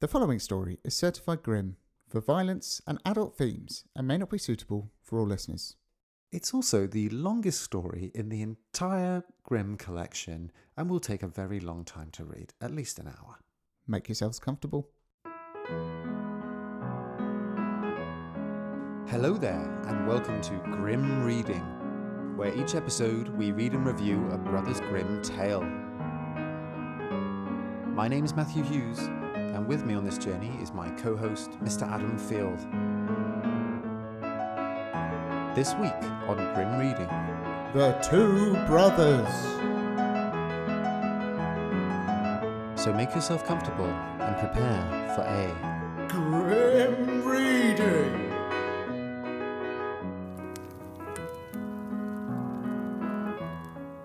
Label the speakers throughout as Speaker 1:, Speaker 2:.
Speaker 1: The following story is certified grim for violence and adult themes and may not be suitable for all listeners.
Speaker 2: It's also the longest story in the entire Grimm collection and will take a very long time to read, at least an hour.
Speaker 1: Make yourselves comfortable.
Speaker 2: Hello there, and welcome to Grim Reading, where each episode we read and review a Brothers Grimm tale. My name's Matthew Hughes, and with me on this journey is my co host, Mr. Adam Field. This week on Grim Reading,
Speaker 1: The Two Brothers.
Speaker 2: so make yourself comfortable and prepare for a.
Speaker 1: Grim Reading.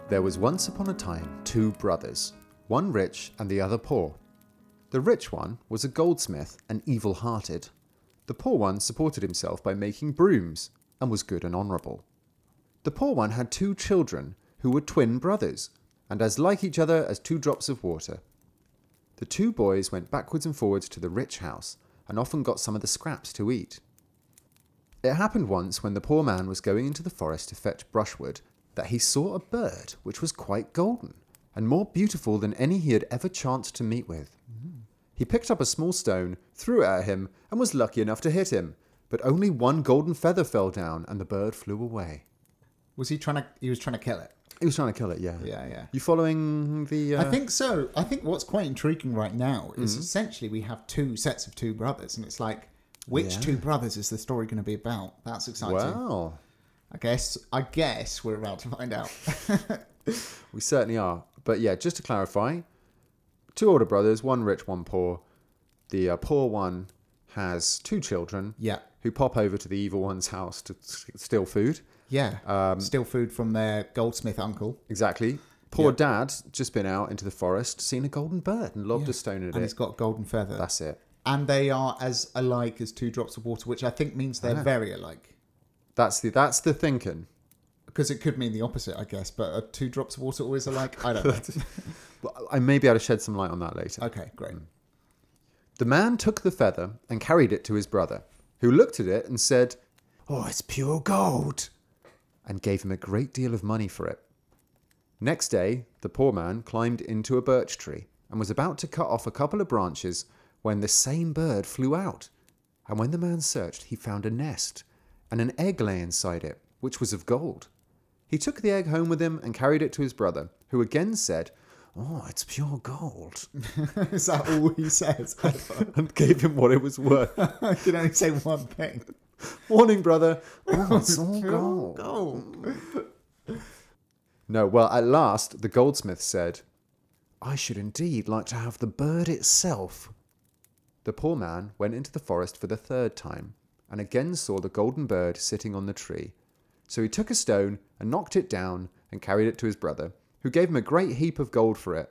Speaker 2: There was once upon a time two brothers, one rich and the other poor. The rich one was a goldsmith and evil hearted. The poor one supported himself by making brooms and was good and honourable. The poor one had two children who were twin brothers and as like each other as two drops of water. The two boys went backwards and forwards to the rich house and often got some of the scraps to eat. It happened once when the poor man was going into the forest to fetch brushwood that he saw a bird which was quite golden and more beautiful than any he had ever chanced to meet with. He picked up a small stone, threw it at him, and was lucky enough to hit him. But only one golden feather fell down and the bird flew away.
Speaker 1: Was he trying to? He was trying to kill it.
Speaker 2: He was trying to kill it, yeah.
Speaker 1: Yeah, yeah.
Speaker 2: You following the. Uh,
Speaker 1: I think so. I think what's quite intriguing right now is
Speaker 2: Mm.
Speaker 1: essentially we have two sets of two brothers, and it's like, which
Speaker 2: Yeah.
Speaker 1: two brothers is the story going to be about? That's exciting.
Speaker 2: uh, Wow.
Speaker 1: I guess. I guess we're about to find out.
Speaker 2: We certainly are. But yeah, just to clarify, two older brothers, one rich, one poor. The uh, poor one has two children
Speaker 1: yeah.
Speaker 2: who pop over to the evil one's house to s- steal food.
Speaker 1: Yeah.
Speaker 2: Um,
Speaker 1: Still food from their goldsmith uncle.
Speaker 2: Exactly. Poor dad just been out into the forest, seen a golden bird and lobbed a stone at
Speaker 1: And
Speaker 2: it.
Speaker 1: he's got a golden feather.
Speaker 2: That's it.
Speaker 1: and they are as alike as two drops of water, which I think means
Speaker 2: Oh.
Speaker 1: they're very alike.
Speaker 2: That's the that's the thinking.
Speaker 1: Because it could mean the opposite, I guess. But are two drops of water always alike? I don't know.
Speaker 2: Well, I may be able to shed some light on that later.
Speaker 1: okay, great.
Speaker 2: The man took the feather and carried it to his brother, who looked at it and said, Oh, it's pure gold, and gave him a great deal of money for it. Next day, the poor man climbed into a birch tree and was about to cut off a couple of branches when the same bird flew out. And when the man searched, he found a nest, and an egg lay inside it, which was of gold. He took the egg home with him and carried it to his brother, who again said, Oh, it's pure gold,
Speaker 1: Is that all he says?
Speaker 2: and gave him what it was worth.
Speaker 1: I can only say one thing.
Speaker 2: Warning, brother. Oh, it's all
Speaker 1: Pure
Speaker 2: gold.
Speaker 1: gold.
Speaker 2: No, well, at last the goldsmith said, I should indeed like to have the bird itself. The poor man went into the forest for the third time, and again saw the golden bird sitting on the tree. So he took a stone and knocked it down and carried it to his brother, who gave him a great heap of gold for it.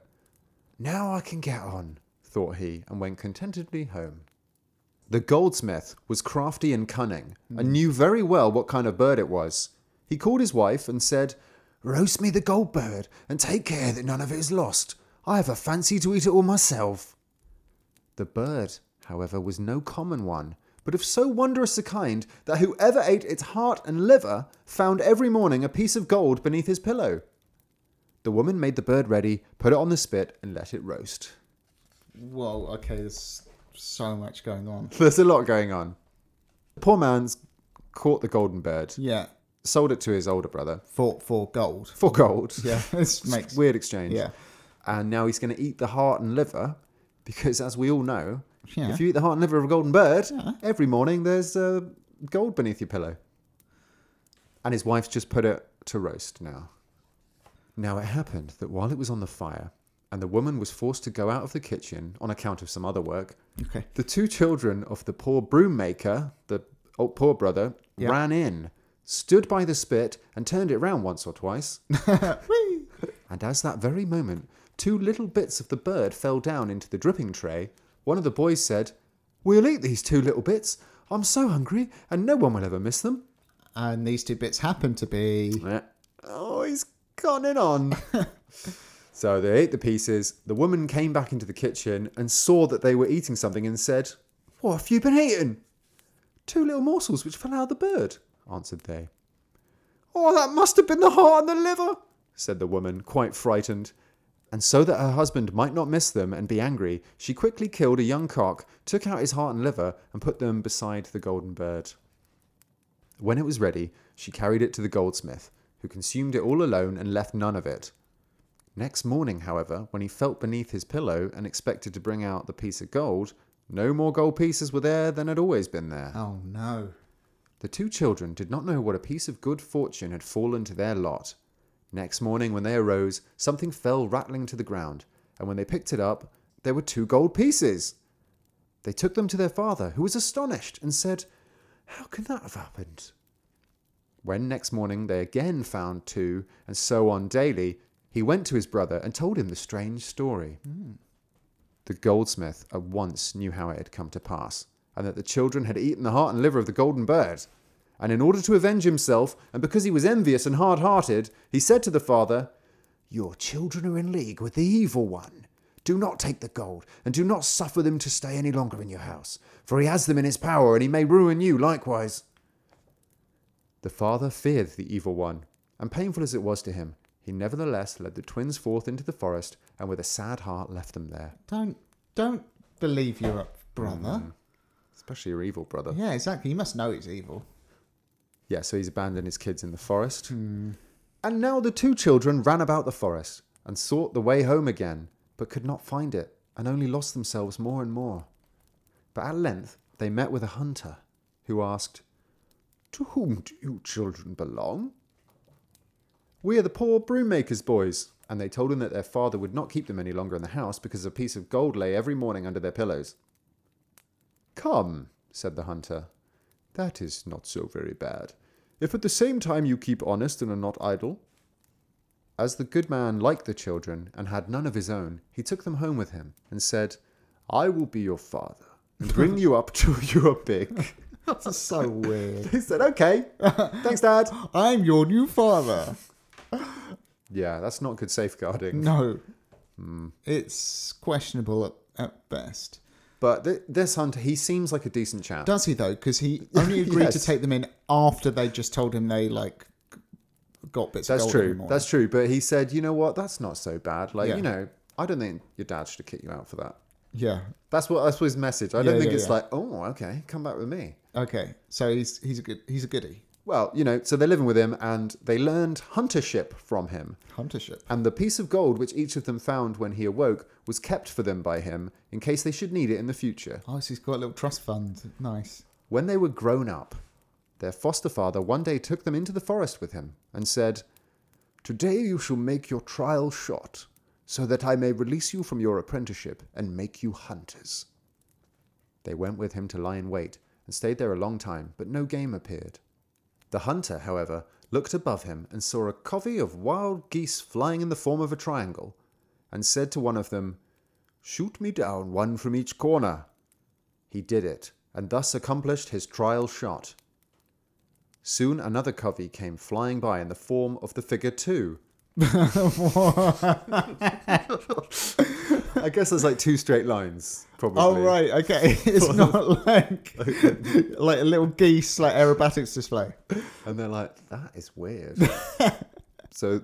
Speaker 2: Now I can get on, thought he, and went contentedly home. The goldsmith was crafty and cunning, and knew very well what kind of bird it was. He called his wife and said, Roast me the gold bird, and take care that none of it is lost. I have a fancy to eat it all myself. The bird, however, was no common one, but of so wondrous a kind that whoever ate its heart and liver found every morning a piece of gold beneath his pillow. The woman made the bird ready, put it on the spit, and let it roast.
Speaker 1: Whoa, okay, there's so much going on.
Speaker 2: There's a lot going on. The poor man's caught the golden bird,
Speaker 1: Yeah.
Speaker 2: sold it to his older brother
Speaker 1: For, for gold.
Speaker 2: for gold.
Speaker 1: Yeah, this makes.
Speaker 2: Weird exchange.
Speaker 1: Yeah.
Speaker 2: And now he's going to eat the heart and liver because, as we all know,
Speaker 1: Yeah.
Speaker 2: if you eat the heart and liver of a golden bird, every morning there's uh, gold beneath your pillow. And his wife's just put it to roast now. Now it happened that while it was on the fire, and the woman was forced to go out of the kitchen on account of some other work,
Speaker 1: Okay.
Speaker 2: the two children of the poor broom maker, the oh, poor brother,
Speaker 1: Yeah.
Speaker 2: ran in, stood by the spit, and turned it round once or twice. and as that very moment, two little bits of the bird fell down into the dripping tray, one of the boys said, We'll eat these two little bits. I'm so hungry, and no one will ever miss them.
Speaker 1: And these two bits happen to be.
Speaker 2: Oh, he's gone in on. So they ate the pieces. The woman came back into the kitchen and saw that they were eating something and said, What have you been eating? Two little morsels which fell out of the bird, answered they. Oh, that must have been the heart and the liver, said the woman, quite frightened. And so that her husband might not miss them and be angry, she quickly killed a young cock, took out his heart and liver, and put them beside the golden bird. When it was ready, she carried it to the goldsmith, who consumed it all alone and left none of it. Next morning, however, when he felt beneath his pillow and expected to bring out the piece of gold, no more gold pieces were there than had always been there.
Speaker 1: Oh no.
Speaker 2: The two children did not know what a piece of good fortune had fallen to their lot. Next morning, when they arose, something fell rattling to the ground, and when they picked it up, there were two gold pieces. They took them to their father, who was astonished and said, How can that have happened? When next morning they again found two, and so on daily, he went to his brother and told him the strange story. The goldsmith at once knew how it had come to pass, and that the children had eaten the heart and liver of the golden bird. And in order to avenge himself, and because he was envious and hard hearted, he said to the father, Your children are in league with the evil one. Do not take the gold, and do not suffer them to stay any longer in your house, for he has them in his power, and he may ruin you likewise. The father feared the evil one, and painful as it was to him, he nevertheless led the twins forth into the forest, and with a sad heart left them there.
Speaker 1: Don't don't believe you're up, brother.
Speaker 2: Mm, Especially your evil brother. Yeah,
Speaker 1: Yeah, exactly. You must know it's evil.
Speaker 2: so he's abandoned his kids in the forest. And now the two children ran about the forest and sought the way home again, but could not find it, and only lost themselves more and more. But at length they met with a hunter, who asked, To whom do you children belong? We are the poor broommaker's boys. And they told him that their father would not keep them any longer in the house because a piece of gold lay every morning under their pillows. Come, said the hunter, that is not so very bad, if at the same time you keep honest and are not idle. As the good man liked the children and had none of his own, he took them home with him and said, I will be your father and bring you up till you are big.
Speaker 1: That's so weird.
Speaker 2: He said, Okay, thanks, Dad.
Speaker 1: I'm your new father.
Speaker 2: Yeah, that's not good safeguarding.
Speaker 1: No.
Speaker 2: Hmm.
Speaker 1: It's questionable at, at best.
Speaker 2: But th- this hunter, he seems like a decent chap.
Speaker 1: Does he though? Because he only agreed to
Speaker 2: Yes.
Speaker 1: take them in after they just told him they like g- got bits.
Speaker 2: That's
Speaker 1: of gold
Speaker 2: true.
Speaker 1: in the morning.
Speaker 2: That's true. But he said, you know what? That's not so bad. Like,
Speaker 1: Yeah.
Speaker 2: you know, I don't think your dad should have kicked you out for that.
Speaker 1: yeah.
Speaker 2: That's what that's what his message. I don't
Speaker 1: Yeah,
Speaker 2: think
Speaker 1: yeah,
Speaker 2: it's
Speaker 1: yeah.
Speaker 2: like, oh, okay, come back with me.
Speaker 1: Okay. So he's he's a good he's a goodie.
Speaker 2: Well, you know, so they're living with him and they learned huntership from him.
Speaker 1: Huntership.
Speaker 2: And the piece of gold which each of them found when he awoke was kept for them by him in case they should need it in the future.
Speaker 1: Oh, so he's got a little trust fund. Nice.
Speaker 2: When they were grown up, their foster father one day took them into the forest with him and said, Today you shall make your trial shot, so that I may release you from your apprenticeship and make you hunters. They went with him to lie in wait and stayed there a long time, but no game appeared. The hunter, however, looked above him and saw a covey of wild geese flying in the form of a triangle, and said to one of them, Shoot me down one from each corner. He did it, and thus accomplished his trial shot. Soon another covey came flying by in the form of the figure two. I guess there's like two straight lines, probably.
Speaker 1: Oh right, okay. It's not like like a little geese like aerobatics display.
Speaker 2: And they're like, that is weird. so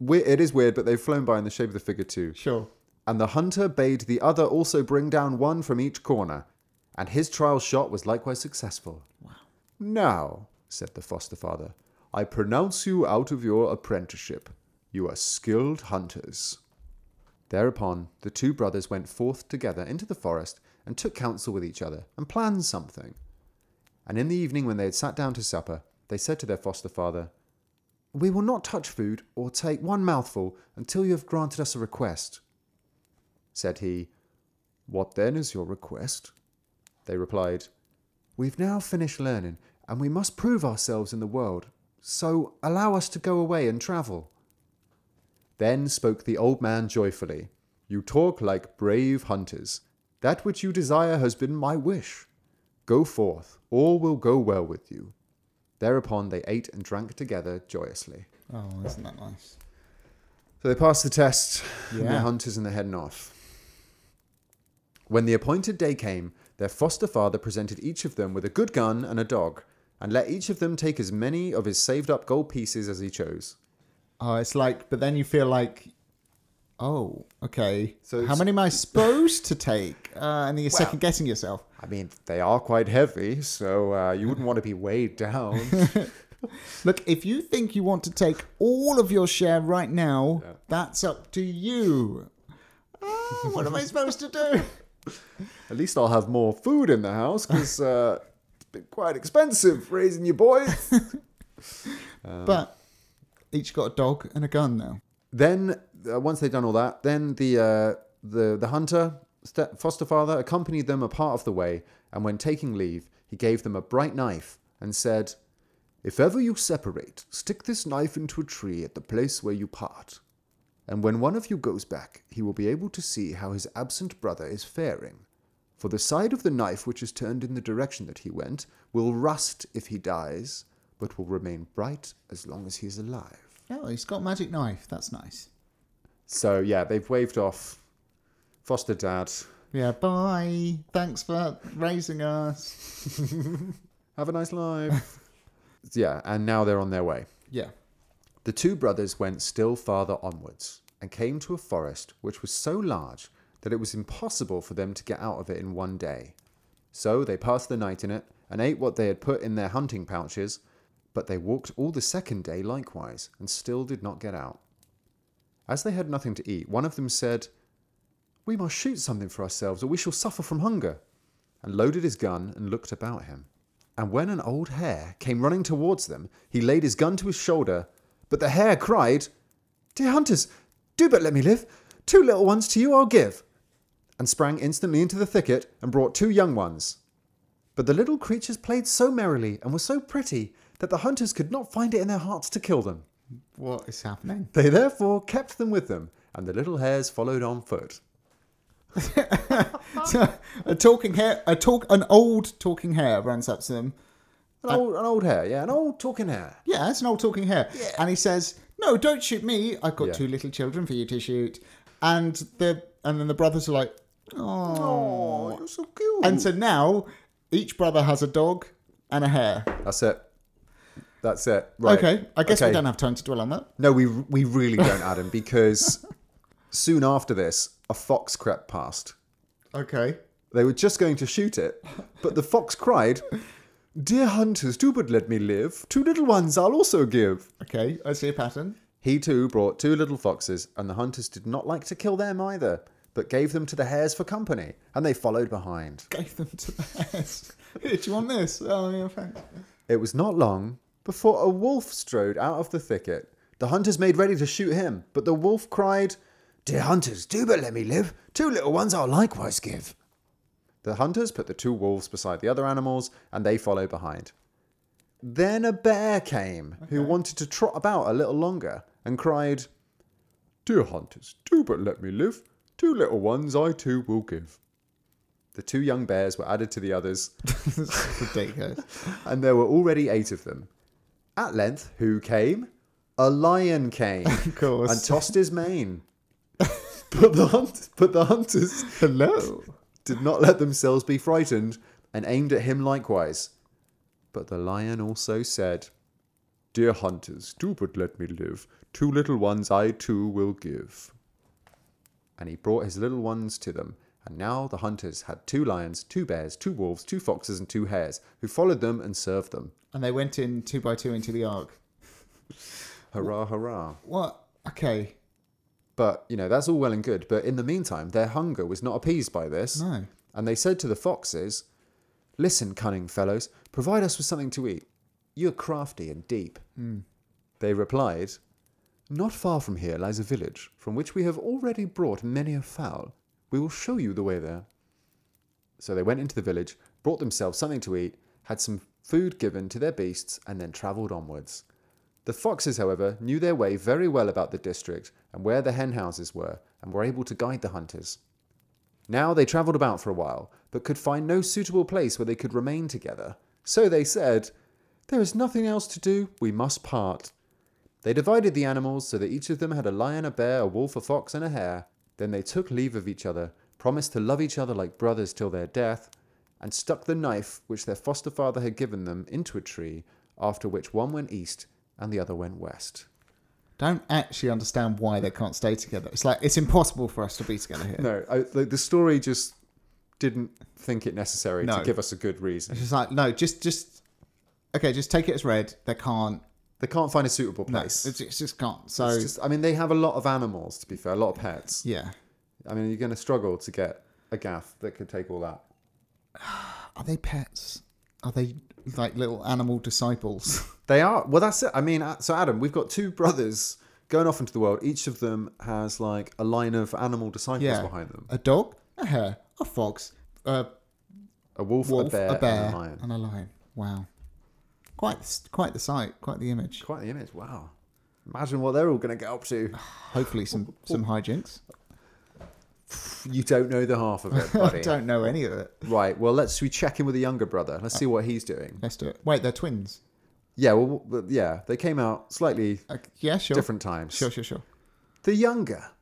Speaker 2: we- it is weird, but they've flown by in the shape of the figure two.
Speaker 1: Sure.
Speaker 2: And the hunter bade the other also bring down one from each corner. And his trial shot was likewise successful. Wow. Now, said the foster father, I pronounce you out of your apprenticeship. You are skilled hunters. Thereupon, the two brothers went forth together into the forest and took counsel with each other and planned something. And in the evening, when they had sat down to supper, they said to their foster father, We will not touch food or take one mouthful until you have granted us a request. Said he, What then is your request? They replied, We've now finished learning, and we must prove ourselves in the world, so allow us to go away and travel. Then spoke the old man joyfully, You talk like brave hunters. That which you desire has been my wish. Go forth, all will go well with you. Thereupon they ate and drank together joyously.
Speaker 1: Oh, isn't that nice?
Speaker 2: So they pass the test, and they're
Speaker 1: Yeah.
Speaker 2: hunters, and they're heading off. When the appointed day came, their foster father presented each of them with a good gun and a dog, and let each of them take as many of his saved up gold pieces as he chose.
Speaker 1: Oh, it's like, but then you feel like, oh, okay.
Speaker 2: So
Speaker 1: So how
Speaker 2: it's-
Speaker 1: many am I supposed to take? Uh, and then you're second guessing yourself.
Speaker 2: I mean, they are quite heavy, so uh, you wouldn't want to be weighed down.
Speaker 1: Look, if you think you want to take all of your share right now,
Speaker 2: Yeah.
Speaker 1: that's up to you. Oh, what am I supposed to do?
Speaker 2: At least I'll have more food in the house because uh, it's been quite expensive raising you boys. Um,
Speaker 1: but each got a dog and a gun now.
Speaker 2: then uh, once they've done all that, then the uh, the the hunter st- foster father accompanied them a part of the way, and when taking leave, he gave them a bright knife and said, "If ever you separate, stick this knife into a tree at the place where you part, and when one of you goes back, he will be able to see how his absent brother is faring." For the side of the knife which is turned in the direction that he went will rust if he dies, but will remain bright as long as he is alive.
Speaker 1: Oh, he's got magic knife. That's nice.
Speaker 2: So yeah, they've waved off foster dad.
Speaker 1: Yeah, bye. Thanks for raising us.
Speaker 2: Have a nice life. yeah, and now they're on their way.
Speaker 1: Yeah.
Speaker 2: The two brothers went still farther onwards and came to a forest which was so large that it was impossible for them to get out of it in one day. So they passed the night in it and ate what they had put in their hunting pouches, but they walked all the second day likewise and still did not get out. As they had nothing to eat, one of them said, We must shoot something for ourselves, or we shall suffer from hunger. And loaded his gun and looked about him. And when an old hare came running towards them, he laid his gun to his shoulder. But the hare cried, Dear hunters, do but let me live. Two little ones to you I'll give. And sprang instantly into the thicket and brought two young ones. But the little creatures played so merrily and were so pretty that the hunters could not find it in their hearts to kill them.
Speaker 1: What is happening?
Speaker 2: They therefore kept them with them, and the little hares followed on foot.
Speaker 1: So, a talking hare, a talk, an old talking hare runs up to them.
Speaker 2: An
Speaker 1: Uh,
Speaker 2: old, an old hare, yeah, an old talking hare.
Speaker 1: Yeah, it's an old talking hare. And he says, "No, don't shoot me. I've got
Speaker 2: Yeah.
Speaker 1: two little children for you to shoot." And the and then the brothers are like, "Oh."
Speaker 2: Oh, you're so cute.
Speaker 1: And so now each brother has a dog and a hare.
Speaker 2: That's it. That's it. Right.
Speaker 1: Okay, I guess
Speaker 2: Okay.
Speaker 1: we don't have time to dwell on that.
Speaker 2: No, we we really don't, Adam, because soon after this, a fox crept past.
Speaker 1: Okay.
Speaker 2: They were just going to shoot it, but the fox cried, "Dear hunters, do but let me live. Two little ones I'll also give."
Speaker 1: Okay, I see a pattern.
Speaker 2: He too brought two little foxes, and the hunters did not like to kill them either, but gave them to the hares for company, and they followed behind.
Speaker 1: Gave them to the hares. Here, do you want this? Oh, yeah, thanks.
Speaker 2: It was not long before a wolf strode out of the thicket. The hunters made ready to shoot him, but the wolf cried, Dear hunters, do but let me live. Two little ones I'll likewise give. The hunters put the two wolves beside the other animals, and they followed behind. Then a bear came, who wanted to trot about a little longer, and cried, Dear hunters, do but let me live. Two little ones I too will give. The two young bears were added to the others,
Speaker 1: This is ridiculous.
Speaker 2: and there were already eight of them. At length, who came? A lion came
Speaker 1: Of course.
Speaker 2: and tossed his mane. but, the hunt- but the hunters
Speaker 1: Hello.
Speaker 2: did not let themselves be frightened and aimed at him likewise. But the lion also said, Dear hunters, do but let me live. Two little ones I too will give. And he brought his little ones to them. And now the hunters had two lions, two bears, two wolves, two foxes, and two hares, who followed them and served them.
Speaker 1: And they went in two by two into the ark.
Speaker 2: Hurrah, hurrah.
Speaker 1: What? Okay.
Speaker 2: But, you know, that's all well and good. But in the meantime, their hunger was not appeased by this.
Speaker 1: No.
Speaker 2: And they said to the foxes, Listen, cunning fellows, provide us with something to eat. You're crafty and deep. They replied, Not far from here lies a village from which we have already brought many a fowl. We will show you the way there. So they went into the village, brought themselves something to eat, had some food given to their beasts, and then travelled onwards. The foxes, however, knew their way very well about the district and where the hen houses were, and were able to guide the hunters. Now they travelled about for a while, but could find no suitable place where they could remain together. So they said, There is nothing else to do, we must part. They divided the animals so that each of them had a lion, a bear, a wolf, a fox, and a hare. Then they took leave of each other, promised to love each other like brothers till their death, and stuck the knife which their foster father had given them into a tree, after which one went east and the other went west.
Speaker 1: Don't actually understand why they can't stay together. It's like it's impossible for us to be together here.
Speaker 2: No, I, like, the story just didn't think it necessary to
Speaker 1: No.
Speaker 2: give us a good reason.
Speaker 1: It's just like no, just just okay, just take it as read. They can't.
Speaker 2: They can't find a suitable
Speaker 1: No,
Speaker 2: place.
Speaker 1: it's, it's just can't. So
Speaker 2: It's just, I mean, they have a lot of animals, to be fair, a lot of pets.
Speaker 1: yeah,
Speaker 2: I mean, you're going to struggle to get a gaff that could take all that.
Speaker 1: are they pets? Are they like little animal disciples?
Speaker 2: They are. Well, that's it. I mean, uh, so Adam, we've got two brothers going off into the world. Each of them has like a line of animal disciples
Speaker 1: yeah,
Speaker 2: behind them
Speaker 1: a dog, a hare, a fox, a
Speaker 2: a wolf,
Speaker 1: wolf,
Speaker 2: a, bear, and a lion.
Speaker 1: and a lion. Wow, quite the s- quite the sight, quite the image.
Speaker 2: Quite the image. Wow. Imagine what they're all going to get up to.
Speaker 1: Hopefully, some some hijinks.
Speaker 2: You don't know the half of it, buddy.
Speaker 1: I don't know any of it.
Speaker 2: Right. Well, let's we check in with the younger brother. Let's see what he's doing.
Speaker 1: Let's do it. Wait, they're twins.
Speaker 2: Yeah. Well, w- yeah. They came out slightly
Speaker 1: Uh, yeah, sure.
Speaker 2: different times.
Speaker 1: Sure, sure, sure.
Speaker 2: The younger,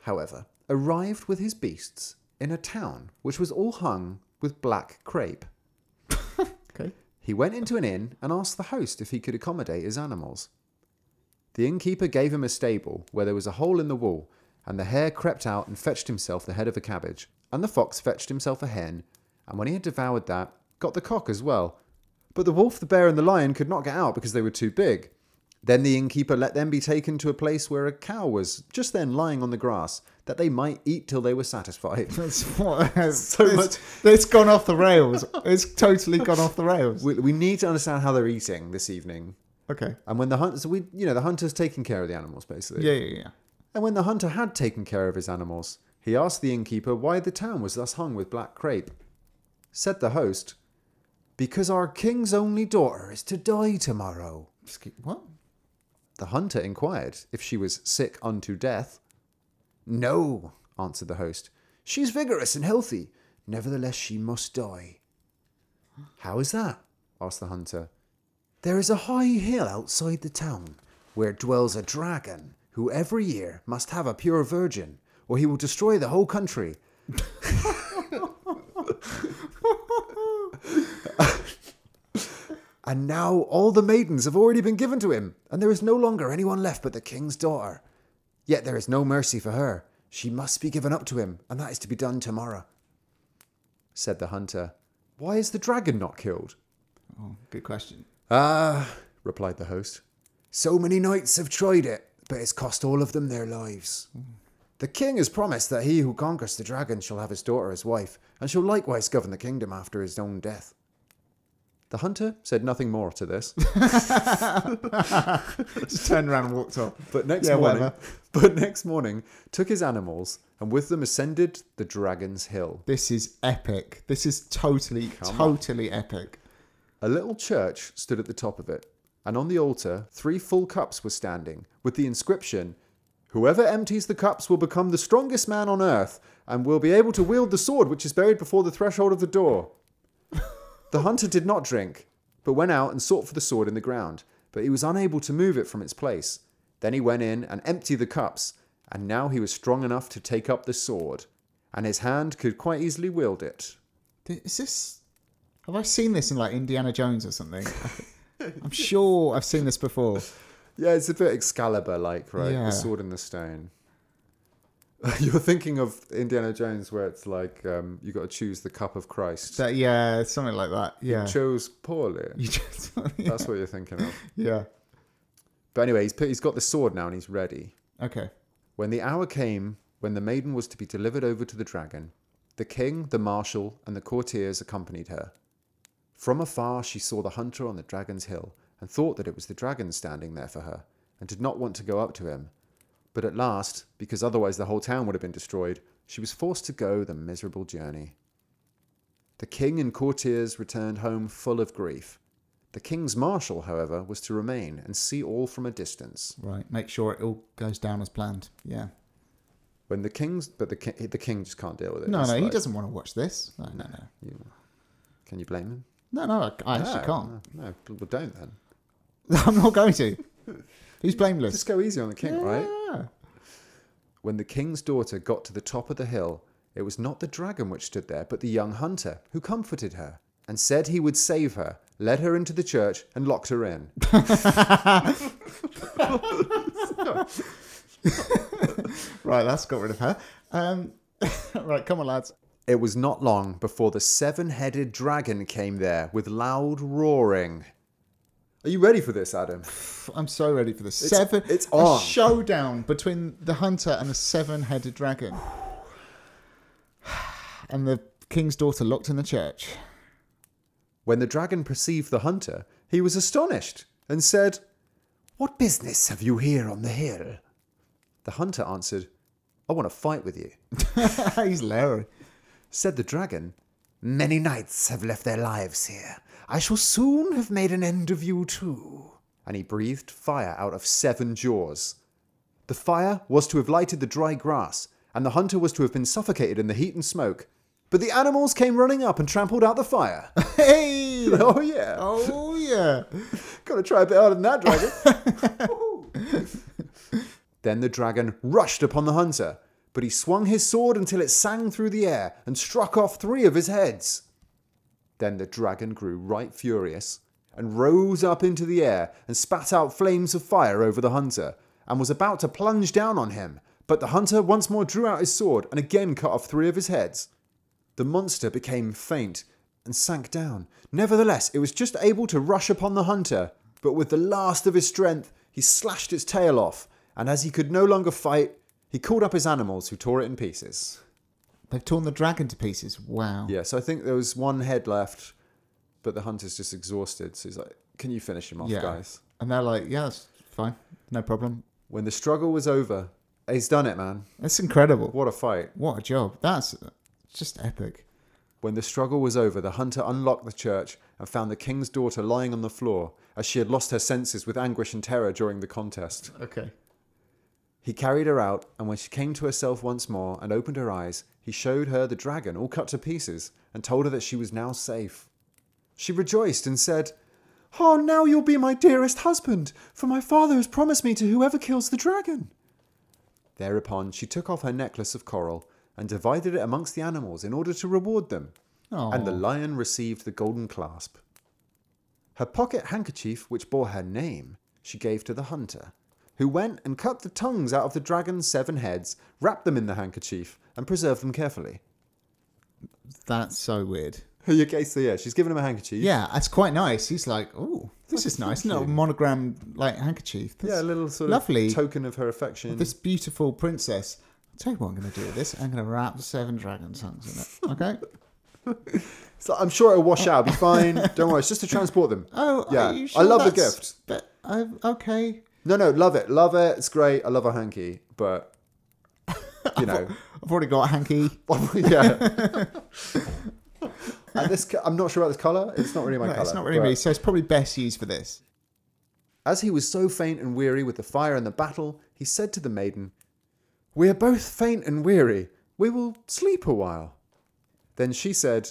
Speaker 2: however, arrived with his beasts in a town which was all hung with black crape.
Speaker 1: Okay.
Speaker 2: He went into an inn and asked the host if he could accommodate his animals. The innkeeper gave him a stable where there was a hole in the wall, and the hare crept out and fetched himself the head of a cabbage, and the fox fetched himself a hen, and when he had devoured that, got the cock as well. But the wolf, the bear, and the lion could not get out because they were too big. Then the innkeeper let them be taken to a place where a cow was just then lying on the grass, that they might eat till they were satisfied.
Speaker 1: That's what,
Speaker 2: So
Speaker 1: it's,
Speaker 2: much-
Speaker 1: It's gone off the rails. It's totally gone off the rails.
Speaker 2: we, we need to understand how they're eating this evening.
Speaker 1: Okay.
Speaker 2: And when the hunters, we, you know, the hunter's taking care of the animals basically.
Speaker 1: Yeah, yeah, yeah.
Speaker 2: And when the hunter had taken care of his animals, he asked the innkeeper why the town was thus hung with black crape. Said the host, Because our king's only daughter is to die tomorrow.
Speaker 1: Just keep, what?
Speaker 2: The hunter inquired if she was sick unto death. No, answered the host. She is vigorous and healthy. Nevertheless, she must die. How is that? asked the hunter. There is a high hill outside the town where dwells a dragon who every year must have a pure virgin, or he will destroy the whole country. And now all the maidens have already been given to him, and there is no longer anyone left but the king's daughter. Yet there is no mercy for her. She must be given up to him, and that is to be done tomorrow. Said the hunter, Why is the dragon not killed?
Speaker 1: Oh, good question.
Speaker 2: Ah, replied the host. So many knights have tried it, but it's cost all of them their lives. The king has promised that he who conquers the dragon shall have his daughter as wife, and shall likewise govern the kingdom after his own death. The hunter said nothing more to this,
Speaker 1: Just turned around and walked off.
Speaker 2: but next
Speaker 1: Yeah,
Speaker 2: morning,
Speaker 1: whatever.
Speaker 2: but next morning took his animals and with them ascended the dragon's hill.
Speaker 1: This is epic. This is totally,
Speaker 2: on.
Speaker 1: totally epic.
Speaker 2: A little church stood at the top of it, and on the altar three full cups were standing, with the inscription Whoever empties the cups will become the strongest man on earth, and will be able to wield the sword which is buried before the threshold of the door. the hunter did not drink, but went out and sought for the sword in the ground, but he was unable to move it from its place. Then he went in and emptied the cups, and now he was strong enough to take up the sword, and his hand could quite easily wield it.
Speaker 1: Th- Is this? Have I seen this in like Indiana Jones or something? I'm sure I've seen this before.
Speaker 2: Yeah, it's a bit Excalibur like, right?
Speaker 1: Yeah.
Speaker 2: The sword and the stone. You're thinking of Indiana Jones, where it's like um, you got to choose the cup of Christ.
Speaker 1: That, yeah, something like that. Yeah.
Speaker 2: Chose poorly.
Speaker 1: You just,
Speaker 2: That's what you're thinking of.
Speaker 1: yeah.
Speaker 2: But anyway, he's, put, he's got the sword now and he's ready.
Speaker 1: Okay.
Speaker 2: When the hour came when the maiden was to be delivered over to the dragon, the king, the marshal, and the courtiers accompanied her. From afar she saw the hunter on the dragon's hill, and thought that it was the dragon standing there for her, and did not want to go up to him. But at last, because otherwise the whole town would have been destroyed, she was forced to go the miserable journey. The king and courtiers returned home full of grief. The king's marshal, however, was to remain and see all from a distance.
Speaker 1: Right. Make sure it all goes down as planned. Yeah.
Speaker 2: When the king's, but the king, the king just can't deal with it.
Speaker 1: No,
Speaker 2: It's
Speaker 1: no, he
Speaker 2: like,
Speaker 1: doesn't want to watch this. No, no, no.
Speaker 2: you- can you blame him?
Speaker 1: No, no, I, I actually
Speaker 2: No,
Speaker 1: can't.
Speaker 2: No, no, well, don't then.
Speaker 1: I'm not going to. He's blameless.
Speaker 2: Just go easy on the king, right?
Speaker 1: Yeah.
Speaker 2: When the king's daughter got to the top of the hill, it was not the dragon which stood there, but the young hunter, who comforted her and said he would save her, led her into the church, and locked her in.
Speaker 1: Right, that's got rid of her. Um, right, come on, lads.
Speaker 2: It was not long before the seven headed dragon came there with loud roaring. Are you ready for this, Adam?
Speaker 1: Pff, I'm so ready for this. seven.
Speaker 2: it's
Speaker 1: a
Speaker 2: on.
Speaker 1: showdown between the hunter and the seven-headed dragon, and the king's daughter locked in the church.
Speaker 2: When the dragon perceived the hunter, he was astonished and said, What business have you here on the hill? The hunter answered, I want to fight with you.
Speaker 1: He's Larry.
Speaker 2: Said the dragon, Many knights have left their lives here. I shall soon have made an end of you too. And he breathed fire out of seven jaws. The fire was to have lighted the dry grass, and the hunter was to have been suffocated in the heat and smoke. But the animals came running up and trampled out the fire.
Speaker 1: Hey.
Speaker 2: oh, yeah.
Speaker 1: Oh yeah.
Speaker 2: Gotta try a bit harder than that, dragon. then the dragon rushed upon the hunter, but he swung his sword until it sang through the air and struck off three of his heads. Then the dragon grew right furious and rose up into the air and spat out flames of fire over the hunter and was about to plunge down on him. But the hunter once more drew out his sword and again cut off three of his heads. The monster became faint and sank down. Nevertheless, it was just able to rush upon the hunter, but with the last of his strength, he slashed its tail off, and as he could no longer fight, he called up his animals who tore it in pieces.
Speaker 1: They've torn the dragon to pieces. Wow.
Speaker 2: Yeah, so I think there was one head left, but the hunter's just exhausted, so he's like, Can you finish him off, guys?
Speaker 1: And they're like, yeah, that's fine. No problem.
Speaker 2: When the struggle was over, he's done it, man.
Speaker 1: That's incredible.
Speaker 2: What a fight.
Speaker 1: What a job. That's just epic.
Speaker 2: When the struggle was over, the hunter unlocked the church and found the king's daughter lying on the floor, as she had lost her senses with anguish and terror during the contest.
Speaker 1: Okay.
Speaker 2: He carried her out, and when she came to herself once more and opened her eyes, he showed her the dragon all cut to pieces and told her that she was now safe. She rejoiced and said, Oh, now you'll be my dearest husband, for my father has promised me to whoever kills the dragon. Thereupon she took off her necklace of coral and divided it amongst the animals in order to reward them
Speaker 1: Oh.
Speaker 2: and the lion received the golden clasp. Her pocket handkerchief, which bore her name, she gave to the hunter, who went and cut the tongues out of the dragon's seven heads, wrapped them in the handkerchief, and preserved them carefully.
Speaker 1: That's so weird.
Speaker 2: okay, so yeah, she's given him a handkerchief.
Speaker 1: Yeah, that's quite nice. He's like, oh, this is nice. Little monogram like handkerchief. That's
Speaker 2: Yeah, a little sort
Speaker 1: lovely.
Speaker 2: of token of her affection.
Speaker 1: This beautiful princess. I'll tell you what I'm going to do with this. I'm going to wrap seven dragon tongues in it. Okay.
Speaker 2: So I'm sure it'll wash out, it'll be fine. Don't worry, it's just to transport them.
Speaker 1: Oh,
Speaker 2: yeah.
Speaker 1: Are you sure
Speaker 2: I love the
Speaker 1: that's-
Speaker 2: gift.
Speaker 1: That, I, okay.
Speaker 2: No, no, love it, love it. It's great. I love a hanky, but you know.
Speaker 1: I've already got a hanky.
Speaker 2: Well, yeah. and this, co- I'm not sure about this color. It's not really my
Speaker 1: No,
Speaker 2: color.
Speaker 1: it's not really me, so it's probably best used for this.
Speaker 2: As he was so faint and weary with the fire and the battle, he said to the maiden, "We are both faint and weary. We will sleep a while." Then she said,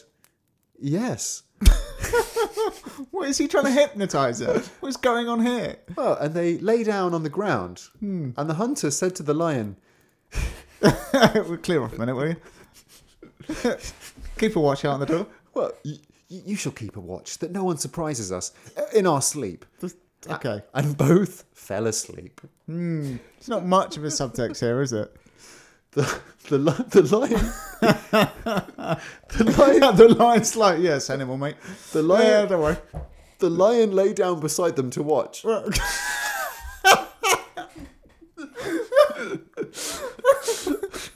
Speaker 2: "Yes."
Speaker 1: What is he trying to hypnotize her? What's going on here?
Speaker 2: Well, and they lay down on the ground.
Speaker 1: Hmm.
Speaker 2: And the hunter said to the lion,
Speaker 1: we'll clear off a minute, will you? Keep a watch out on the door.
Speaker 2: "Well, y- y- you shall keep a watch that no one surprises us uh, in our sleep."
Speaker 1: Okay.
Speaker 2: And both fell asleep.
Speaker 1: It's not much of a subtext here, is it?
Speaker 2: the the, li- the lion the lion
Speaker 1: the lion's like, yes, animal, mate.
Speaker 2: the
Speaker 1: yeah,
Speaker 2: lion
Speaker 1: don't worry.
Speaker 2: the lion lay down beside them to watch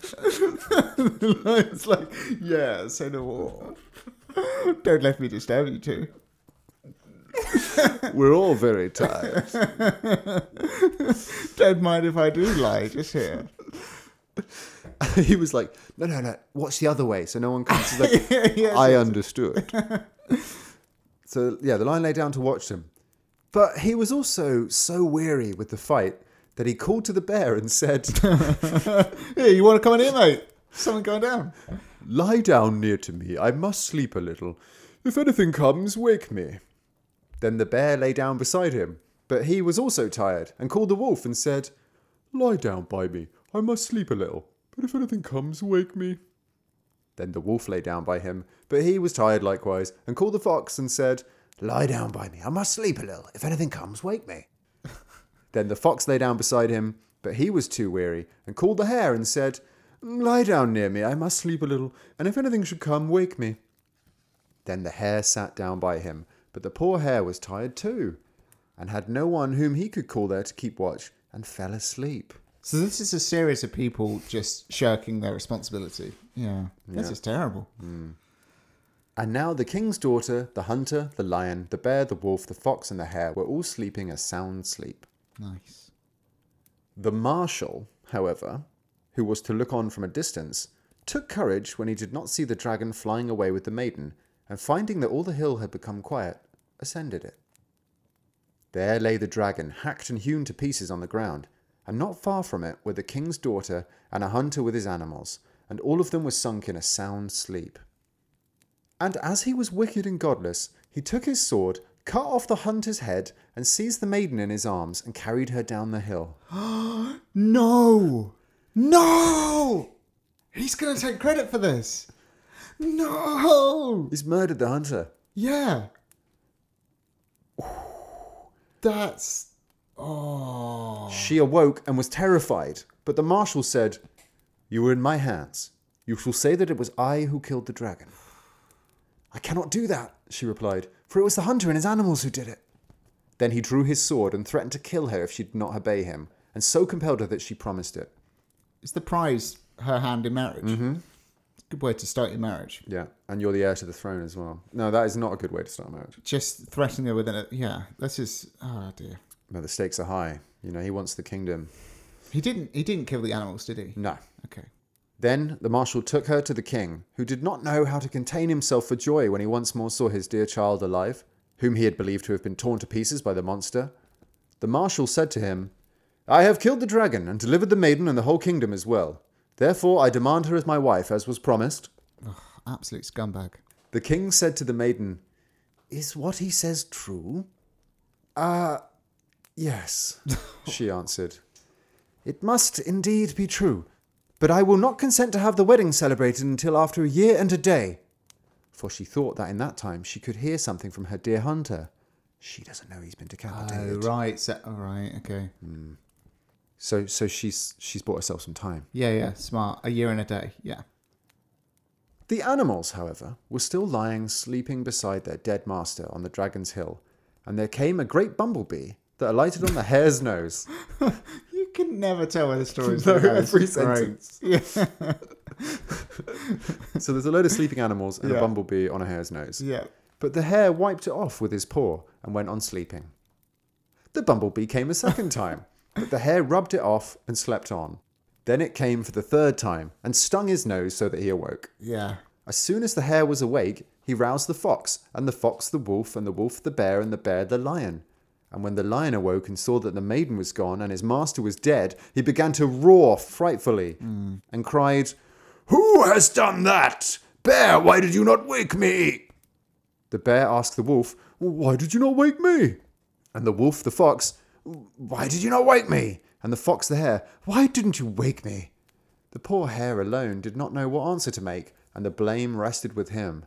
Speaker 1: the lion's like, yes, animal. Don't let me disturb you two.
Speaker 2: we're all very tired
Speaker 1: Don't mind if I do lie just here.
Speaker 2: he was like no no no watch the other way so no one comes He's like
Speaker 1: yes.
Speaker 2: i understood so yeah the lion lay down to watch them but he was also so weary with the fight that he called to the bear and said
Speaker 1: Yeah, you want to come in here, mate? Something going down.
Speaker 2: Lie down near to me. I must sleep a little. If anything comes, wake me. Then the bear lay down beside him, But he was also tired and called the wolf and said, Lie down by me. I must sleep a little. But if anything comes, wake me. Then the wolf lay down by him, but he was tired likewise, and called the fox and said, Lie down by me, I must sleep a little. If anything comes, wake me. then the fox lay down beside him, but he was too weary, and called the hare and said, Lie down near me, I must sleep a little, and if anything should come, wake me. Then the hare sat down by him, but the poor hare was tired too, and had no one whom he could call there to keep watch, and fell asleep.
Speaker 1: So this is a series of people just shirking their responsibility. Yeah, this is terrible.
Speaker 2: And now the king's daughter, the hunter, the lion, the bear, the wolf, the fox, and the hare were all sleeping a sound sleep.
Speaker 1: Nice.
Speaker 2: The marshal, however, who was to look on from a distance, took courage when he did not see the dragon flying away with the maiden, and finding that all the hill had become quiet, ascended it. There lay the dragon, hacked and hewn to pieces on the ground, and not far from it were the king's daughter and a hunter with his animals, and all of them were sunk in a sound sleep. And as he was wicked and godless, he took his sword, cut off the hunter's head, and seized the maiden in his arms, and carried her down the hill.
Speaker 1: No, no, he's gonna take credit for this. No,
Speaker 2: He's murdered the hunter.
Speaker 1: yeah, that's oh,
Speaker 2: She awoke and was terrified, but the marshal said, You are in my hands. You shall say that it was I who killed the dragon. I cannot do that, she replied, for it was the hunter and his animals who did it. Then he drew his sword and threatened to kill her if she did not obey him, and so compelled her that she promised it.
Speaker 1: it's the prize her hand in marriage. It's a good way to start your marriage.
Speaker 2: Yeah, and you're the heir to the throne as well. No, that is not a good way to start a marriage.
Speaker 1: Just threatening her with an yeah. This is oh dear.
Speaker 2: No, the stakes are high. You know, he wants the kingdom.
Speaker 1: He didn't. He didn't kill the animals, did he?
Speaker 2: No,
Speaker 1: Okay.
Speaker 2: Then the marshal took her to the king, who did not know how to contain himself for joy when he once more saw his dear child alive, whom he had believed to have been torn to pieces by the monster. The marshal said to him, I have killed the dragon and delivered the maiden and the whole kingdom as well. Therefore I demand her as my wife, as was promised.
Speaker 1: Ugh, absolute scumbag.
Speaker 2: The king said to the maiden, Is what he says true? Uh, yes, she answered. It must indeed be true, but I will not consent to have the wedding celebrated until after a year and a day. For she thought that in that time she could hear something from her dear hunter. She doesn't know he's been
Speaker 1: Oh,
Speaker 2: decapitated.
Speaker 1: right. So, all right. Okay.
Speaker 2: So, so she's she's bought herself some time.
Speaker 1: Yeah, yeah. Smart. A year and a day. Yeah.
Speaker 2: The animals, however, were still lying sleeping beside their dead master on the dragon's hill, and there came a great bumblebee that alighted on the hare's nose.
Speaker 1: You can never tell where the story's
Speaker 2: No,
Speaker 1: going.
Speaker 2: every
Speaker 1: It's great.
Speaker 2: sentence.
Speaker 1: Yeah.
Speaker 2: So there's a load of sleeping animals and
Speaker 1: Yeah.
Speaker 2: a bumblebee on a hare's nose.
Speaker 1: yeah.
Speaker 2: But the hare wiped it off with his paw and went on sleeping. The bumblebee came a second time, but the hare rubbed it off and slept on. Then it came for the third time and stung his nose so that he awoke.
Speaker 1: Yeah.
Speaker 2: As soon as the hare was awake, he roused the fox, and the fox the wolf, and the wolf the bear, and the bear the lion. And when the lion awoke and saw that the maiden was gone and his master was dead, he began to roar frightfully and cried, Who has done that? Bear, why did you not wake me? The bear asked the wolf, Why did you not wake me? And the wolf the fox, Why did you not wake me? And the fox the hare, Why didn't you wake me? The poor hare alone did not know what answer to make, and the blame rested with him.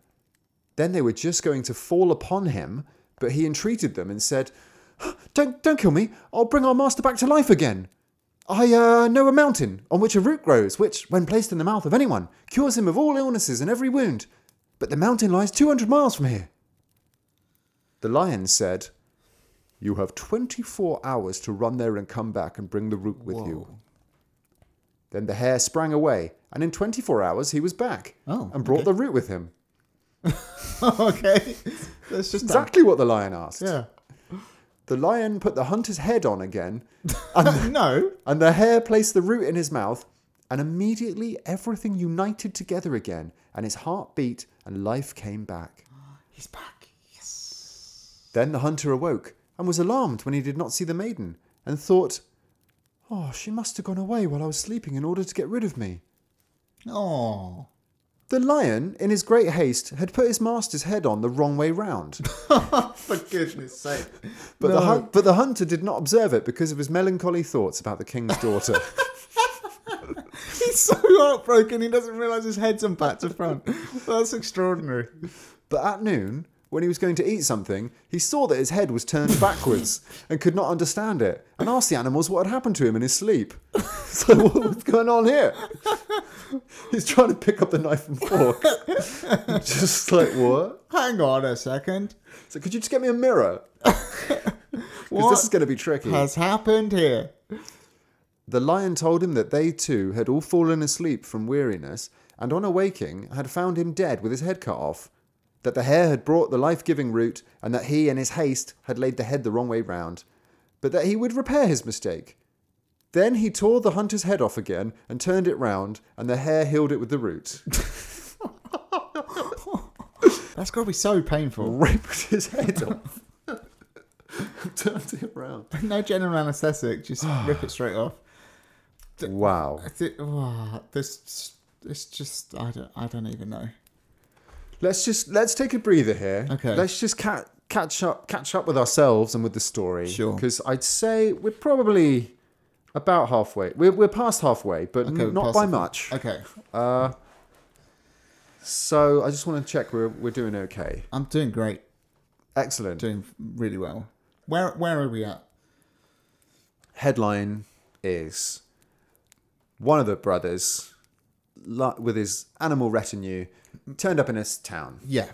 Speaker 2: Then they were just going to fall upon him, but he entreated them and said, Don't, don't kill me. I'll bring our master back to life again. I uh, know a mountain on which a root grows, which, when placed in the mouth of anyone, cures him of all illnesses and every wound. But the mountain lies 200 miles from here. The lion said, You have 24 hours to run there and come back and bring the root with you.
Speaker 1: Whoa.
Speaker 2: Then the hare sprang away, and in 24 hours he was back
Speaker 1: Oh,
Speaker 2: and brought the root with him.
Speaker 1: okay. That's just that.
Speaker 2: Exactly what the lion asked.
Speaker 1: Yeah.
Speaker 2: The lion put the hunter's head on again,
Speaker 1: Uh, no.
Speaker 2: and the hare placed the root in his mouth, and immediately everything united together again, and his heart beat, and life came back.
Speaker 1: He's back. Yes.
Speaker 2: Then the hunter awoke and was alarmed when he did not see the maiden, and thought, Oh, she must have gone away while I was sleeping in order to get rid of me.
Speaker 1: Oh.
Speaker 2: The lion, in his great haste, had put his master's head on the wrong way round.
Speaker 1: For goodness sake.
Speaker 2: But, the,
Speaker 1: No.
Speaker 2: hun- but the hunter did not observe it because of his melancholy thoughts about the king's daughter.
Speaker 1: He's so heartbroken he doesn't realise his head's on back to front. That's extraordinary.
Speaker 2: but at noon, when he was going to eat something, he saw that his head was turned backwards and could not understand it and asked the animals what had happened to him in his sleep. so, what was going on here? He's trying to pick up the knife and fork. just like, what?
Speaker 1: Hang on a second.
Speaker 2: So, could you just get me a mirror? Because
Speaker 1: What
Speaker 2: this is going to be tricky.
Speaker 1: has happened here?
Speaker 2: The lion told him that they too had all fallen asleep from weariness, and on awaking had found him dead with his head cut off, that the hare had brought the life giving root, and that he, in his haste, had laid the head the wrong way round, but that he would repair his mistake. Then he tore the hunter's head off again and turned it round, and the hare healed it with the root,
Speaker 1: That's got to be so painful.
Speaker 2: ripped his head off, and turned it round.
Speaker 1: No general anaesthetic, just rip it straight off.
Speaker 2: Wow.
Speaker 1: I thi- oh, this, this just, I don't, I don't even know.
Speaker 2: Let's just let's take a breather here.
Speaker 1: Okay.
Speaker 2: Let's just ca- catch up catch up with ourselves and with the story.
Speaker 1: Sure.
Speaker 2: Because I'd say we're probably about halfway. We're we're past halfway, but
Speaker 1: Okay, we're
Speaker 2: not
Speaker 1: past
Speaker 2: by
Speaker 1: halfway.
Speaker 2: much.
Speaker 1: Okay,
Speaker 2: Uh, so I just want to check we're we're doing okay.
Speaker 1: I'm doing great,
Speaker 2: Excellent.
Speaker 1: doing really well. Where, where are we at?
Speaker 2: Headline is one of the brothers li- with his animal retinue turned up in this town.
Speaker 1: Yeah,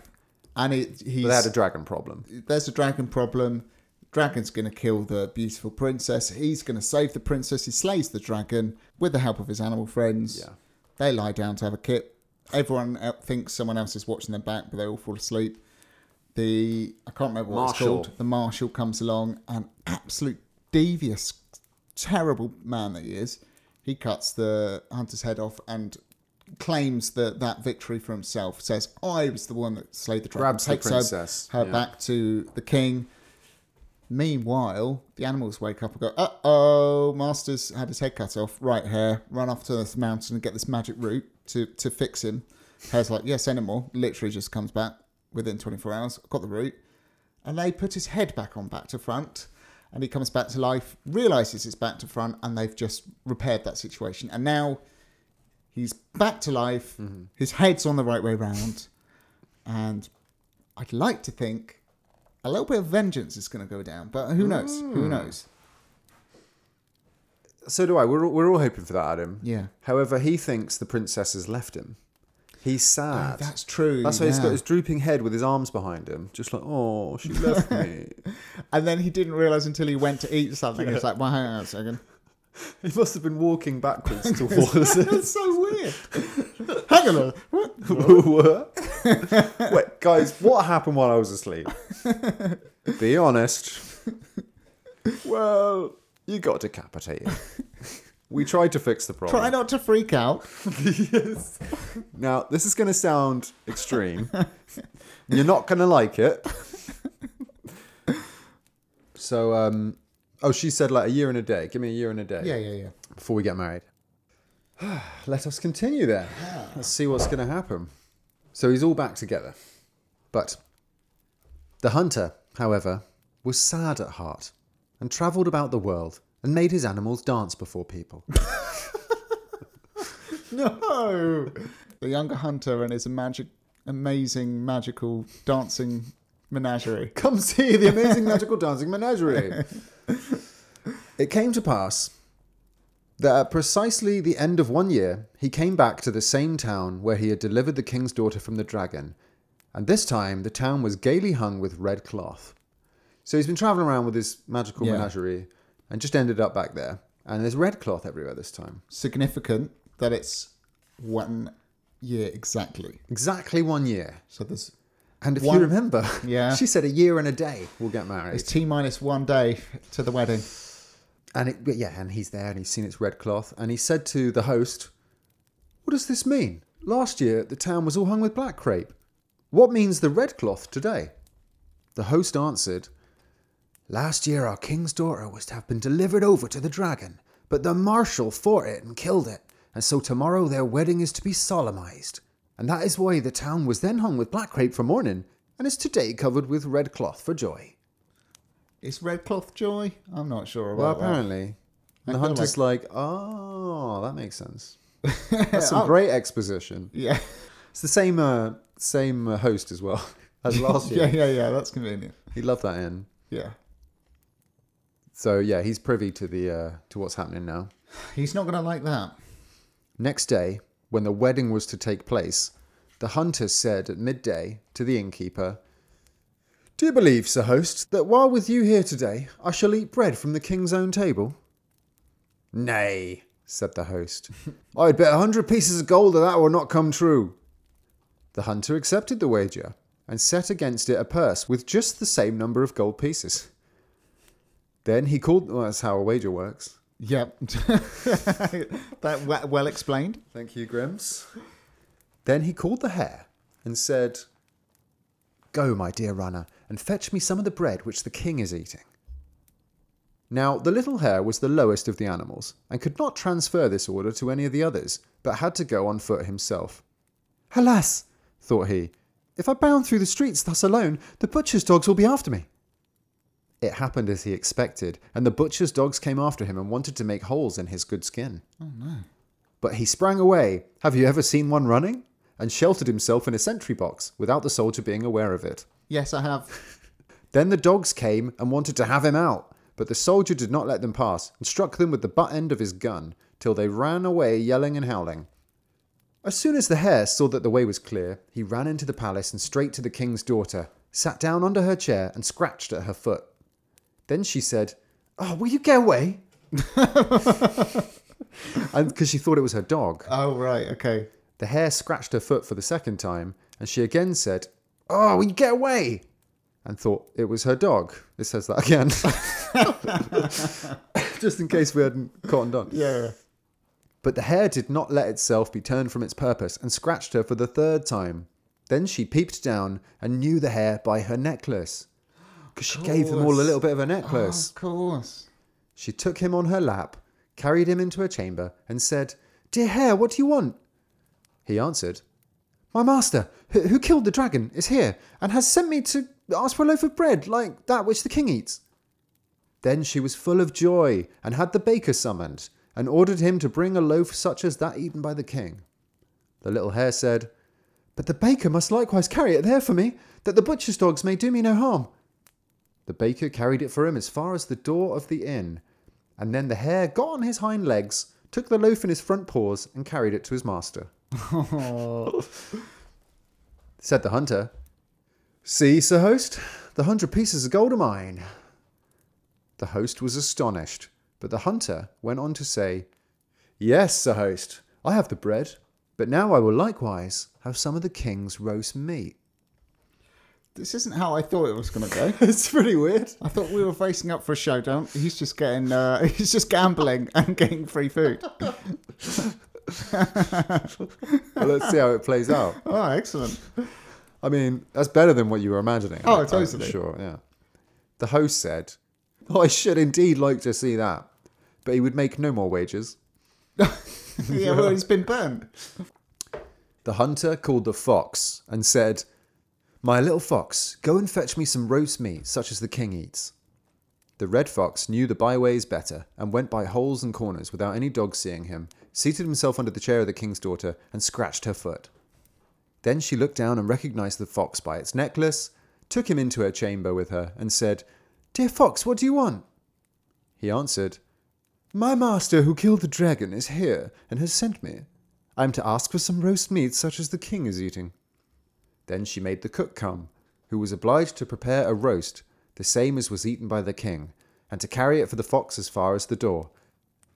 Speaker 1: and it, he's
Speaker 2: But they had a dragon problem.
Speaker 1: there's a dragon problem. Dragon's going to kill the beautiful princess. He's going to save the princess. He slays the dragon with the help of his animal friends.
Speaker 2: Yeah.
Speaker 1: They lie down to have a kip. Everyone el- thinks someone else is watching their back, but they all fall asleep. The I can't remember what
Speaker 2: Marshal.
Speaker 1: it's called. The marshal comes along, an absolute devious, terrible man that he is. He cuts the hunter's head off and claims that that victory for himself. Says, "I was the one that slayed the dragon."
Speaker 2: Grabs the
Speaker 1: takes her-
Speaker 2: princess,
Speaker 1: her
Speaker 2: yeah.
Speaker 1: back to the king. Meanwhile, the animals wake up and go, uh oh, Master's had his head cut off, right hair, run off to this mountain and get this magic root to, to fix him. Hair's like, yes, anymore. Literally just comes back within 24 hours, got the root. And they put his head back on back to front. And he comes back to life, realizes it's back to front, and they've just repaired that situation. And now he's back to life,
Speaker 2: Mm-hmm.
Speaker 1: his head's on the right way round. And I'd like to think a little bit of vengeance is going to go down, but who knows? Who knows?
Speaker 2: So do I. We're all, we're all hoping for that, Adam.
Speaker 1: Yeah.
Speaker 2: However, he thinks the princess has left him. He's sad.
Speaker 1: Oh, That's true.
Speaker 2: That's why he's
Speaker 1: yeah.
Speaker 2: got his drooping head with his arms behind him, just like, oh, she left me.
Speaker 1: And then he didn't realize until he went to eat something. It's like, well, hang on a second.
Speaker 2: He must have been walking backwards towards it.
Speaker 1: That's so weird. hang on. a- What?
Speaker 2: What? Wait, guys, what happened while I was asleep? Be honest. Well, you got decapitated. We tried to fix the problem.
Speaker 1: Try not to freak out.
Speaker 2: Now, this is going to sound extreme. You're not going to like it. So, um, oh, she said like a year and a day. Give me a year and a day
Speaker 1: Yeah, yeah, yeah.
Speaker 2: before we get married. Let us continue then. Let's see what's going to happen. So he's all back together. But the hunter, however, was sad at heart and travelled about the world and made his animals dance before people.
Speaker 1: No. The younger hunter and his magic, amazing, magical dancing menagerie.
Speaker 2: Come see the amazing magical dancing menagerie. it came to pass that at precisely the end of one year, he came back to the same town where he had delivered the king's daughter from the dragon, and this time the town was gaily hung with red cloth. So he's been traveling around with his magical
Speaker 1: Yeah.
Speaker 2: menagerie and just ended up back there. And there's red cloth everywhere this time.
Speaker 1: Significant that it's one year exactly.
Speaker 2: Exactly one year.
Speaker 1: So there's
Speaker 2: And if
Speaker 1: One-
Speaker 2: you remember,
Speaker 1: Yeah.
Speaker 2: she said a year and a day we'll get married.
Speaker 1: it's T minus one day to the wedding.
Speaker 2: And it, but yeah, and he's there and he's seen its red cloth. And he said to the host, What does this mean? Last year the town was all hung with black crepe. What means the red cloth today? The host answered, Last year our king's daughter was to have been delivered over to the dragon, but the marshal fought it and killed it. And so tomorrow their wedding is to be solemnized. and that is why the town was then hung with black crape for mourning, and is today covered with red cloth for joy.
Speaker 1: It's red cloth joy. I'm not sure
Speaker 2: Well,
Speaker 1: about that.
Speaker 2: apparently.
Speaker 1: uh, I
Speaker 2: And the
Speaker 1: feel
Speaker 2: hunter's like, oh, that makes sense. That's
Speaker 1: Oh.
Speaker 2: some great exposition.
Speaker 1: Yeah,
Speaker 2: It's the same uh, same uh, host as well as last year.
Speaker 1: yeah, yeah, yeah. That's convenient.
Speaker 2: He loved that in.
Speaker 1: Yeah,
Speaker 2: So yeah, he's privy to the uh, to what's happening now.
Speaker 1: he's not gonna like that.
Speaker 2: Next day, when the wedding was to take place, the hunter said at midday to the innkeeper, Do you believe, sir host, that while with you here today, I shall eat bread from the king's own table? Nay, said the host. I'd bet a hundred pieces of gold that that will not come true. The hunter accepted the wager and set against it a purse with just the same number of gold pieces. Then he called. Well, that's how a wager works.
Speaker 1: Yep, that we- well explained.
Speaker 2: Thank you, Grims. Then he called the hare and said, Go, my dear runner, and fetch me some of the bread which the king is eating. Now, the little hare was the lowest of the animals, and could not transfer this order to any of the others, but had to go on foot himself. Alas, thought he, if I bound through the streets thus alone, the butcher's dogs will be after me. It happened as he expected, and the butcher's dogs came after him and wanted to make holes in his good skin. But he sprang away. Have you ever seen one running? And sheltered himself in a sentry box without the soldier being aware of it.
Speaker 1: Yes, I have.
Speaker 2: Then the dogs came and wanted to have him out, but the soldier did not let them pass and struck them with the butt end of his gun till they ran away yelling and howling. As soon as the hare saw that the way was clear, he ran into the palace and straight to the king's daughter, sat down under her chair and scratched at her foot. Then she said, Oh, will you get away? and because she thought it was her dog.
Speaker 1: Oh right, okay.
Speaker 2: The hare scratched her foot for the second time, and she again said, Oh, will you get away? And thought it was her dog. It says that again. Just in case we hadn't cottoned on.
Speaker 1: Yeah.
Speaker 2: But the hare did not let itself be turned from its purpose and scratched her for the third time. Then she peeped down and knew the hare by her necklace. Because she gave them all a
Speaker 1: course.
Speaker 2: little bit of a
Speaker 1: Oh,
Speaker 2: necklace.
Speaker 1: of course.
Speaker 2: She took him on her lap, carried him into her chamber, and said, Dear hare, what do you want? He answered, My master, who, who killed the dragon, is here, and has sent me to ask for a loaf of bread like that which the king eats. Then she was full of joy, and had the baker summoned, and ordered him to bring a loaf such as that eaten by the king. The little hare said, But the baker must likewise carry it there for me, that the butcher's dogs may do me no harm. The baker carried it for him as far as the door of the inn, and then the hare got on his hind legs, took the loaf in his front paws, and carried it to his master. Said the hunter, See, sir host, the hundred pieces of gold are mine. The host was astonished, but the hunter went on to say, Yes, sir host, I have the bread, but now I will likewise have some of the king's roast meat.
Speaker 1: This isn't how I thought it was gonna go.
Speaker 2: it's pretty weird.
Speaker 1: I thought we were facing up for a showdown. He's just getting, uh, he's just gambling and getting free food.
Speaker 2: Well, let's see how it plays out.
Speaker 1: Oh, excellent.
Speaker 2: I mean, that's better than what you were imagining.
Speaker 1: Oh,
Speaker 2: I'm
Speaker 1: totally.
Speaker 2: Sure, yeah. The host said, I should indeed like to see that, but he would make no more wagers.
Speaker 1: Yeah, well, he's been burnt.
Speaker 2: The hunter called the fox and said, My little fox, go and fetch me some roast meat such as the king eats. The red fox knew the byways better and went by holes and corners without any dog seeing him, seated himself under the chair of the king's daughter, and scratched her foot. Then she looked down and recognized the fox by its necklace, took him into her chamber with her, and said, Dear fox, what do you want? He answered, My master who killed the dragon is here and has sent me. I am to ask for some roast meat such as the king is eating. Then she made the cook come, who was obliged to prepare a roast, the same as was eaten by the king, and to carry it for the fox as far as the door.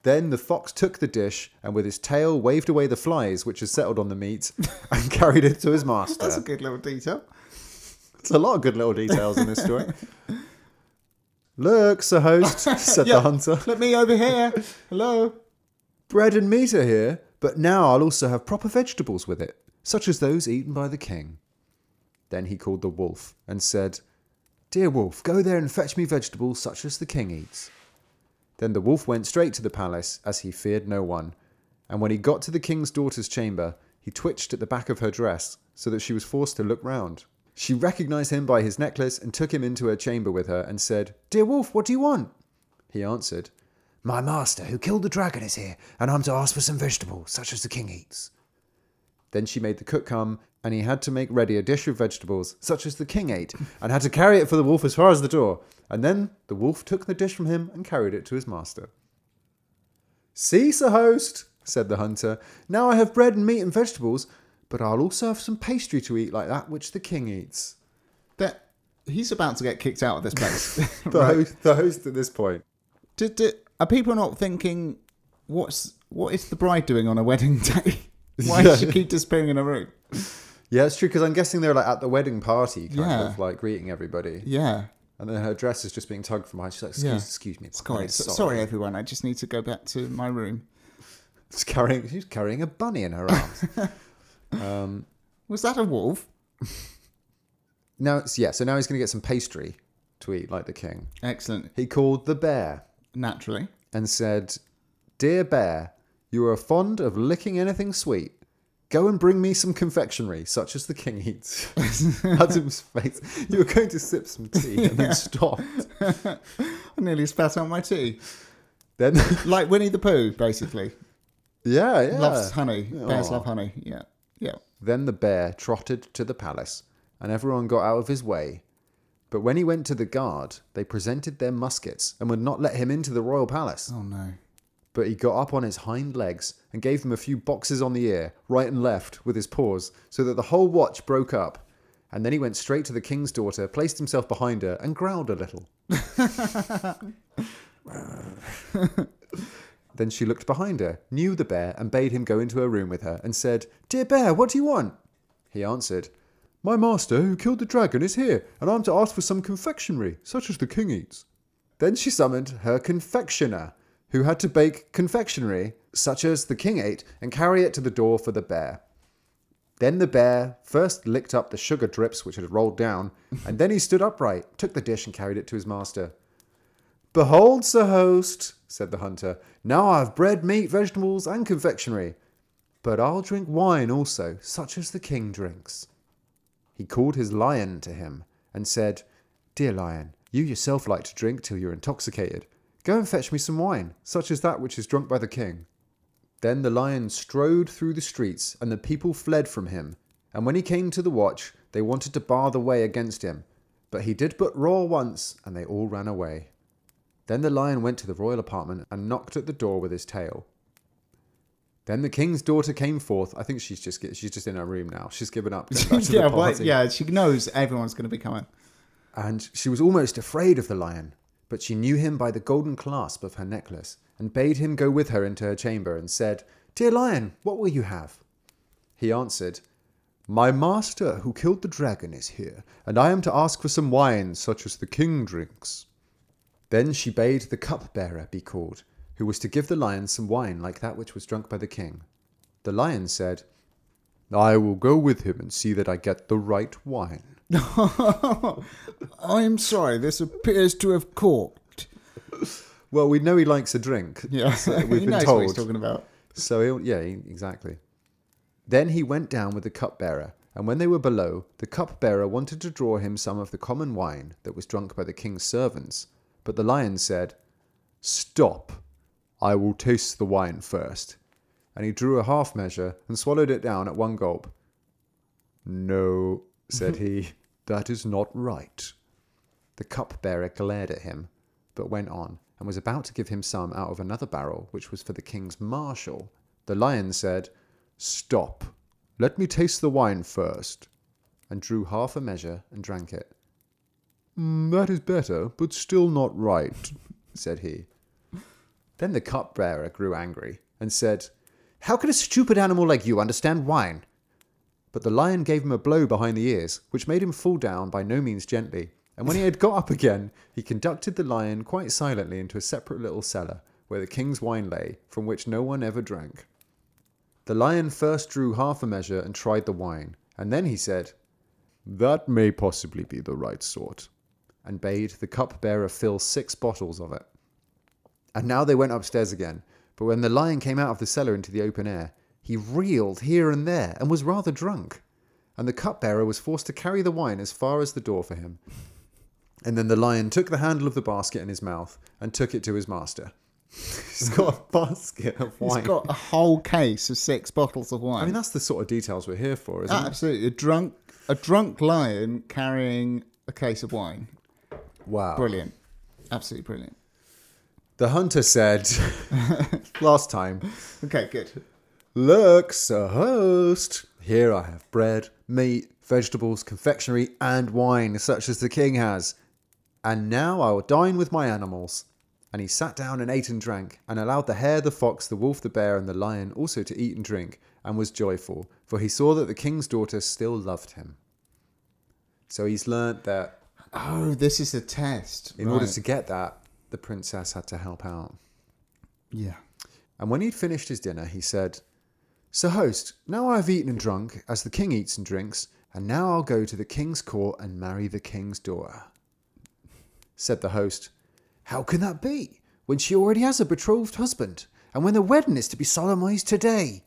Speaker 2: Then the fox took the dish and with his tail waved away the flies which had settled on the meat and carried it to his master.
Speaker 1: That's a good little detail.
Speaker 2: It's a lot of good little details in this story. Look, sir host, said the
Speaker 1: Yeah.
Speaker 2: hunter.
Speaker 1: Let me over here. Hello.
Speaker 2: Bread and meat are here, but now I'll also have proper vegetables with it, such as those eaten by the king. Then he called the wolf and said, Dear wolf, go there and fetch me vegetables such as the king eats. Then the wolf went straight to the palace, as he feared no one. And when he got to the king's daughter's chamber, He twitched at the back of her dress so that she was forced to look round. She recognized him by his necklace and took him into her chamber with her and said, Dear wolf, what do you want? He answered, My master, who killed the dragon, is here, and I'm to ask for some vegetables, such as the king eats. Then she made the cook come, and he had to make ready a dish of vegetables, such as the king ate, and had to carry it for the wolf as far as the door. And then the wolf took the dish from him and carried it to his master. See, sir host, said the hunter, now I have bread and meat and vegetables, but I'll also have some pastry to eat like that which the king eats.
Speaker 1: That he's about to get kicked out of this place.
Speaker 2: The, host, the host at this point.
Speaker 1: do, do, are people not thinking what's what is the bride doing on a wedding day? Why does she
Speaker 2: Yeah.
Speaker 1: keep disappearing in her room?
Speaker 2: Yeah, it's true, because I'm guessing they're like at the wedding party, kind
Speaker 1: Yeah.
Speaker 2: of like greeting everybody.
Speaker 1: Yeah.
Speaker 2: And then her dress is just being tugged from behind. She's like, excuse,
Speaker 1: Yeah.
Speaker 2: excuse me.
Speaker 1: Sorry,
Speaker 2: I'm
Speaker 1: so- sorry. everyone. I just need to go back to my room.
Speaker 2: She's carrying, she's carrying a bunny in her arms. um,
Speaker 1: Was that a wolf?
Speaker 2: now, it's, yeah, so now he's going to get some pastry to eat like the king.
Speaker 1: Excellent.
Speaker 2: He called the bear
Speaker 1: Naturally.
Speaker 2: and said, Dear bear, you are fond of licking anything sweet. Go and bring me some confectionery, such as the king eats. Adam's face. You were going to sip some tea and then stopped.
Speaker 1: I nearly spat out my tea.
Speaker 2: Then,
Speaker 1: Like Winnie the Pooh, basically.
Speaker 2: yeah, yeah.
Speaker 1: Loves honey. Bears
Speaker 2: Aw.
Speaker 1: love honey. Yeah. Yeah.
Speaker 2: Then the bear trotted to the palace, and everyone got out of his way. But when he went to the guard, they presented their muskets and would not let him into the royal palace.
Speaker 1: Oh no.
Speaker 2: But he got up on his hind legs and gave them a few boxes on the ear, right and left, with his paws, so that the whole watch broke up. And then he went straight to the king's daughter, placed himself behind her, and growled a little. then she looked behind her, knew the bear, and bade him go into her room with her, and said, Dear bear, what do you want? He answered, My master, who killed the dragon, is here, and I'm to ask for some confectionery, such as the king eats. Then she summoned her confectioner, who had to bake confectionery, such as the king ate, and carry it to the door for the bear. Then the bear first licked up the sugar drips which had rolled down, and then he stood upright, took the dish, and carried it to his master. Behold, sir host, said the hunter, now I have bread, meat, vegetables, and confectionery. But I'll drink wine also, such as the king drinks. He called his lion to him and said, Dear lion, you yourself like to drink till you're intoxicated. Go and fetch me some wine, such as that which is drunk by the king. Then the lion strode through the streets, and the people fled from him. And when he came to the watch, they wanted to bar the way against him. But he did but roar once, and they all ran away. Then the lion went to the royal apartment and knocked at the door with his tail. Then the king's daughter came forth. I think she's just she's just in her room now. She's given up. going back to the
Speaker 1: yeah, why-
Speaker 2: party.
Speaker 1: yeah, she knows everyone's going to be coming.
Speaker 2: And she was almost afraid of the lion, but she knew him by the golden clasp of her necklace, and bade him go with her into her chamber, and said, Dear lion, what will you have? He answered, My master who killed the dragon is here, and I am to ask for some wine such as the king drinks. Then she bade the cupbearer be called, who was to give the lion some wine like that which was drunk by the king. The lion said, I will go with him and see that I get the right wine.
Speaker 1: I'm sorry, this appears to have corked.
Speaker 2: Well, we know he likes a drink.
Speaker 1: Yeah,
Speaker 2: So
Speaker 1: he
Speaker 2: we've been
Speaker 1: knows what he's
Speaker 2: told.
Speaker 1: talking about.
Speaker 2: So he'll, yeah, he- exactly. Then he went down with the cupbearer, and when they were below, the cupbearer wanted to draw him some of the common wine that was drunk by the king's servants. But the lion said, Stop! I will taste the wine first. And he drew a half measure and swallowed it down at one gulp. No, said he, that is not right. The cupbearer glared at him, but went on, and was about to give him some out of another barrel, which was for the king's marshal. The lion said, Stop, let me taste the wine first, and drew half a measure and drank it. "Mm, that is better, but still not right, said he. Then the cupbearer grew angry, and said, How can a stupid animal like you understand wine? But the lion gave him a blow behind the ears, which made him fall down by no means gently. And when he had got up again, he conducted the lion quite silently into a separate little cellar, where the king's wine lay, from which no one ever drank. The lion first drew half a measure and tried the wine, and then he said, That may possibly be the right sort, and bade the cupbearer fill six bottles of it. And now they went upstairs again. But when the lion came out of the cellar into the open air, He reeled here and there and was rather drunk, and the cupbearer was forced to carry the wine as far as the door for him. And then the lion took the handle of the basket in his mouth and took it to his master. He's got a basket of wine.
Speaker 1: He's got a whole case of six bottles of wine.
Speaker 2: I mean, that's the sort of details we're here for, isn't
Speaker 1: Ah,
Speaker 2: it?
Speaker 1: absolutely, a drunk a drunk lion carrying a case of wine.
Speaker 2: Wow.
Speaker 1: Brilliant, absolutely brilliant.
Speaker 2: The hunter said last time,
Speaker 1: Okay, good.
Speaker 2: Look, Sir Host, here I have bread, meat, vegetables, confectionery, and wine, such as the king has. And now I will dine with my animals. And he sat down and ate and drank, and allowed the hare, the fox, the wolf, the bear, and the lion also to eat and drink, and was joyful, for he saw that the king's daughter still loved him. So he's learnt that
Speaker 1: Oh, this is a test.
Speaker 2: in order
Speaker 1: Right.
Speaker 2: to get that, the princess had to help out.
Speaker 1: yeah,
Speaker 2: And when he'd finished his dinner, he said, Sir host, now I have eaten and drunk, as the king eats and drinks, and now I'll go to the king's court and marry the king's daughter. Said the host, How can that be, when she already has a betrothed husband, and when the wedding is to be solemnized today?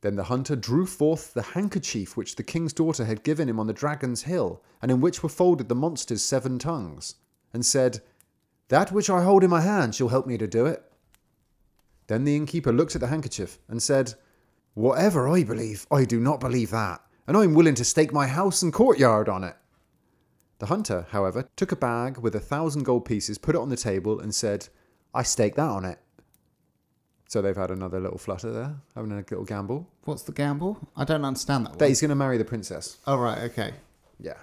Speaker 2: Then the hunter drew forth the handkerchief which the king's daughter had given him on the dragon's hill, and in which were folded the monster's seven tongues, and said, That which I hold in my hand shall help me to do it. Then the innkeeper looked at the handkerchief and said, Whatever I believe, I do not believe that, and I'm willing to stake my house and courtyard on it. The hunter, however, took a bag with a thousand gold pieces, put it on the table, and said, I stake that on it. So they've had another little flutter there, having a little gamble.
Speaker 1: what's the gamble? I don't understand that.
Speaker 2: That
Speaker 1: One.
Speaker 2: he's going to marry the princess.
Speaker 1: Oh right, okay.
Speaker 2: Yeah.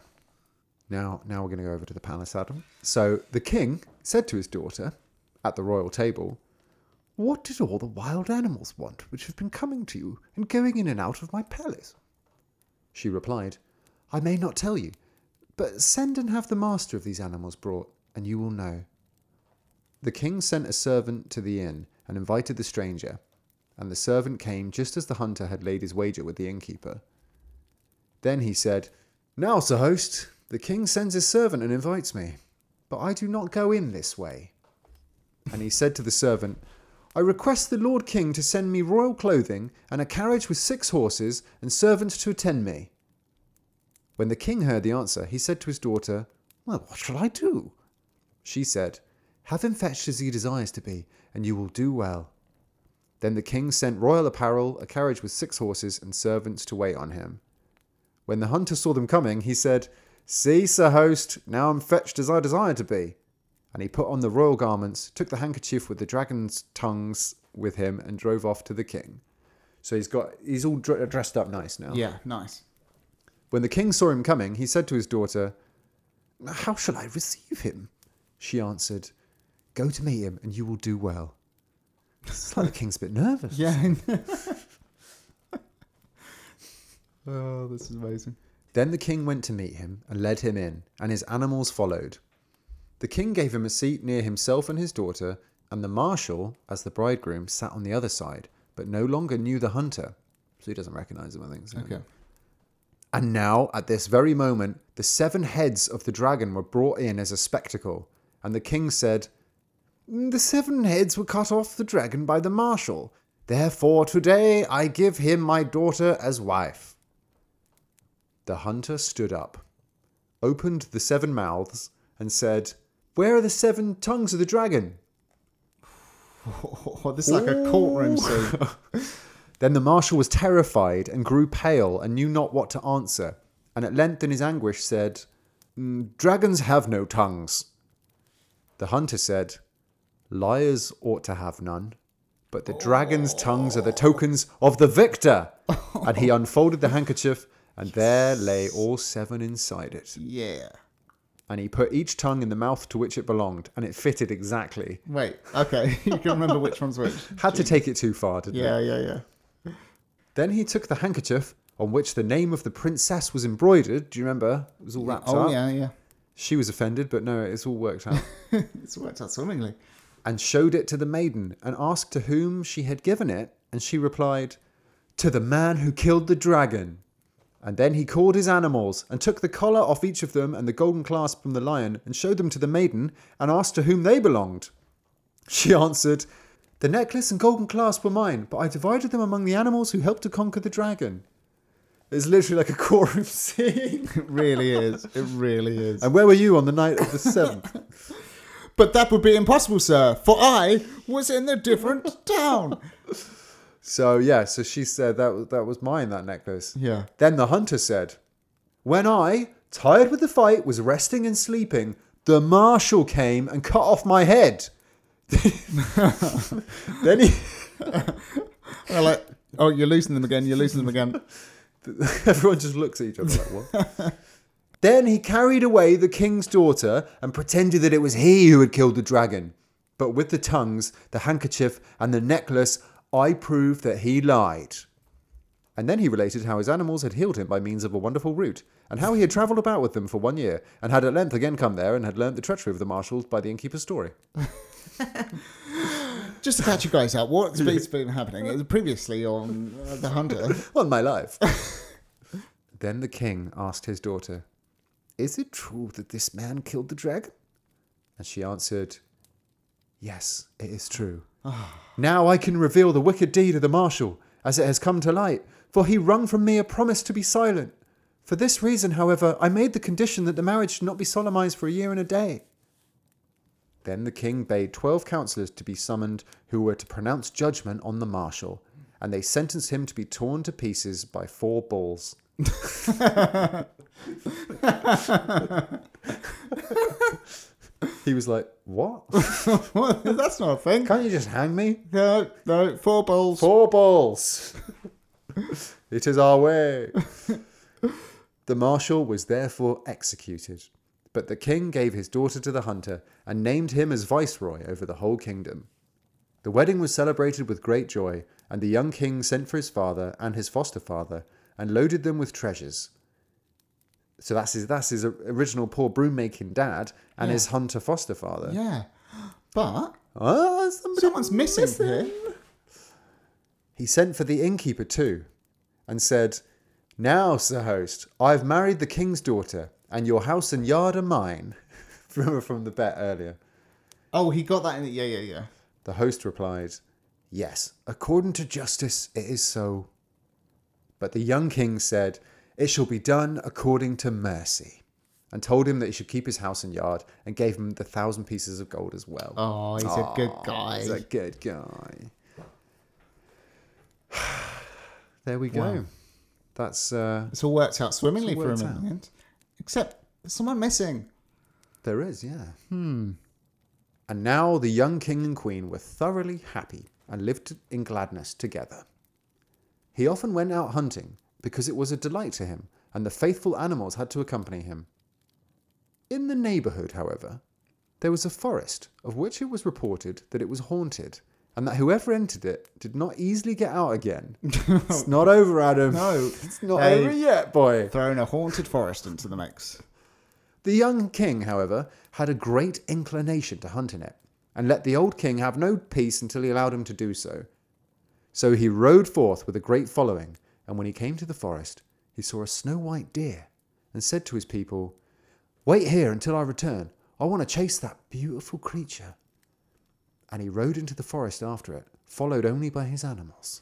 Speaker 2: Now, now we're going to go over to the palace, Adam. So the king said to his daughter at the royal table, What did all the wild animals want which have been coming to you and going in and out of my palace? She replied, I may not tell you, but send and have the master of these animals brought, and you will know. The king sent a servant to the inn and invited the stranger, and the servant came just as the hunter had laid his wager with the innkeeper. Then he said, Now, Sir Host, the king sends his servant and invites me, but I do not go in this way. And he said to the servant, I request the Lord King to send me royal clothing and a carriage with six horses and servants to attend me. When the king heard the answer, he said to his daughter, Well, what shall I do? She said, Have him fetched as he desires to be, and you will do well. Then the king sent royal apparel, a carriage with six horses, and servants to wait on him. When the hunter saw them coming, he said, See, sir host, now I'm fetched as I desire to be. And he put on the royal garments, took the handkerchief with the dragon's tongues with him, and drove off to the king. So he's got he's all dr- dressed up nice now.
Speaker 1: Yeah, nice.
Speaker 2: When the king saw him coming, he said to his daughter, How shall I receive him? She answered, Go to meet him, and you will do well. It's like the king's a bit nervous.
Speaker 1: Yeah. oh, this is amazing.
Speaker 2: Then the king went to meet him and led him in, and his animals followed. The king gave him a seat near himself and his daughter, and the marshal, as the bridegroom, sat on the other side, but no longer knew the hunter. So he doesn't recognize him, I think. so.
Speaker 1: Okay.
Speaker 2: And now, at this very moment, the seven heads of the dragon were brought in as a spectacle, and the king said, The seven heads were cut off the dragon by the marshal. Therefore, today I give him my daughter as wife. The hunter stood up, opened the seven mouths, and said, Where are the seven tongues of the dragon?
Speaker 1: this is like a courtroom scene.
Speaker 2: Then the marshal was terrified and grew pale and knew not what to answer, and at length in his anguish said, "Mm, Dragons have no tongues. The hunter said, Liars ought to have none, but the dragon's tongues are the tokens of the victor. and he unfolded the handkerchief, and there lay all seven inside it.
Speaker 1: Yeah.
Speaker 2: And he put each tongue in the mouth to which it belonged, and it fitted exactly.
Speaker 1: Wait. Okay. you can remember which one's which.
Speaker 2: Had to take it too far, didn't it?
Speaker 1: Yeah. Yeah. Yeah.
Speaker 2: Then he took the handkerchief on which the name of the princess was embroidered. Do you remember? It was all wrapped
Speaker 1: Oh
Speaker 2: up.
Speaker 1: yeah. Yeah.
Speaker 2: She was offended, but no, it's all worked out.
Speaker 1: It's worked out swimmingly.
Speaker 2: and showed it to the maiden and asked to whom she had given it. And she replied, To the man who killed the dragon. And then he called his animals and took the collar off each of them and the golden clasp from the lion and showed them to the maiden and asked to whom they belonged. She answered, The necklace and golden clasp were mine, but I divided them among the animals who helped to conquer the dragon. It's literally like a courtroom scene.
Speaker 1: It really is. It really is.
Speaker 2: and where were you on the night of the 7th?
Speaker 1: Um, But that would be impossible, sir, for I was in a different town.
Speaker 2: so, yeah, so she said that, was- that was mine, that necklace.
Speaker 1: Yeah.
Speaker 2: Then the hunter said, When I, tired with the fight, was resting and sleeping, the marshal came and cut off my head. then he,
Speaker 1: They're like, oh, you're losing them again. You're losing them again.
Speaker 2: everyone just looks at each other like, what? then he carried away the king's daughter and pretended that it was he who had killed the dragon. But with the tongues, the handkerchief, and the necklace, I proved that he lied. And then he related how his animals had healed him by means of a wonderful root, and how he had travelled about with them for one year, and had at length again come there and had learnt the treachery of the marshals by the innkeeper's story.
Speaker 1: Just to catch you guys up, what's been- been happening? It was previously on uh, The Hunter.
Speaker 2: on my life. then the king asked his daughter, Is it true that this man killed the dragon? And she answered, Yes, it is true. now I can reveal the wicked deed of the marshal, as it has come to light, for he wrung from me a promise to be silent. For this reason, however, I made the condition that the marriage should not be solemnized for a year and a day. Then the king bade twelve councillors to be summoned who were to pronounce judgment on the marshal, and they sentenced him to be torn to pieces by four balls. he was like, What?
Speaker 1: What? That's not a thing.
Speaker 2: Can't you just hang me?
Speaker 1: No, no, four bowls.
Speaker 2: Four balls! it is our way. the marshal was therefore executed, but the king gave his daughter to the hunter and named him as viceroy over the whole kingdom. The wedding was celebrated with great joy, and the young king sent for his father and his foster father and loaded them with treasures. So that's his that's his original poor broom making dad and his hunter foster father.
Speaker 1: Yeah. But
Speaker 2: Ah, somebody
Speaker 1: someone's missing, here.
Speaker 2: He sent for the innkeeper too, and said, Now, sir host, I've married the king's daughter, and your house and yard are mine. Remember from the bet earlier.
Speaker 1: Oh, he got that in it. Yeah, yeah, yeah.
Speaker 2: The host replied, Yes, according to justice, it is so. But the young king said, It shall be done according to mercy, and told him that he should keep his house and yard, and gave him the thousand pieces of gold as well.
Speaker 1: Oh, he's a good guy.
Speaker 2: He's a good guy. there we go.
Speaker 1: Wow.
Speaker 2: That's uh
Speaker 1: It's all worked out swimmingly
Speaker 2: It's all
Speaker 1: for him
Speaker 2: worked
Speaker 1: in the end. Except there's someone missing.
Speaker 2: there is, yeah. Hmm. And now the young king and queen were thoroughly happy and lived in gladness together. He often went out hunting because it was a delight to him, and the faithful animals had to accompany him. In the neighbourhood, however, there was a forest of which it was reported that it was haunted, and that whoever entered it did not easily get out again. it's not over, Adam.
Speaker 1: No,
Speaker 2: it's not
Speaker 1: they-
Speaker 2: over yet, boy.
Speaker 1: Throwing a haunted forest into the mix.
Speaker 2: The young king, however, had a great inclination to hunt in it, and let the old king have no peace until he allowed him to do so. So he rode forth with a great following, and when he came to the forest, he saw a snow white deer, and said to his people, Wait here until I return. I want to chase that beautiful creature. And he rode into the forest after it, followed only by his animals.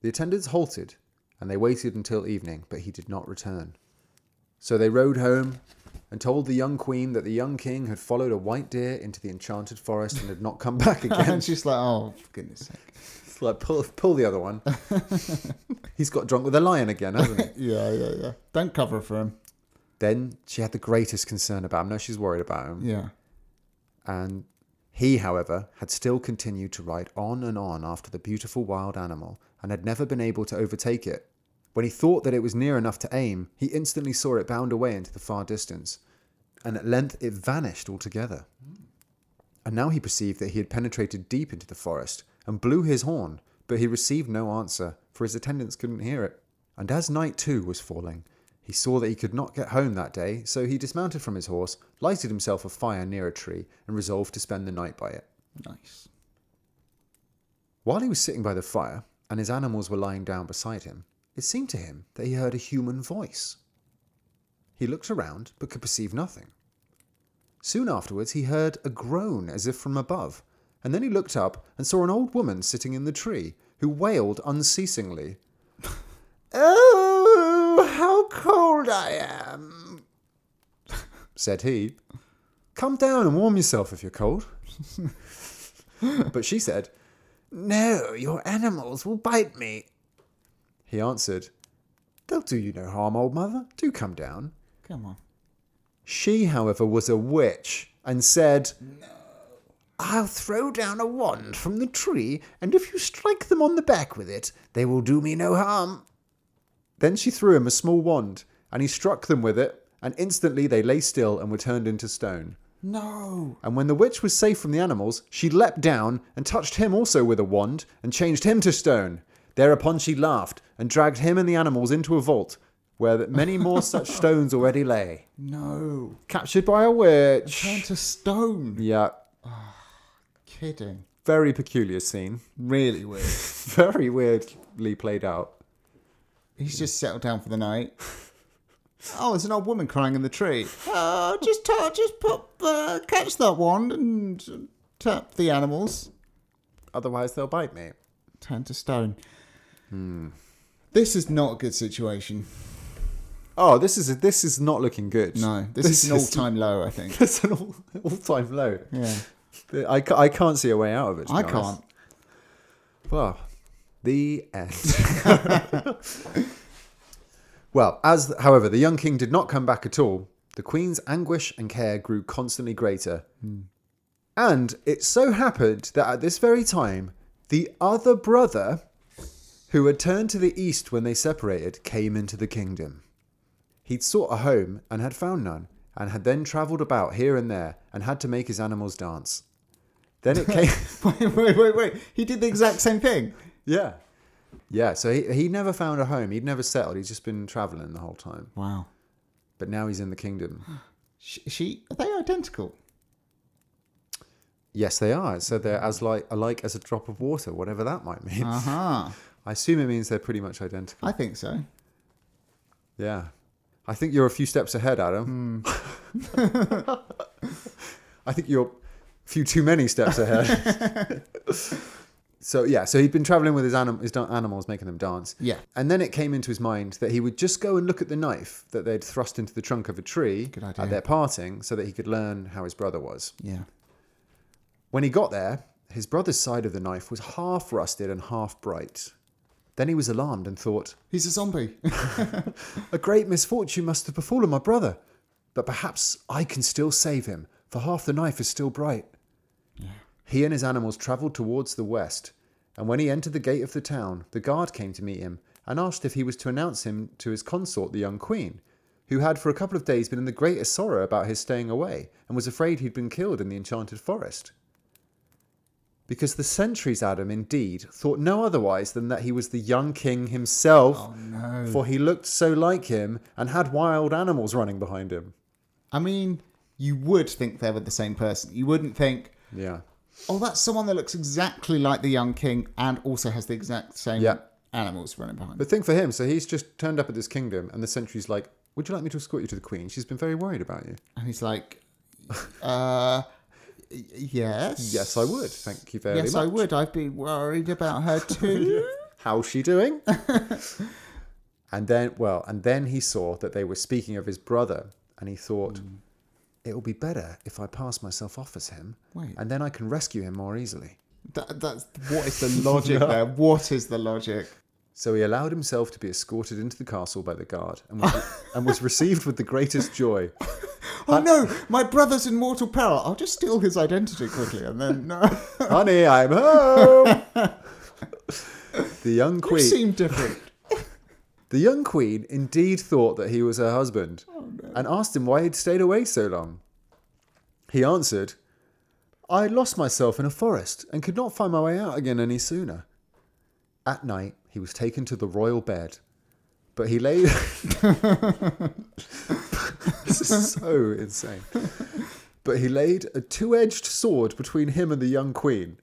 Speaker 2: The attendants halted, and they waited until evening, but he did not return. So they rode home and told the young queen that the young king had followed a white deer into the enchanted forest and had not come back again.
Speaker 1: And she's like, oh, for goodness sake.
Speaker 2: It's Like pull, pull the other one. He's got drunk with a lion again, hasn't he?
Speaker 1: Yeah, yeah, yeah. Don't cover for him.
Speaker 2: then she had the greatest concern about him. Now she's worried about him.
Speaker 1: Yeah.
Speaker 2: And he, however, had still continued to ride on and on after the beautiful wild animal and had never been able to overtake it. When he thought that it was near enough to aim, he instantly saw it bound away into the far distance, and at length it vanished altogether. And now he perceived that he had penetrated deep into the forest and blew his horn, but he received no answer, for his attendants couldn't hear it. And as night too was falling, he saw that he could not get home that day, so he dismounted from his horse, lighted himself a fire near a tree, and resolved to spend the night by it.
Speaker 1: Nice.
Speaker 2: While he was sitting by the fire, and his animals were lying down beside him, it seemed to him that he heard a human voice. He looked around, but could perceive nothing. Soon afterwards, he heard a groan as if from above, and then he looked up and saw an old woman sitting in the tree who wailed unceasingly. oh, how cold I am, said he. Come down and warm yourself if you're cold. but she said, No, your animals will bite me. He answered, They'll do you no harm, old mother. Do come down.
Speaker 1: Come on.
Speaker 2: She, however, was a witch and said, I'll throw down a wand from the tree, and if you strike them on the back with it, they will do me no harm. Then she threw him a small wand, and he struck them with it, and instantly they lay still and were turned into stone.
Speaker 1: No.
Speaker 2: And when the witch was safe from the animals, she leapt down and touched him also with a wand, and changed him to stone. Thereupon she laughed and dragged him and the animals into a vault, where that many more such stones already lay.
Speaker 1: No.
Speaker 2: Captured by a witch.
Speaker 1: Turned to stone.
Speaker 2: Yeah,
Speaker 1: Kidding.
Speaker 2: very peculiar scene.
Speaker 1: Really weird.
Speaker 2: Very weirdly played out.
Speaker 1: He's just settled down for the night. Oh, there's an old woman crying in the tree. Oh, just t- just put uh, catch that wand and tap the animals.
Speaker 2: Otherwise, they'll bite me.
Speaker 1: Turn to stone. Hmm. This is not a good situation.
Speaker 2: Oh, this is this is not looking good.
Speaker 1: No, this, is an all-time low. I think.
Speaker 2: This is an all, all-time low.
Speaker 1: Yeah,
Speaker 2: I, ca- I can't see a way out of it. to
Speaker 1: I
Speaker 2: be honest.
Speaker 1: can't.
Speaker 2: Well, the end. well, as however, the young king did not come back at all. The queen's anguish and care grew constantly greater. And it so happened that at this very time, the other brother, who had turned to the east when they separated, came into the kingdom. He'd sought a home and had found none, and had then travelled about here and there and had to make his animals dance. Then it came.
Speaker 1: wait, wait, wait, wait. He did the exact same thing.
Speaker 2: Yeah. Yeah, so he, he never found a home. He'd never settled. He's just been traveling the whole time.
Speaker 1: Wow.
Speaker 2: But now he's in the kingdom.
Speaker 1: She, she are they identical?
Speaker 2: Yes, they are. So they're as like alike as a drop of water, whatever that might mean.
Speaker 1: Uh huh.
Speaker 2: I assume it means they're pretty much identical.
Speaker 1: I think so.
Speaker 2: Yeah. I think you're a few steps ahead, Adam.
Speaker 1: Hmm.
Speaker 2: I think you're a few too many steps ahead. so yeah, so he'd been traveling with his, anim- his da- animals, making them dance.
Speaker 1: Yeah.
Speaker 2: And then it came into his mind that he would just go and look at the knife that they'd thrust into the trunk of a tree
Speaker 1: Good idea.
Speaker 2: at their parting so that he could learn how his brother was.
Speaker 1: Yeah.
Speaker 2: When he got there, his brother's side of the knife was half rusted and half bright. Then he was alarmed and thought,
Speaker 1: He's a zombie.
Speaker 2: A great misfortune must have befallen my brother, but perhaps I can still save him, for half the knife is still bright. He and his animals travelled towards the west, and when he entered the gate of the town, the guard came to meet him and asked if he was to announce him to his consort, the young queen, who had for a couple of days been in the greatest sorrow about his staying away and was afraid he'd been killed in the enchanted forest. Because the sentries, Adam, indeed, thought no otherwise than that he was the young king himself
Speaker 1: no.
Speaker 2: for he looked so like him and had wild animals running behind him.
Speaker 1: I mean, you would think they were the same person. You wouldn't think,
Speaker 2: Yeah.
Speaker 1: oh, that's someone that looks exactly like the young king and also has the exact same
Speaker 2: Yeah.
Speaker 1: animals running behind.
Speaker 2: But think for him, so he's just turned up at this kingdom and the sentry's like, Would you like me to escort you to the queen? She's been very worried about you.
Speaker 1: and he's like, uh, y- yes.
Speaker 2: Yes, I would. Thank you very
Speaker 1: yes,
Speaker 2: much.
Speaker 1: I would. I'd be worried about her too.
Speaker 2: How's she doing? and then, well, and then he saw that they were speaking of his brother and he thought,
Speaker 1: Hmm.
Speaker 2: It'll be better if I pass myself off as him
Speaker 1: Wait.
Speaker 2: and then I can rescue him more easily.
Speaker 1: that, that's what is the logic there? What is the logic?
Speaker 2: So he allowed himself to be escorted into the castle by the guard and was, and was received with the greatest joy.
Speaker 1: Oh no, my brother's in mortal peril. I'll just steal his identity quickly and then no.
Speaker 2: Honey, I'm home. the young
Speaker 1: you
Speaker 2: queen.
Speaker 1: seem different.
Speaker 2: the young queen indeed thought that he was her husband, and asked him why he'd stayed away so long. He answered, "I lost myself in a forest and could not find my way out again any sooner." At night, he was taken to the royal bed, but he lay. this is so insane. But he laid a two-edged sword between him and the young queen.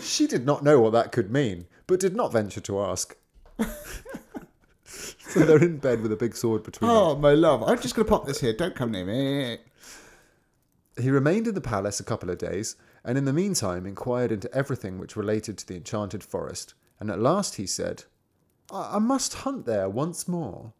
Speaker 2: She did not know what that could mean, but did not venture to ask. so they're in bed with a big sword between them.
Speaker 1: Oh my love, I'm just gonna pop this here. Don't come near me.
Speaker 2: He remained in the palace a couple of days and in the meantime inquired into everything which related to the enchanted forest, and at last he said, I, I must hunt there once more.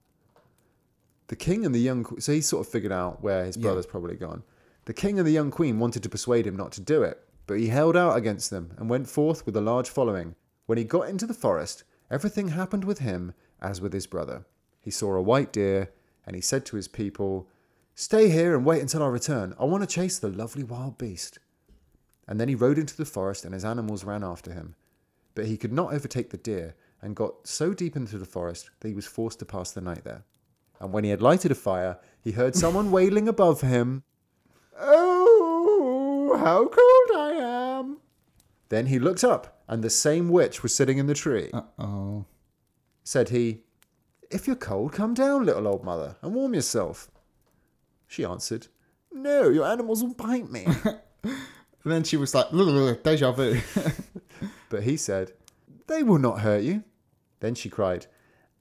Speaker 2: The king and the young que- so he sort of figured out where his brother's probably gone. The king and the young queen wanted to persuade him not to do it, but he held out against them and went forth with a large following. When he got into the forest, everything happened with him as with his brother. He saw a white deer, and he said to his people, Stay here and wait until I return. I want to chase the lovely wild beast. And then he rode into the forest, and his animals ran after him. But he could not overtake the deer, and got so deep into the forest that he was forced to pass the night there. And when he had lighted a fire, he heard someone wailing above him, Oh, how cold I am! Then he looked up, and the same witch was sitting in the tree.
Speaker 1: Uh oh.
Speaker 2: Said he, If you're cold, come down, little old mother, and warm yourself. She answered, No, your animals will bite me.
Speaker 1: And then she was like, "Look, look, look, deja vu.
Speaker 2: But he said, They will not hurt you. Then she cried,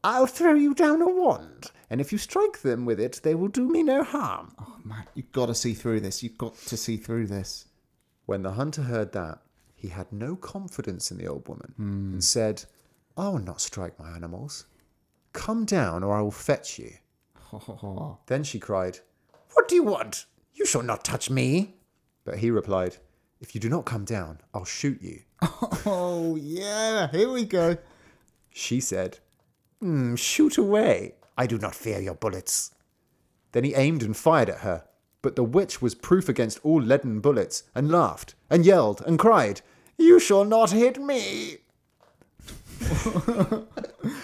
Speaker 2: I'll throw you down a wand, and if you strike them with it, they will do me no harm.
Speaker 1: oh, man, you've got to see through this. You've got to see through this.
Speaker 2: When the hunter heard that, he had no confidence in the old woman and said, I will not strike my animals. Come down, or I will fetch you.
Speaker 1: Oh,
Speaker 2: Then she cried, What do you want? You shall not touch me. But he replied, If you do not come down, I'll shoot you.
Speaker 1: Oh, yeah. Here we go.
Speaker 2: She said, "Hmm, Shoot away. I do not fear your bullets. Then he aimed and fired at her. But the witch was proof against all leaden bullets, and laughed, and yelled, and cried, You shall not hit me.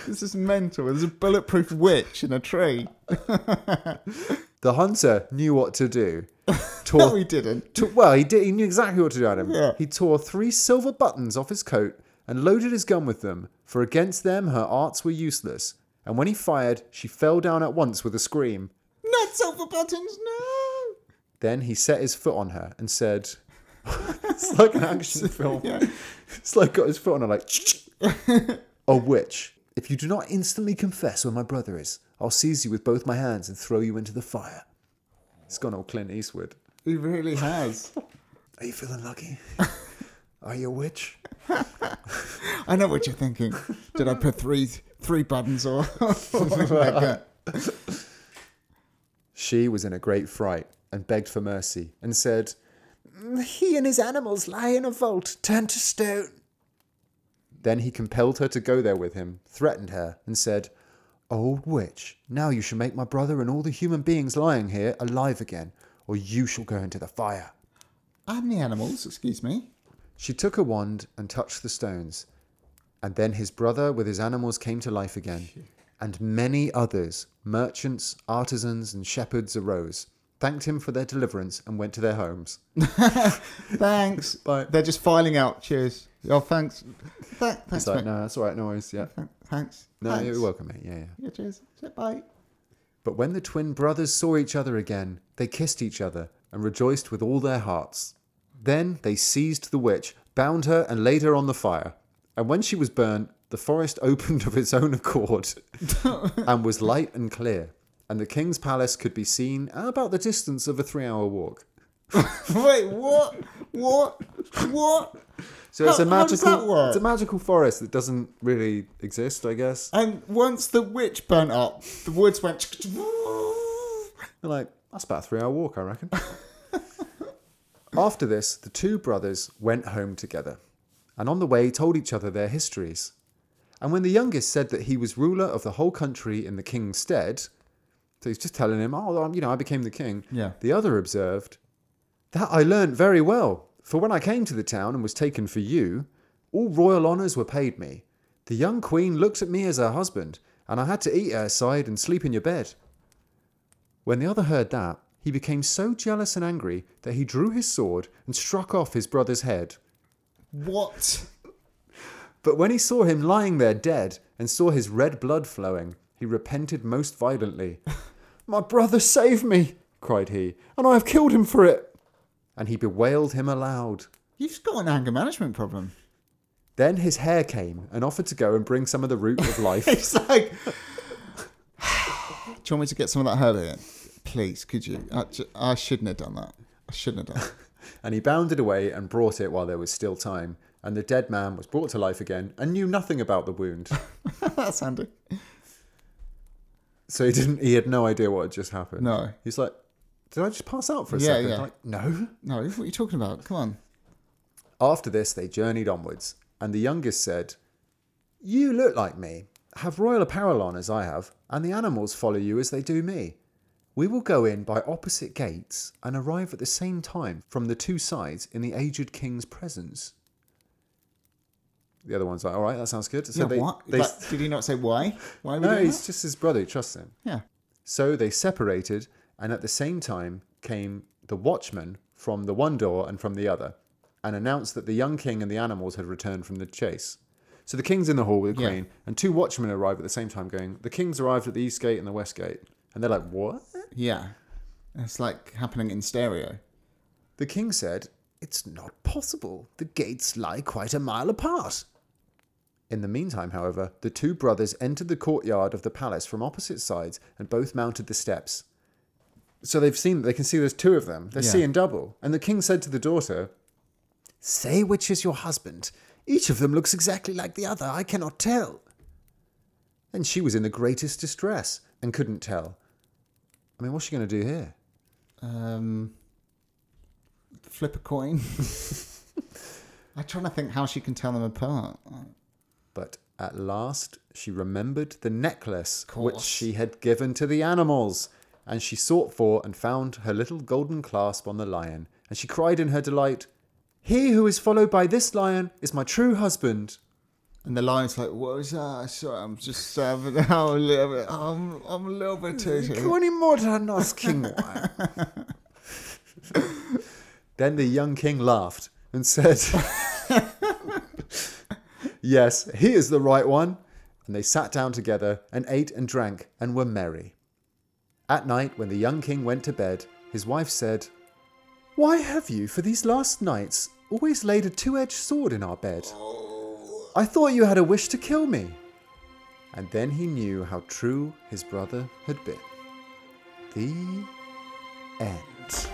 Speaker 1: This is mental. There's a bulletproof witch in a tree.
Speaker 2: The hunter knew what to do.
Speaker 1: No,
Speaker 2: Tore,
Speaker 1: we didn't.
Speaker 2: t- well, he did. He knew exactly what to do, Adam.
Speaker 1: Yeah.
Speaker 2: He tore three silver buttons off his coat and loaded his gun with them. For against them, her arts were useless. And when he fired, she fell down at once with a scream.
Speaker 1: Not silver buttons, no.
Speaker 2: Then he set his foot on her and said, "It's like an action film. It's like got his foot on her, like a witch. If you do not instantly confess where my brother is, I'll seize you with both my hands and throw you into the fire." It's gone all Clint Eastwood.
Speaker 1: He really has.
Speaker 2: Are you feeling lucky? Are you a witch?
Speaker 1: I know what you're thinking. Did I put three three buttons or something like that?
Speaker 2: She was in a great fright and begged for mercy and said, He and his animals lie in a vault, turned to stone. Then he compelled her to go there with him, threatened her, and said, Old witch, now you shall make my brother and all the human beings lying here alive again, or you shall go into the fire.
Speaker 1: And the animals, excuse me.
Speaker 2: She took a wand and touched the stones, and then his brother with his animals came to life again, and many others, merchants, artisans, and shepherds arose, thanked him for their deliverance, and went to their homes.
Speaker 1: Thanks.
Speaker 2: Bye.
Speaker 1: They're just filing out. Cheers. Oh, thanks. Th-
Speaker 2: It's
Speaker 1: thanks,
Speaker 2: like,
Speaker 1: mate.
Speaker 2: no, that's all right, no worries, yeah.
Speaker 1: Th- Thanks.
Speaker 2: No,
Speaker 1: thanks.
Speaker 2: you're welcome, mate, yeah, yeah.
Speaker 1: Yeah, cheers. Bye.
Speaker 2: But when the twin brothers saw each other again, they kissed each other and rejoiced with all their hearts. Then they seized the witch, bound her, and laid her on the fire. And when she was burnt, the forest opened of its own accord and was light and clear, and the king's palace could be seen at about the distance of a three hour walk.
Speaker 1: Wait, what? What? What?
Speaker 2: So it's
Speaker 1: How-
Speaker 2: a
Speaker 1: how does
Speaker 2: magical
Speaker 1: that work?
Speaker 2: it's a magical forest that doesn't really exist, I guess.
Speaker 1: And once the witch burnt up, the woods went.
Speaker 2: They're like, that's about a three hour walk, I reckon. After this, the two brothers went home together and on the way told each other their histories. And when the youngest said that he was ruler of the whole country in the king's stead, so he's just telling him, oh, I'm- you know, I became the king.
Speaker 1: Yeah.
Speaker 2: The other observed, that I learnt very well, for when I came to the town and was taken for you, all royal honours were paid me. The young queen looked at me as her husband, and I had to eat at her side and sleep in your bed. When the other heard that, he became so jealous and angry that he drew his sword and struck off his brother's head.
Speaker 1: What?
Speaker 2: But when he saw him lying there dead and saw his red blood flowing, he repented most violently. My brother saved me, cried he, and I have killed him for it. And he bewailed him aloud.
Speaker 1: You've got an anger management problem.
Speaker 2: Then his hair came and offered to go and bring some of the root of life.
Speaker 1: It's like. Do you want me to get some of that herb in? Please, could you? I, ju- I shouldn't have done that. I shouldn't have done that.
Speaker 2: And he bounded away and brought it while there was still time. And the dead man was brought to life again and knew nothing about the wound.
Speaker 1: That's handy.
Speaker 2: So he didn't. He had no idea what had just happened.
Speaker 1: No.
Speaker 2: He's like, did I just pass out for a
Speaker 1: Yeah,
Speaker 2: second?
Speaker 1: yeah.
Speaker 2: Like, no.
Speaker 1: No, what are you talking about? Come on.
Speaker 2: After this, they journeyed onwards, and the youngest said, You look like me, have royal apparel on as I have, and the animals follow you as they do me. We will go in by opposite gates and arrive at the same time from the two sides in the aged king's presence. The other one's like, All right, that sounds good. So
Speaker 1: yeah,
Speaker 2: they,
Speaker 1: what?
Speaker 2: they,
Speaker 1: Like, did he not say why? Why would
Speaker 2: no,
Speaker 1: he?
Speaker 2: he's just his brother, he trusts him.
Speaker 1: Yeah.
Speaker 2: So they separated, and at the same time came the watchman from the one door and from the other, and announced that the young king and the animals had returned from the chase. So the king's in the hall with the
Speaker 1: Yeah.
Speaker 2: queen, and two watchmen arrive at the same time, going, The king's arrived at the east gate and the west gate. And they're like, What?
Speaker 1: Yeah. It's like happening in stereo.
Speaker 2: The king said, It's not possible. The gates lie quite a mile apart. In the meantime, however, the two brothers entered the courtyard of the palace from opposite sides and both mounted the steps. So they've seen, they can see there's two of them. They're
Speaker 1: Yeah.
Speaker 2: seeing double. And the king said to the daughter, Say which is your husband. Each of them looks exactly like the other. I cannot tell. And she was in the greatest distress and couldn't tell. I mean, what's she going to do here?
Speaker 1: Um, flip a coin. I'm trying to think how she can tell them apart.
Speaker 2: But at last she remembered the necklace which
Speaker 1: course.
Speaker 2: she had given to the animals, and she sought for and found her little golden clasp on the lion, and she cried in her delight, He who is followed by this lion is my true husband.
Speaker 1: And the lion's like, "What was that? Sorry, I'm just having I'm a little bit. I'm, I'm a little bit too."
Speaker 2: Kuni mora nos kingwa." then the young king laughed and said, Yes, he is the right one. And they sat down together and ate and drank and were merry. At night, when the young king went to bed, his wife said, Why have you, for these last nights, always laid a two edged sword in our bed? I thought you had a wish to kill me. And then he knew how true his brother had been. The end.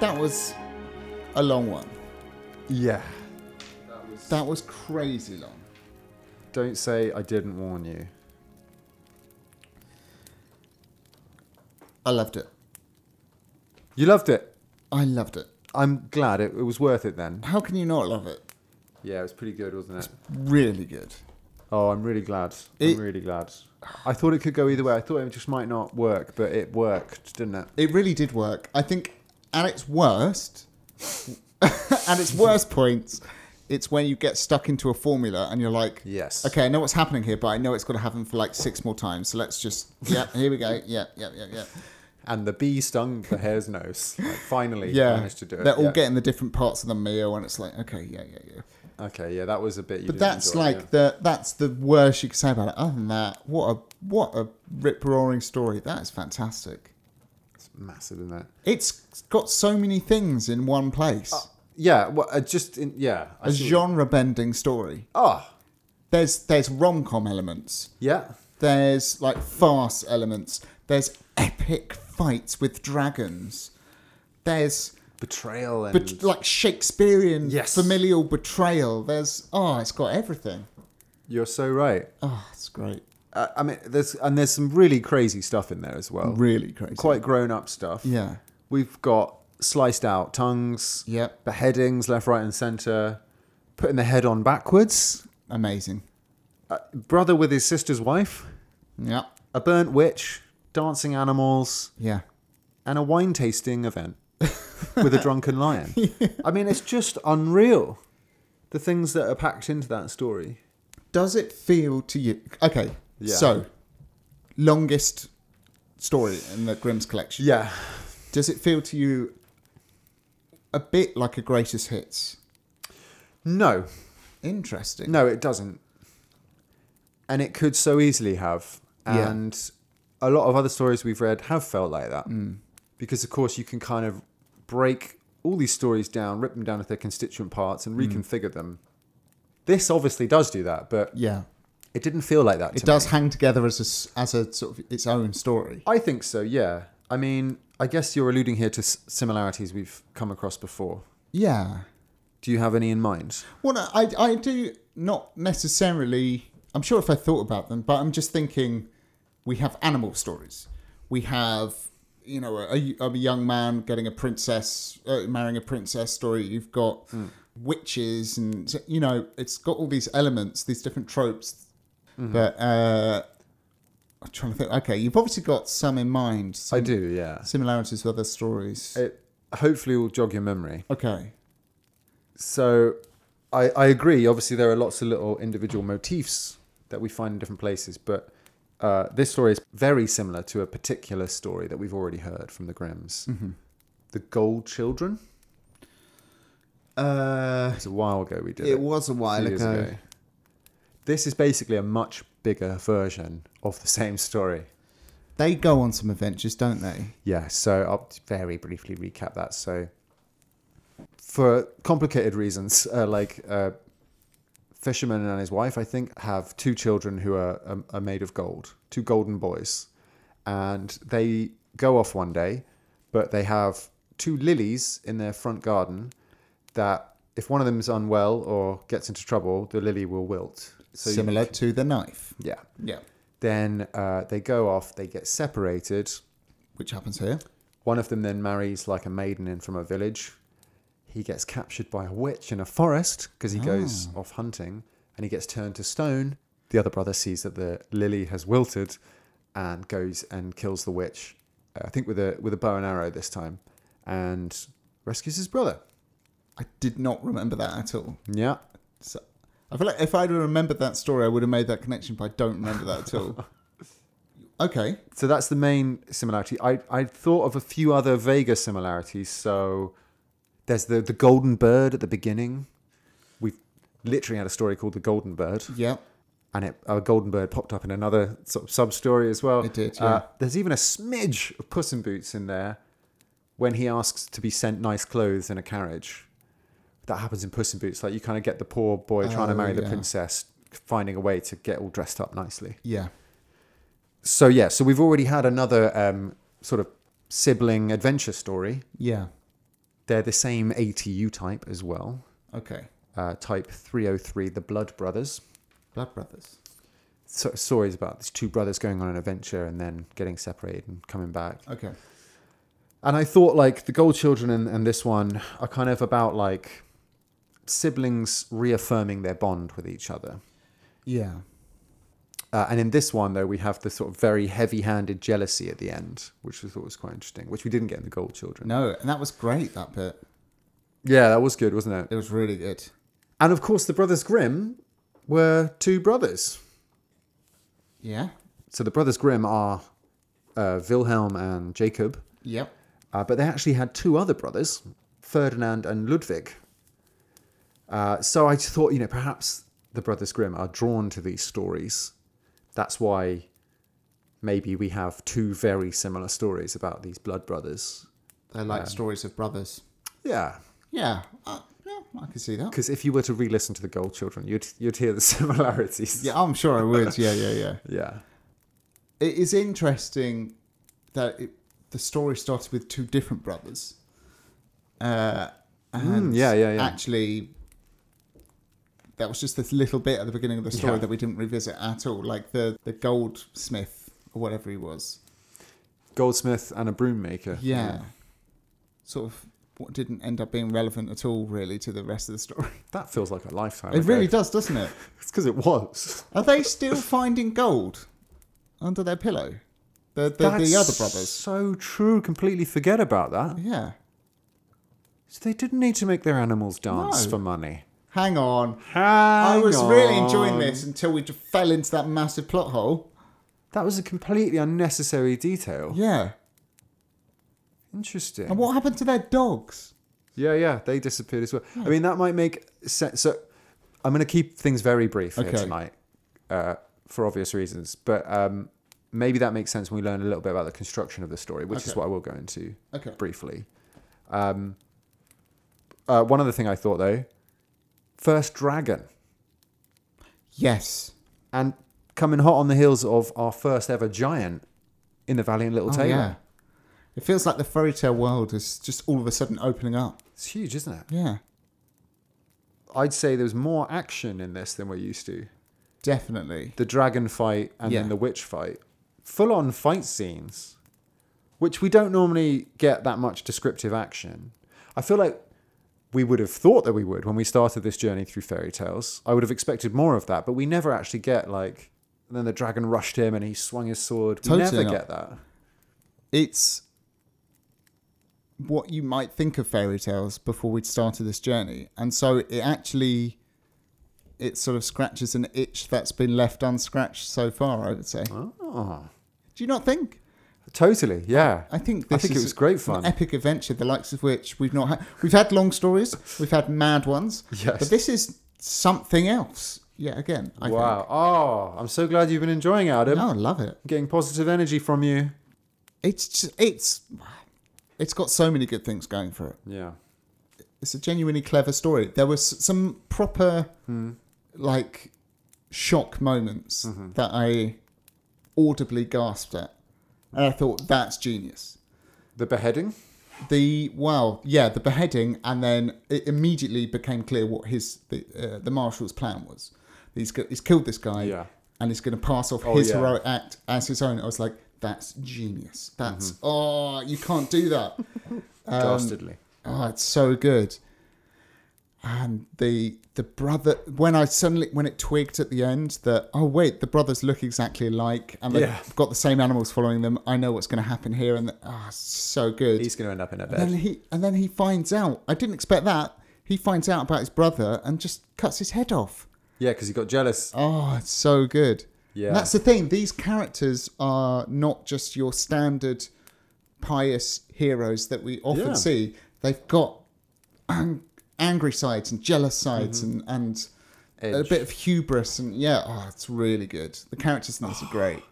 Speaker 1: That was a long one.
Speaker 2: Yeah.
Speaker 1: That was crazy long.
Speaker 2: Don't say I didn't warn you.
Speaker 1: I loved it.
Speaker 2: You loved it.
Speaker 1: I loved it.
Speaker 2: I'm glad it, it was worth it then.
Speaker 1: How can you not love it?
Speaker 2: Yeah, it was pretty good, wasn't it?
Speaker 1: Really good.
Speaker 2: Oh, I'm really glad.
Speaker 1: It-
Speaker 2: I'm really glad. I thought it could go either way. I thought it just might not work, but it worked, didn't it?
Speaker 1: It really did work. I think at its worst, at its worst points, it's when you get stuck into a formula and you're like,
Speaker 2: Yes.
Speaker 1: okay, I know what's happening here, but I know it's going to happen for like six more times. So let's just, yeah, here we go. Yeah, yeah, yeah, yeah.
Speaker 2: And the bee stung the hare's nose. Like, finally,
Speaker 1: Yeah.
Speaker 2: managed to do it.
Speaker 1: They're all
Speaker 2: yeah.
Speaker 1: getting the different parts of the meal and it's like, okay, yeah, yeah, yeah.
Speaker 2: Okay, yeah, that was a bit. You
Speaker 1: But
Speaker 2: didn't
Speaker 1: that's
Speaker 2: enjoy,
Speaker 1: like
Speaker 2: yeah.
Speaker 1: the that's the worst you can say about it. Other than that, what a what a rip roaring story. That is fantastic.
Speaker 2: It's massive, isn't it?
Speaker 1: It's got so many things in one place.
Speaker 2: Yeah, well, uh, just in, yeah. I
Speaker 1: a
Speaker 2: see what-
Speaker 1: genre bending story.
Speaker 2: Oh,
Speaker 1: There's there's rom com elements.
Speaker 2: yeah.
Speaker 1: There's like farce elements. There's epic fights with dragons. There's
Speaker 2: Betrayal and
Speaker 1: bet- like Shakespearean
Speaker 2: Yes.
Speaker 1: familial betrayal. There's oh, it's got everything.
Speaker 2: you're so right.
Speaker 1: Oh, it's great.
Speaker 2: Uh, I mean, there's and there's some really crazy stuff in there as well.
Speaker 1: Really crazy.
Speaker 2: Oh. Quite grown up stuff.
Speaker 1: Yeah.
Speaker 2: We've got sliced out tongues.
Speaker 1: Yep.
Speaker 2: Beheadings left, right, and center. Putting the head on backwards.
Speaker 1: Amazing.
Speaker 2: Uh, brother with his sister's wife.
Speaker 1: Yeah.
Speaker 2: A burnt witch. dancing animals,
Speaker 1: Yeah.
Speaker 2: and a wine tasting event with a drunken lion. I mean, it's just unreal. The things that are packed into that story.
Speaker 1: Does it feel to you? Okay.
Speaker 2: Yeah.
Speaker 1: So, longest story in the Grimm's collection.
Speaker 2: Yeah.
Speaker 1: Does it feel to you a bit like a greatest hits?
Speaker 2: No,
Speaker 1: Interesting.
Speaker 2: no, it doesn't. And it could so easily have.
Speaker 1: Yeah.
Speaker 2: And a lot of other stories we've read have felt like that.
Speaker 1: Hmm.
Speaker 2: Because, of course, you can kind of break all these stories down, rip them down into their constituent parts,
Speaker 1: Hmm.
Speaker 2: and reconfigure them. This obviously does do that, but
Speaker 1: Yeah.
Speaker 2: it didn't feel like that to
Speaker 1: It does
Speaker 2: me.
Speaker 1: hang together as a, s- as a sort of its own story.
Speaker 2: I think so, yeah. I mean, I guess you're alluding here to s- similarities we've come across before.
Speaker 1: Yeah.
Speaker 2: Do you have any in mind?
Speaker 1: Well, no, I, I do not necessarily. I'm sure if I thought about them, but I'm just thinking we have animal stories. We have, you know, a, a young man getting a princess, uh, marrying a princess story. You've got
Speaker 2: Hmm.
Speaker 1: witches, and, you know, it's got all these elements, these different tropes.
Speaker 2: Mm-hmm.
Speaker 1: But uh, I'm trying to think. Okay, you've obviously got some in mind. Some
Speaker 2: I do, yeah.
Speaker 1: Similarities with other stories.
Speaker 2: It hopefully will jog your memory.
Speaker 1: Okay.
Speaker 2: So I, I agree. Obviously, there are lots of little individual motifs that we find in different places, but uh, this story is very similar to a particular story that we've already heard from the Grimms.
Speaker 1: Mm-hmm.
Speaker 2: The Gold Children.
Speaker 1: Uh,
Speaker 2: It's a while ago we did it.
Speaker 1: it was a
Speaker 2: a
Speaker 1: while
Speaker 2: few years ago. This is basically a much bigger version of the same story.
Speaker 1: They go on some adventures, don't they?
Speaker 2: Yeah, so I'll very briefly recap that. So, for complicated reasons, uh, like uh, fisherman and his wife, I think, have two children who are, um, are made of gold, two golden boys, and they go off one day, but they have two lilies in their front garden that, if one of them is unwell or gets into trouble, the lily will wilt. So you-
Speaker 1: Similar to the knife.
Speaker 2: yeah.
Speaker 1: Yeah.
Speaker 2: Then uh, they go off. They get separated.
Speaker 1: Which happens here.
Speaker 2: One of them then marries like a maiden in from a village. He gets captured by a witch in a forest because he goes off hunting and he gets turned to stone. The other brother sees that the lily has wilted and goes and kills the witch. uh, I think with a with a bow and arrow this time and rescues his brother.
Speaker 1: I did not remember that at all.
Speaker 2: Yeah.
Speaker 1: So I feel like if I'd have remembered that story, I would have made that connection, but I don't remember that at all. okay.
Speaker 2: So that's the main similarity. I I thought of a few other vaguer similarities. So there's the the golden bird at the beginning. We've literally had a story called the golden bird.
Speaker 1: Yeah.
Speaker 2: and it, a golden bird popped up in another sort of sub story as well.
Speaker 1: It did,
Speaker 2: Uh,
Speaker 1: yeah.
Speaker 2: there's even a smidge of Puss in Boots in there when he asks to be sent nice clothes in a carriage. That happens in Puss in Boots. Like you kind of get the poor boy trying to
Speaker 1: Oh,
Speaker 2: marry the
Speaker 1: yeah.
Speaker 2: princess, finding a way to get all dressed up nicely.
Speaker 1: Yeah.
Speaker 2: So yeah, so we've already had another um, sort of sibling adventure story.
Speaker 1: Yeah.
Speaker 2: They're the same ATU type as well.
Speaker 1: Okay.
Speaker 2: Uh, type 303, the Blood Brothers.
Speaker 1: Blood Brothers.
Speaker 2: so- stories about these two brothers going on an adventure and then getting separated and coming back.
Speaker 1: Okay.
Speaker 2: And I thought like the Gold Children and, and this one are kind of about like siblings reaffirming their bond with each other.
Speaker 1: Yeah.
Speaker 2: Uh, and in this one though, we have the sort of very heavy-handed jealousy at the end, which I thought was quite interesting, which we didn't get in the Gold Children.
Speaker 1: No, and that was great, that bit.
Speaker 2: Yeah, that was good, wasn't it?
Speaker 1: It was really good.
Speaker 2: And of course, the brothers Grimm were two brothers.
Speaker 1: Yeah.
Speaker 2: So the brothers Grimm are uh, Wilhelm and Jacob.
Speaker 1: Yep.
Speaker 2: Uh, but they actually had two other brothers, Ferdinand and Ludwig. Uh, so I just thought, you know, perhaps the Brothers Grimm are drawn to these stories. That's why maybe we have two very similar stories about these blood brothers.
Speaker 1: They're like stories of brothers.
Speaker 2: Yeah.
Speaker 1: Yeah. Uh, yeah, I can see that.
Speaker 2: Because if you were to re listen to The Gold Children, you'd, you'd hear the similarities.
Speaker 1: Yeah, I'm sure I would. Yeah, yeah, yeah.
Speaker 2: Yeah.
Speaker 1: it is interesting that it, the story starts with two different brothers. Uh, and
Speaker 2: Mm, yeah, yeah, yeah.
Speaker 1: Actually, that was just this little bit at the beginning of the story
Speaker 2: Yeah.
Speaker 1: that we didn't revisit at all. Like the, the goldsmith or whatever he was.
Speaker 2: Goldsmith and a broom maker.
Speaker 1: Yeah. Sort of what didn't end up being relevant at all, really, to the rest of the story.
Speaker 2: That feels like a lifetime.
Speaker 1: It
Speaker 2: ago.
Speaker 1: really does, doesn't it?
Speaker 2: It's because it was.
Speaker 1: Are they still finding gold under their pillow? They're, they're the other
Speaker 2: That's
Speaker 1: brothers.
Speaker 2: So true. Completely forget about that.
Speaker 1: Yeah.
Speaker 2: So they didn't need to make their animals dance
Speaker 1: No.
Speaker 2: for money.
Speaker 1: Hang on. I
Speaker 2: Hang
Speaker 1: was really enjoying
Speaker 2: on.
Speaker 1: this until we just fell into that massive plot hole.
Speaker 2: That was a completely unnecessary detail.
Speaker 1: Yeah.
Speaker 2: Interesting.
Speaker 1: And what happened to their dogs?
Speaker 2: Yeah, yeah, they disappeared as well. I mean, that might make sense. So, I'm going to keep things very brief here
Speaker 1: Okay.
Speaker 2: tonight, uh, for obvious reasons. But um, maybe that makes sense when we learn a little bit about the construction of the story, which is
Speaker 1: Okay.
Speaker 2: what I will go into
Speaker 1: Okay.
Speaker 2: briefly. Um, uh, one other thing I thought though, first dragon,
Speaker 1: Yes.
Speaker 2: and coming hot on the heels of our first ever giant in the Valley and Little
Speaker 1: Oh,
Speaker 2: Taylor.
Speaker 1: yeah. It feels like the fairy tale world is just all of a sudden opening up.
Speaker 2: It's huge, isn't it?
Speaker 1: Yeah.
Speaker 2: I'd say there's more action in this than we're used to.
Speaker 1: Definitely.
Speaker 2: the dragon fight and
Speaker 1: Yeah.
Speaker 2: then the witch fight. Full on fight scenes, which we don't normally get that much descriptive action. I feel like we would have thought that we would when we started this journey through fairy tales. I would have expected more of that, but we never actually get like. And then the dragon rushed him and he swung his sword. We
Speaker 1: Totally
Speaker 2: never
Speaker 1: not.
Speaker 2: get that.
Speaker 1: It's what you might think of fairy tales before we'd started this journey. And so it actually it sort of scratches an itch that's been left unscratched so far, I would say.
Speaker 2: Oh.
Speaker 1: Do you not think?
Speaker 2: Totally, yeah.
Speaker 1: I think
Speaker 2: I
Speaker 1: this
Speaker 2: think it
Speaker 1: is
Speaker 2: was great
Speaker 1: an
Speaker 2: fun.
Speaker 1: epic adventure, the likes of which we've not had. We've had long stories, we've had mad ones,
Speaker 2: Yes.
Speaker 1: but this is something else. Yeah, again, I
Speaker 2: wow. Oh, I'm so glad you've been enjoying it, Adam.
Speaker 1: Think. No, I love it.
Speaker 2: Getting positive energy from you.
Speaker 1: It's just, it's it's got so many good things going for it.
Speaker 2: Yeah.
Speaker 1: It's a genuinely clever story. There was some proper
Speaker 2: Hmm.
Speaker 1: like shock moments
Speaker 2: Mm-hmm.
Speaker 1: that I audibly gasped at, and I thought that's genius.
Speaker 2: The beheading?
Speaker 1: The well, yeah, the beheading, and then it immediately became clear what his the, uh, the marshal's plan was. He's go- he's killed this guy,
Speaker 2: Yeah.
Speaker 1: and he's going to pass off
Speaker 2: Oh,
Speaker 1: his
Speaker 2: yeah.
Speaker 1: heroic act as his own. I was like, that's genius. That's
Speaker 2: Mm-hmm.
Speaker 1: oh, you can't do that. um,
Speaker 2: Dastardly.
Speaker 1: oh, it's so good. And the the brother when I suddenly when it twigged at the end that oh wait the brothers look exactly alike and they've
Speaker 2: Yeah.
Speaker 1: got the same animals following them. I know what's going to happen here, and ah, it's so good.
Speaker 2: He's going to end up in a bed.
Speaker 1: And then he and then he finds out. I didn't expect that. He finds out about his brother and just cuts his head off.
Speaker 2: Yeah, because he got jealous.
Speaker 1: Oh, it's so good.
Speaker 2: Yeah.
Speaker 1: And that's the thing. These characters are not just your standard pious heroes that we often
Speaker 2: Yeah.
Speaker 1: see. They've got ang- angry sides and jealous sides and and
Speaker 2: Mm-hmm. Edge.
Speaker 1: a bit of hubris and yeah, oh, it's really good. The characters in this are great.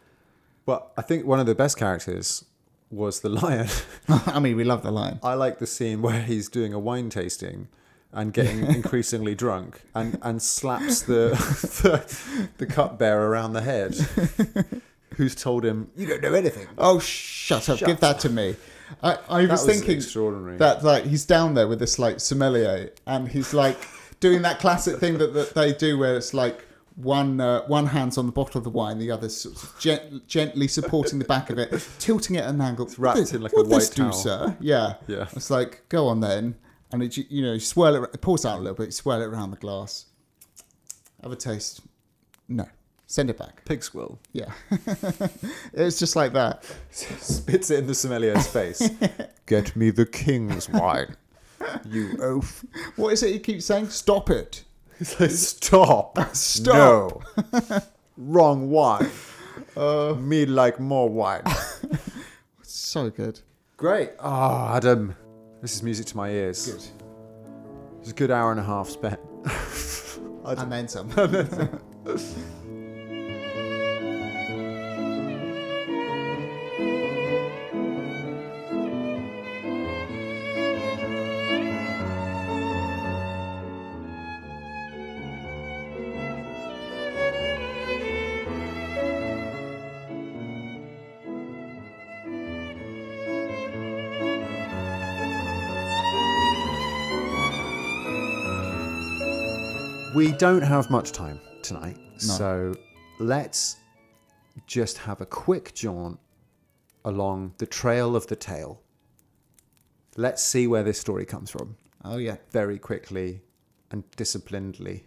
Speaker 2: But I think one of the best characters was the lion.
Speaker 1: I mean, we love the line.
Speaker 2: I like the scene where he's doing a wine tasting and getting increasingly drunk and, and slaps the, the the cupbearer around the head who's told him, You don't know anything.
Speaker 1: Oh, shut up!
Speaker 2: Shut
Speaker 1: Give that to me. I, I was,
Speaker 2: was
Speaker 1: thinking
Speaker 2: extraordinary.
Speaker 1: that like he's down there with this like sommelier, and he's like doing that classic thing that, that they do, where it's like one uh, one hand's on the bottle of the wine, the other's sort of gent- gently supporting the back of it, tilting it at an angle. It's
Speaker 2: wrapped in, like, a
Speaker 1: this
Speaker 2: white
Speaker 1: do,
Speaker 2: towel."
Speaker 1: sir? Yeah,
Speaker 2: Yeah.
Speaker 1: It's like go on then, and it, you know, you swirl it, ar- it pours out a little bit, you swirl it around the glass. Have a taste. No, send it back.
Speaker 2: Pig's will.
Speaker 1: Yeah, it's just like that.
Speaker 2: Spits it in the sommelier's face. Get me the king's wine. You oaf.
Speaker 1: What is it you keep saying? Stop it.
Speaker 2: He's like, Stop.
Speaker 1: Stop."
Speaker 2: No. Uh. Wrong wine. Me like more wine.
Speaker 1: So good.
Speaker 2: Great. Oh, Adam. This is music to my ears.
Speaker 1: Good.
Speaker 2: It's a good hour and a half spent. I
Speaker 1: And then some.
Speaker 2: We don't have much time tonight,
Speaker 1: No.
Speaker 2: so let's just have a quick jaunt along the trail of the tale. Let's see where this story comes from
Speaker 1: oh yeah,
Speaker 2: very quickly and disciplinedly.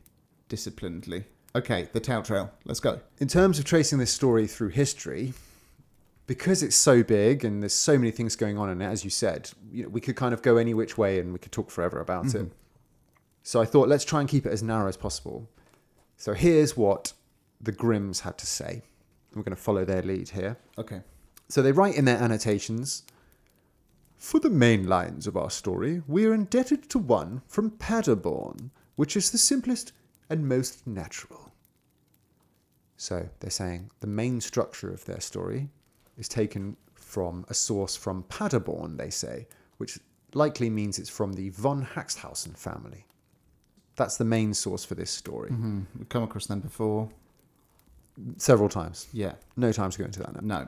Speaker 1: disciplinedly. Okay, the tail trail. Let's go.
Speaker 2: In terms of tracing this story through history, because it's so big and there's so many things going on in it, as you said, you know, we could kind of go any which way and we could talk forever about it. So I thought, let's try and keep it as narrow as possible. So here's what the Grimms had to say. We're going to follow their lead here.
Speaker 1: Okay.
Speaker 2: So they write in their annotations For the main lines of our story, we are indebted to one from Paderborn, which is the simplest and most natural. So they're saying the main structure of their story is taken from a source from Paderborn, they say, which likely means it's from the von Haxthausen family. That's the main source for this story.
Speaker 1: Hmm. We've come across them before.
Speaker 2: Several times.
Speaker 1: Yeah.
Speaker 2: No time to go into that now.
Speaker 1: No.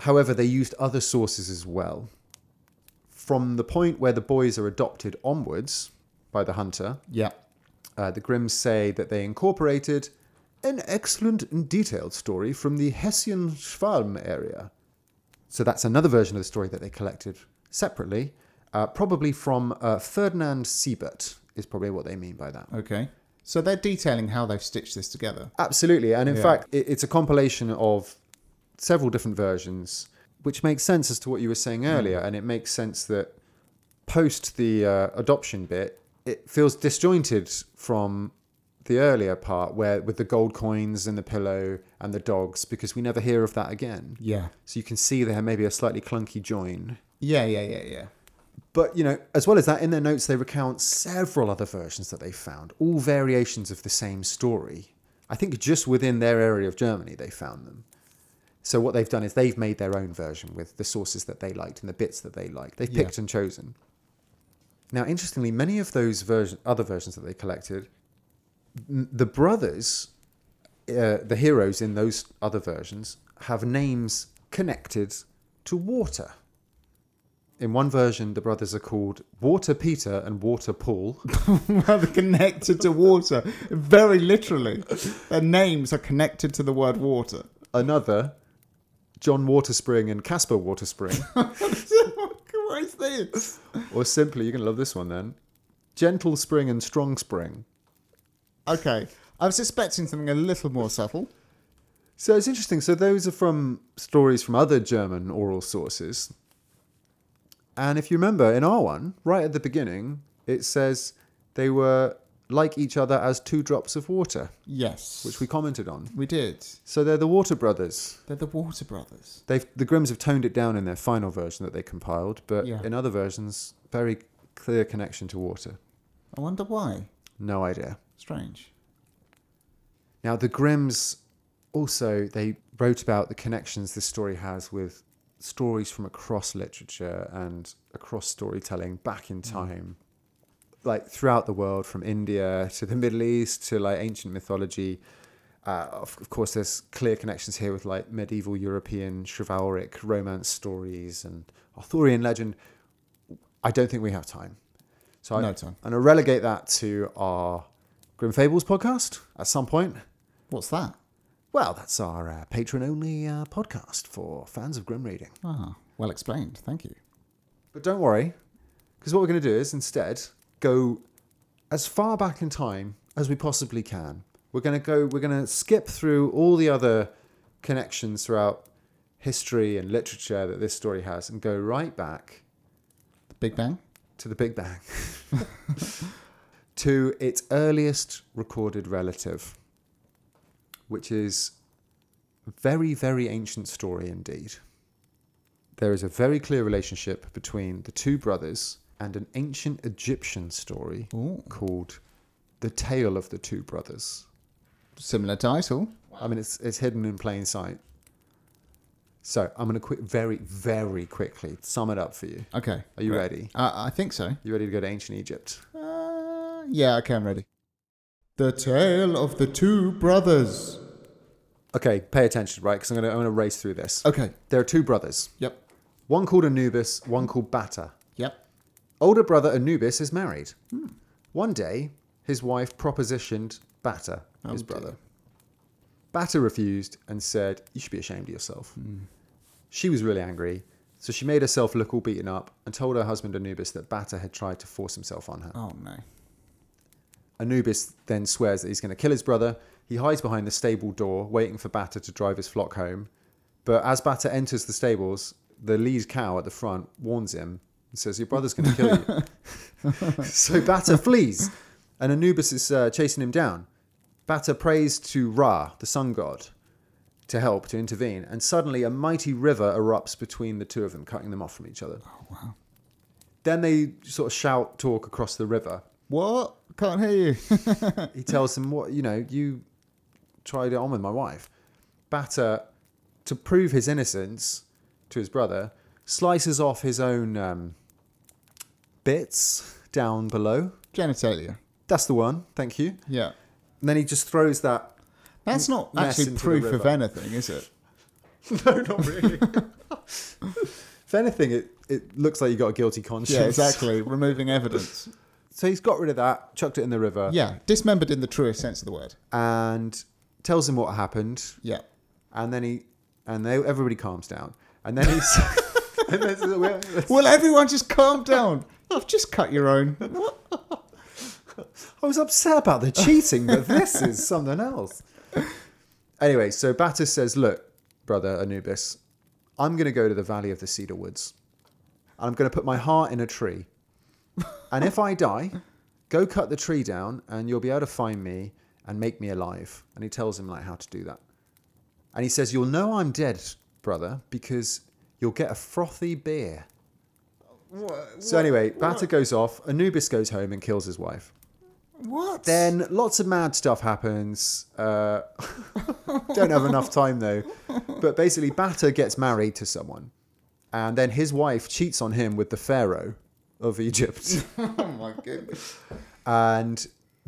Speaker 2: However, they used other sources as well. From the point where the boys are adopted onwards by the hunter,
Speaker 1: Yeah.
Speaker 2: uh, the Grimms say that they incorporated an excellent and detailed story from the Hessian Schwalm area. So that's another version of the story that they collected separately, uh, probably from uh, Ferdinand Siebert, is probably what they mean by that.
Speaker 1: Okay. So they're detailing how they've stitched this together.
Speaker 2: Absolutely. And in
Speaker 1: Yeah.
Speaker 2: fact, it, it's a compilation of several different versions, which makes sense as to what you were saying earlier. And it makes sense that post the uh, adoption bit, it feels disjointed from the earlier part where with the gold coins and the pillow and the dogs because we never hear of that again.
Speaker 1: Yeah.
Speaker 2: So you can see there may be a slightly clunky join.
Speaker 1: Yeah, yeah, yeah, yeah.
Speaker 2: But you know, as well as that, in their notes they recount several other versions that they found, all variations of the same story. I think just within their area of Germany they found them. So what they've done is they've made their own version with the sources that they liked and the bits that they liked. They've
Speaker 1: Yeah.
Speaker 2: picked and chosen. Now, interestingly, many of those version, other versions that they collected, n- the brothers, uh, the heroes in those other versions, have names connected to water. In one version, the brothers are called Water Peter and Water Paul.
Speaker 1: well, they're connected to water. Very literally. Their names are connected to the word water.
Speaker 2: Another, John Waterspring and Casper Waterspring.
Speaker 1: what is this?
Speaker 2: or simply, you're going to love this one then, Gentle Spring and Strong Spring.
Speaker 1: Okay. I was expecting something a little more subtle.
Speaker 2: So it's interesting. So those are from stories from other German oral sources. And if you remember, in our one, right at the beginning, it says they were like each other as two drops of water,
Speaker 1: Yes.
Speaker 2: which we commented on.
Speaker 1: we did.
Speaker 2: So they're the Water Brothers.
Speaker 1: They're the Water Brothers.
Speaker 2: They've the Grimms have toned it down in their final version that they compiled, but
Speaker 1: Yeah.
Speaker 2: in other versions, very clear connection to water.
Speaker 1: I wonder why.
Speaker 2: No idea.
Speaker 1: Strange.
Speaker 2: Now the Grimms also they wrote about the connections this story has with stories from across literature and across storytelling back in time. Like throughout the world, from India to the Middle East to like ancient mythology. Uh, of, of course, there's clear connections here with like medieval European chivalric romance stories and Arthurian legend. I don't think we have time. So I,
Speaker 1: No time.
Speaker 2: I'm going to relegate that to our Grim Fables podcast at some point.
Speaker 1: What's that?
Speaker 2: Well, that's our uh, patron only uh, podcast for fans of Grim Reading.
Speaker 1: Ah, well explained. Thank you.
Speaker 2: But don't worry, because what we're going to do is instead go as far back in time as we possibly can. We're going to go, we're going to skip through all the other connections throughout history and literature that this story has and go right back
Speaker 1: The Big Bang?
Speaker 2: to the Big Bang, to its earliest recorded relative, which is a very, very ancient story indeed. There is a very clear relationship between the two brothers and an ancient Egyptian story
Speaker 1: Ooh.
Speaker 2: called The Tale of the Two Brothers.
Speaker 1: Similar title.
Speaker 2: I mean, it's, it's hidden in plain sight. So I'm going to quick, very, very quickly sum it up for you.
Speaker 1: Okay.
Speaker 2: Are you
Speaker 1: Right.
Speaker 2: ready?
Speaker 1: Uh, I think so.
Speaker 2: You ready to go to ancient Egypt?
Speaker 1: Uh, yeah, okay, I'm ready. The Tale of the Two Brothers.
Speaker 2: Okay, pay attention, right? Because I'm gonna I'm gonna race through this.
Speaker 1: Okay.
Speaker 2: There are two brothers.
Speaker 1: Yep.
Speaker 2: One called Anubis. One called Bata.
Speaker 1: Yep.
Speaker 2: Older brother Anubis is married.
Speaker 1: Hmm.
Speaker 2: One day, his wife propositioned Bata,
Speaker 1: Oh,
Speaker 2: his
Speaker 1: dear.
Speaker 2: brother. Bata refused and said, "You should be ashamed of yourself."
Speaker 1: Hmm.
Speaker 2: She was really angry, so she made herself look all beaten up and told her husband Anubis that Bata had tried to force himself on her.
Speaker 1: Oh no.
Speaker 2: Anubis then swears that he's going to kill his brother. He hides behind the stable door, waiting for Bata to drive his flock home. But as Bata enters the stables, the lead cow at the front warns him and says, Your brother's going to kill you. so Bata flees, and Anubis is uh, chasing him down. Bata prays to Ra, the sun god, to help, to intervene, and suddenly a mighty river erupts between the two of them, cutting them off from each other.
Speaker 1: Oh, wow.
Speaker 2: Then they sort of shout talk across the river.
Speaker 1: What? Can't hear you.
Speaker 2: He tells them, "What you know, you tried it on with my wife." Batter, to prove his innocence to his brother, slices off his own um, bits down below.
Speaker 1: Genitalia.
Speaker 2: That's the one. Thank you.
Speaker 1: Yeah.
Speaker 2: And then he just throws that.
Speaker 1: That's not
Speaker 2: Mess
Speaker 1: actually
Speaker 2: into the
Speaker 1: proof of
Speaker 2: river.
Speaker 1: anything, is it?
Speaker 2: no, not really. if anything, it it looks like you got a guilty conscience.
Speaker 1: Yeah, exactly. Removing evidence.
Speaker 2: So he's got rid of that, chucked it in the river,
Speaker 1: Yeah. Dismembered in the truest sense of the word.
Speaker 2: and tells him what happened.
Speaker 1: Yeah.
Speaker 2: and then he and they everybody calms down and then he's and this is- we're-
Speaker 1: Will everyone just calm down? You've just cut your own.
Speaker 2: i was upset about the cheating but this is something else anyway so battis says look brother anubis i'm going to go to the valley of the cedar woods and i'm going to put my heart in a tree and if i die go cut the tree down and you'll be able to find me and make me alive and he tells him like how to do that and he says you'll know i'm dead brother because you'll get a frothy beer So anyway, Bata goes off. Anubis goes home and kills his wife.
Speaker 1: What?
Speaker 2: Then lots of mad stuff happens. Uh, don't have enough time though. But basically, Bata gets married to someone, and then his wife cheats on him with the pharaoh of Egypt.
Speaker 1: Oh my goodness.
Speaker 2: and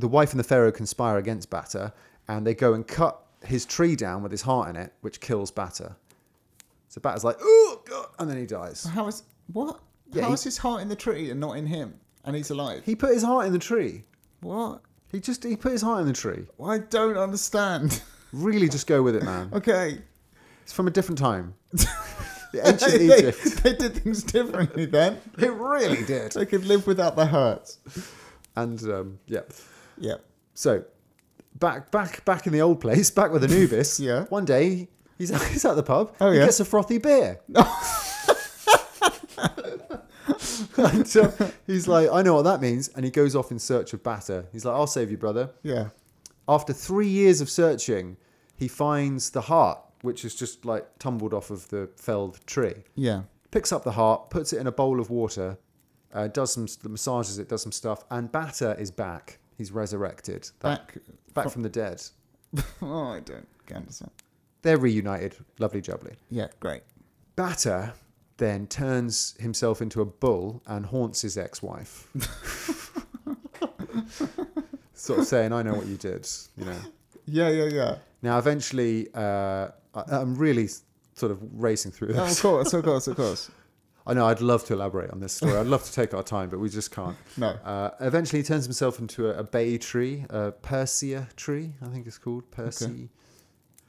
Speaker 2: the wife and the pharaoh conspire against Bata, and they go and cut his tree down with his heart in it, which kills Bata. So Bata's like, "Ooh," God," and then he dies.
Speaker 1: How is what?
Speaker 2: Yeah,
Speaker 1: How
Speaker 2: he-
Speaker 1: is his heart in the tree and not in him? And he's alive.
Speaker 2: He put his heart in the tree.
Speaker 1: What?
Speaker 2: He just he put his heart in the tree.
Speaker 1: I don't understand.
Speaker 2: Really, just go with it, man.
Speaker 1: Okay.
Speaker 2: It's from a different time. The ancient
Speaker 1: They-
Speaker 2: Egypt.
Speaker 1: They did things differently then.
Speaker 2: It really did.
Speaker 1: They could live without the hurt.
Speaker 2: And um, yeah,
Speaker 1: Yeah.
Speaker 2: so back, back, back in the old place, back with Anubis.
Speaker 1: Yeah.
Speaker 2: One day he's he's at the pub.
Speaker 1: Oh,
Speaker 2: he
Speaker 1: yeah.
Speaker 2: gets a frothy beer. and um, he's like, I know what that means, and he goes off in search of Batter. He's like, I'll save you, brother.
Speaker 1: Yeah.
Speaker 2: After three years of searching, he finds the heart, which is just like tumbled off of the felled tree.
Speaker 1: Yeah.
Speaker 2: picks up the heart, puts it in a bowl of water, uh, does some massages it, does some stuff, and Batter is back. He's resurrected,
Speaker 1: Back.
Speaker 2: back from the dead.
Speaker 1: Oh, I don't understand.
Speaker 2: They're reunited, lovely jubbly.
Speaker 1: Yeah. Great.
Speaker 2: Batter then turns himself into a bull and haunts his ex-wife, sort of saying, "I know what you did," you know.
Speaker 1: Yeah. Yeah. Yeah.
Speaker 2: Now, eventually, uh, I, I'm really sort of racing through
Speaker 1: Oh, of
Speaker 2: this.
Speaker 1: course. Of course. Of course.
Speaker 2: I know I'd love to elaborate on this story. I'd love to take our time, but we just can't.
Speaker 1: No.
Speaker 2: Uh, eventually, he turns himself into a, a bay tree, a Persia tree, I think it's called Percy,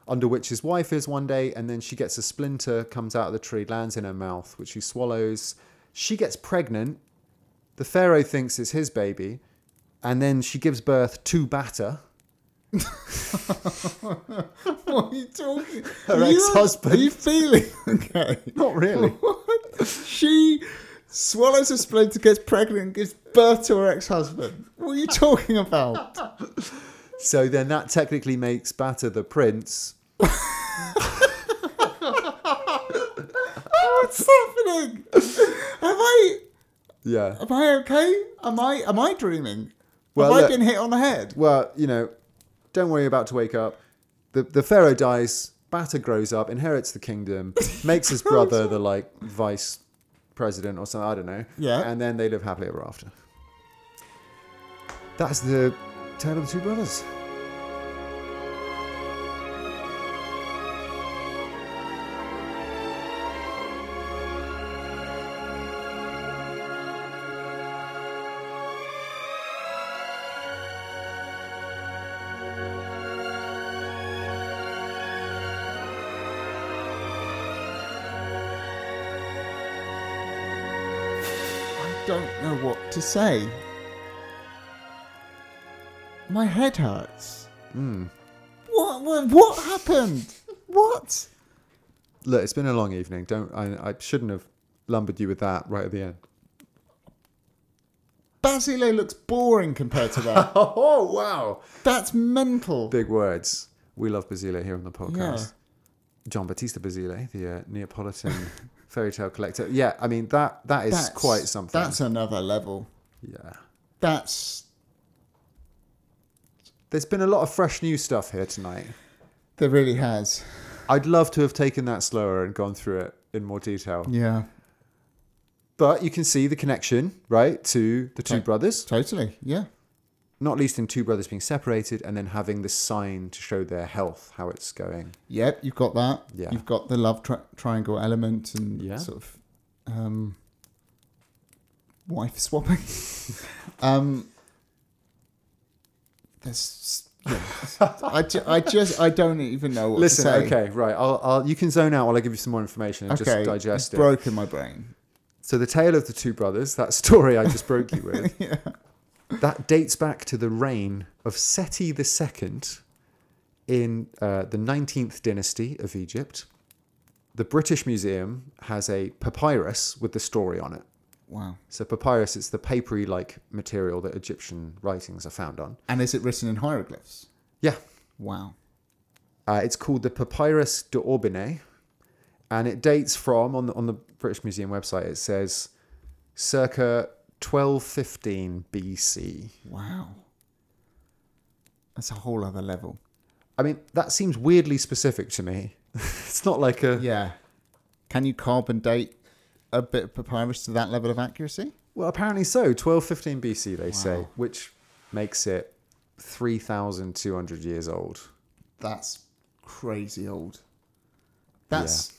Speaker 2: under which his wife is one day, and then she gets a splinter, comes out of the tree, lands in her mouth, which she swallows. She gets pregnant. The pharaoh thinks it's his baby, and then she gives birth to Bata,
Speaker 1: What are you talking?
Speaker 2: her
Speaker 1: Are you-
Speaker 2: ex-husband.
Speaker 1: Are you feeling okay?
Speaker 2: Not really.
Speaker 1: What? She swallows a splinter, gets pregnant, and gives birth to her ex-husband. What are you talking about?
Speaker 2: So then that technically makes Bata the prince.
Speaker 1: What's happening? Am I
Speaker 2: Yeah.
Speaker 1: am I okay? Am I am I dreaming?
Speaker 2: Well,
Speaker 1: Have
Speaker 2: look-
Speaker 1: I been hit on the head?
Speaker 2: well, you know, don't worry about to wake up. The the pharaoh dies. Bata grows up, inherits the kingdom, makes his brother the like vice president or something. I don't know.
Speaker 1: Yeah.
Speaker 2: And then they live happily ever after. That's the tale of the two brothers.
Speaker 1: I don't know what to say. My head
Speaker 2: Hmm.
Speaker 1: hurts. What, what what happened? What?
Speaker 2: Look, it's been a long evening. Don't I, I shouldn't have lumbered you with that right at the end.
Speaker 1: Basile looks boring compared to that.
Speaker 2: Oh wow!
Speaker 1: That's mental.
Speaker 2: Big words. We love Basile here on the podcast.
Speaker 1: Yeah.
Speaker 2: John Battista Basile, the uh, Neapolitan fairy tale collector. Yeah, I mean that that is quite something.
Speaker 1: That's another level.
Speaker 2: yeah.
Speaker 1: That's
Speaker 2: There's been a lot of fresh new stuff here tonight.
Speaker 1: there really has.
Speaker 2: I'd love to have taken that slower and gone through it in more detail.
Speaker 1: Yeah,
Speaker 2: But you can see the connection, right, to the two
Speaker 1: Right.
Speaker 2: brothers,
Speaker 1: totally. Yeah,
Speaker 2: not least in two brothers being separated and then having this sign to show their health, how it's going.
Speaker 1: yep. You've got that.
Speaker 2: Yeah.
Speaker 1: You've got the love tri- triangle element and
Speaker 2: Yeah.
Speaker 1: sort of um, wife swapping. um, there's. yeah. I, ju- I just I don't even know what
Speaker 2: Listen,
Speaker 1: to say.
Speaker 2: okay, right. I'll, I'll, you can zone out while I give you some more information and
Speaker 1: Okay,
Speaker 2: just digest it.
Speaker 1: you've broken my brain.
Speaker 2: So the tale of the two brothers, that story I just broke you with, that dates back to the reign of Seti II in uh, the 19th dynasty of Egypt. The British Museum has a papyrus with the story on it.
Speaker 1: Wow.
Speaker 2: So papyrus, it's the papery-like material that Egyptian writings are found on.
Speaker 1: And is it written in hieroglyphs?
Speaker 2: Yeah,
Speaker 1: Wow.
Speaker 2: Uh, it's called the Papyrus de Orbine, and it dates from on the, on the British Museum website. It says circa 1215 BC.
Speaker 1: Wow. That's a whole other level.
Speaker 2: I mean, that seems weirdly specific to me. it's not like a
Speaker 1: Yeah. Can you carbon date a bit of papyrus to that level of accuracy?
Speaker 2: well, apparently so 1215 BC they say,
Speaker 1: Wow.
Speaker 2: which makes it 3,200 years old.
Speaker 1: That's crazy old. That's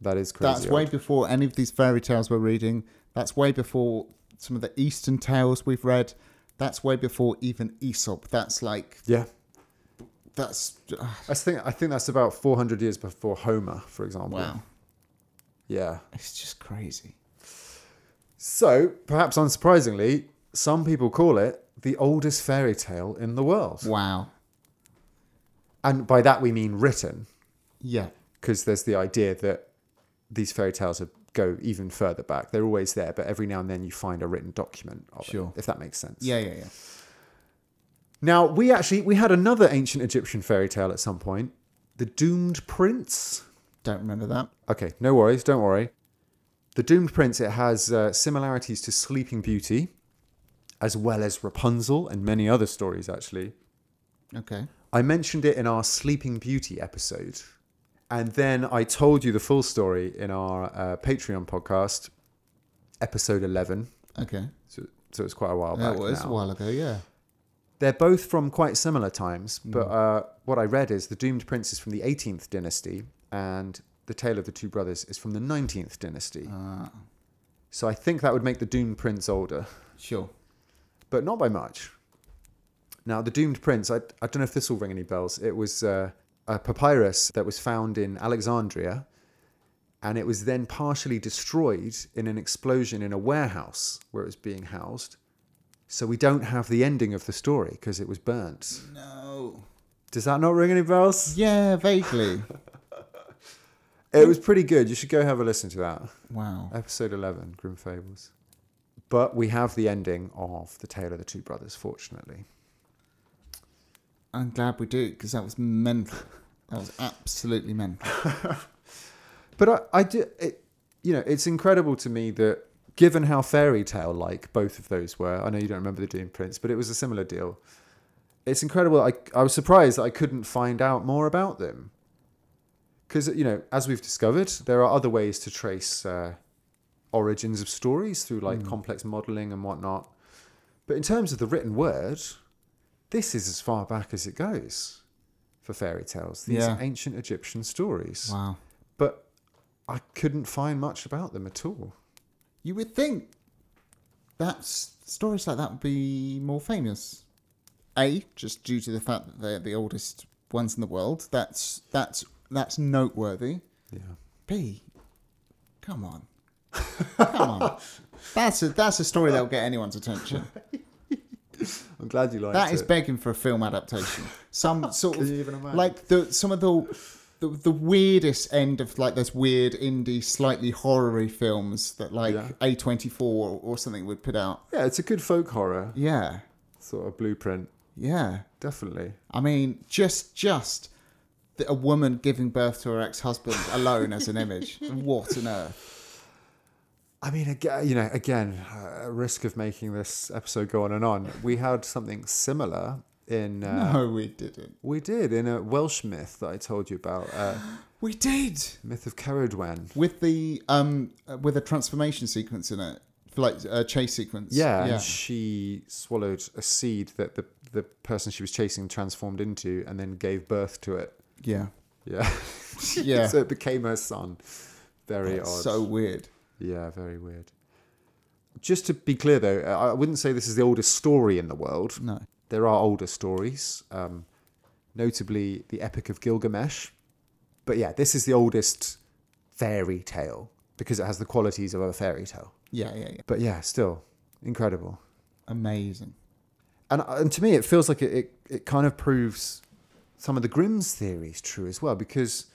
Speaker 2: That is crazy.
Speaker 1: that's way before any of these fairy tales we're reading. That's way before some of the Eastern tales we've read. That's way before even Aesop. That's like
Speaker 2: Yeah,
Speaker 1: that's ah,
Speaker 2: I think I think that's about 400 years before Homer, for example.
Speaker 1: wow.
Speaker 2: Yeah.
Speaker 1: It's just crazy.
Speaker 2: So, perhaps unsurprisingly, some people call it the oldest fairy tale in the world.
Speaker 1: Wow.
Speaker 2: And by that we mean written,
Speaker 1: Yeah.
Speaker 2: because there's the idea that these fairy tales are, go even further back. They're always there, but every now and then you find a written document of
Speaker 1: Sure.
Speaker 2: it, if that makes sense.
Speaker 1: Yeah, yeah, yeah.
Speaker 2: Now, we actually we had another ancient Egyptian fairy tale at some point, The Doomed Prince.
Speaker 1: Don't remember that.
Speaker 2: Okay, no worries, don't worry. The Doomed Prince, it has uh, similarities to Sleeping Beauty, as well as Rapunzel and many other stories, actually.
Speaker 1: Okay.
Speaker 2: I mentioned it in our Sleeping Beauty episode. And then I told you the full story in our uh, Patreon podcast, episode 11.
Speaker 1: Okay.
Speaker 2: So, so it's quite a while back.
Speaker 1: That was
Speaker 2: now.
Speaker 1: a while ago, yeah.
Speaker 2: They're both from quite similar times, but uh, what I read is The Doomed Prince is from the 18th dynasty, and The Tale of the Two Brothers is from the 19th dynasty.
Speaker 1: Uh,
Speaker 2: So I think that would make The Doomed Prince older.
Speaker 1: sure.
Speaker 2: but not by much. Now, the Doomed Prince, I, I don't know if this will ring any bells. It was uh, a papyrus that was found in Alexandria, and it was then partially destroyed in an explosion in a warehouse where it was being housed. So we don't have the ending of the story because it was burnt.
Speaker 1: No.
Speaker 2: Does that not ring any bells?
Speaker 1: Yeah, vaguely.
Speaker 2: It was pretty good. You should go have a listen to that.
Speaker 1: wow.
Speaker 2: Episode 11, Grim Fables. But we have the ending of The Tale of the Two Brothers, fortunately.
Speaker 1: I'm glad we do because that was mental. That was absolutely mental.
Speaker 2: But I, I do, it, you know, it's incredible to me that given how fairy tale like both of those were, I know you don't remember the Doom Prince, but it was a similar deal. It's incredible. I, I was surprised that I couldn't find out more about them. Because, you know, as we've discovered, there are other ways to trace uh, origins of stories through like complex modeling and whatnot. But in terms of the written word, this is as far back as it goes for fairy tales, these
Speaker 1: Yeah.
Speaker 2: ancient Egyptian stories
Speaker 1: Wow.
Speaker 2: but I couldn't find much about them at all.
Speaker 1: You would think that s- stories like that would be more famous. A, just due to the fact that they're the oldest ones in the world. That's that's that's noteworthy.
Speaker 2: Yeah.
Speaker 1: B, come on, come on. That's a that's a story that'll get anyone's attention.
Speaker 2: I'm glad you liked
Speaker 1: That is begging for a film adaptation. Some sort
Speaker 2: Can
Speaker 1: of
Speaker 2: you even imagine?
Speaker 1: like the some of the the, the weirdest end of like those weird indie, slightly horror films that like
Speaker 2: Yeah.
Speaker 1: A24 or, or something would put out.
Speaker 2: Yeah, it's a good folk horror
Speaker 1: Yeah,
Speaker 2: sort of blueprint.
Speaker 1: yeah.
Speaker 2: Definitely.
Speaker 1: I mean, just just the, a woman giving birth to her ex-husband alone as an image. What on earth?
Speaker 2: I mean, again, you know, again, uh, at risk of making this episode go on and on, we had something similar in. Uh,
Speaker 1: No, we didn't.
Speaker 2: We did in a Welsh myth that I told you about, uh,
Speaker 1: We did
Speaker 2: myth of Ceridwen.
Speaker 1: with the um uh, with a transformation sequence in it, for like a chase sequence.
Speaker 2: Yeah,
Speaker 1: yeah.
Speaker 2: and she swallowed a seed that the the person she was chasing transformed into, and then gave birth to it.
Speaker 1: yeah.
Speaker 2: Yeah,
Speaker 1: Yeah.
Speaker 2: so it became her son. Very odd.
Speaker 1: So weird.
Speaker 2: Yeah, very weird. Just to be clear, though, I I wouldn't say this is the oldest story in the world.
Speaker 1: No.
Speaker 2: There are older stories, um, notably the Epic of Gilgamesh. But yeah, this is the oldest fairy tale because it has the qualities of a fairy tale.
Speaker 1: Yeah, yeah, yeah.
Speaker 2: But yeah, still incredible.
Speaker 1: Amazing.
Speaker 2: And, uh, and to me, it feels like it, it, it kind of proves some of the Grimm's theories true as well because.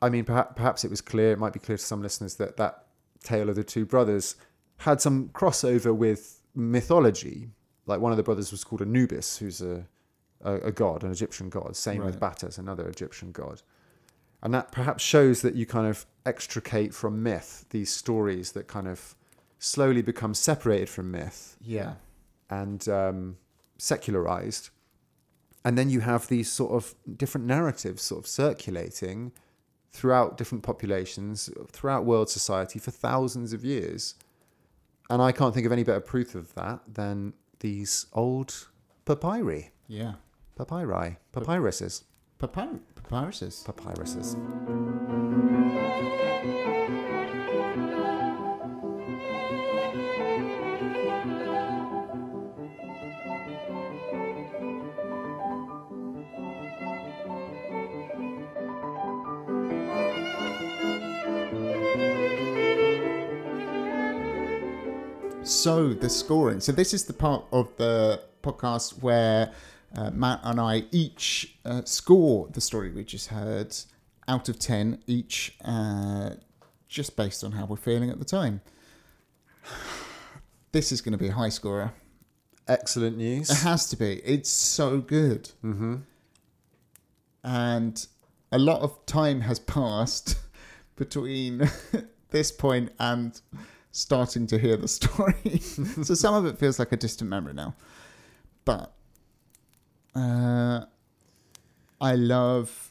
Speaker 2: I mean, perhaps, perhaps it was clear, it might be clear to some listeners that that tale of the two brothers had some crossover with mythology. Like one of the brothers was called Anubis, who's a, a, a god, an Egyptian god. Same with Batas, another Egyptian god. And that perhaps shows that you kind of extricate from myth these stories that kind of slowly become separated from myth
Speaker 1: Yeah.
Speaker 2: and um, secularized. And then you have these sort of different narratives sort of circulating throughout different populations, throughout world society for thousands of years. And I can't think of any better proof of that than these old papyri,
Speaker 1: Yeah.
Speaker 2: papyri, papyruses,
Speaker 1: Papyr- papyruses.
Speaker 2: papyruses.
Speaker 1: So the scoring. So this is the part of the podcast where uh, Matt and I each uh, score the story we just heard out of ten each, uh, just based on how we're feeling at the time. This is going to be a high scorer.
Speaker 2: Excellent news.
Speaker 1: It has to be. It's so good. Mm-hmm. And a lot of time has passed between this point and starting to hear the story. so some of it feels like a distant memory now. But uh, I love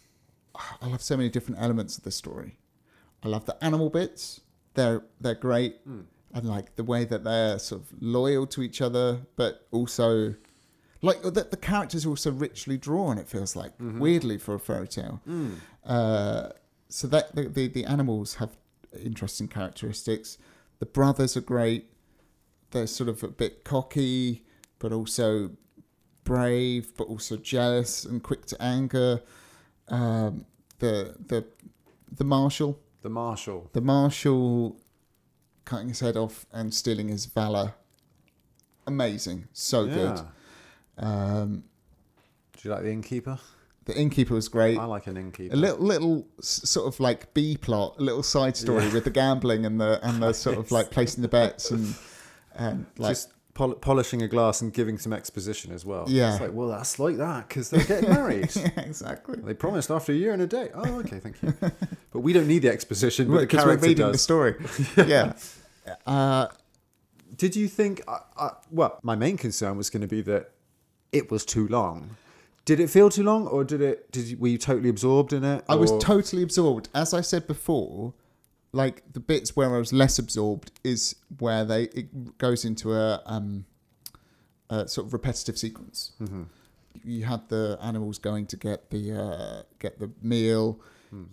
Speaker 1: I love so many different elements of the story. I love the animal bits. They're they're great. And like the way that they're sort of loyal to each other, but also like the, the characters are also richly drawn. It feels like weirdly for a fairy tale. Uh, so that the, the the animals have interesting characteristics. The brothers are great. They're sort of a bit cocky, but also brave, but also jealous and quick to anger. Um, the the the marshal,
Speaker 2: The marshal.
Speaker 1: the marshal, cutting his head off and stealing his valor. Amazing, so
Speaker 2: Yeah.
Speaker 1: good. Um,
Speaker 2: Do you like the innkeeper?
Speaker 1: the innkeeper was great.
Speaker 2: I like an innkeeper.
Speaker 1: a little little s- sort of like B plot, a little side story with the gambling and the and the sort of like placing the bets and and like
Speaker 2: just pol- polishing a glass and giving some exposition as well.
Speaker 1: Yeah.
Speaker 2: It's like, well, that's like that because they're getting married.
Speaker 1: yeah, exactly.
Speaker 2: They promised after a year and a day. Oh, okay, thank you. But we don't need the exposition, but the
Speaker 1: Because we're
Speaker 2: character
Speaker 1: reading the
Speaker 2: does.
Speaker 1: story. yeah. Uh,
Speaker 2: Did you think? I, I, well, my main concern was going to be that it was too long. Did it feel too long, or did it? Did you, were you totally absorbed in it?
Speaker 1: I was
Speaker 2: or-
Speaker 1: totally absorbed. As I said before, like the bits where I was less absorbed is where they it goes into a um a sort of repetitive sequence. You had the animals going to get the uh, get the meal.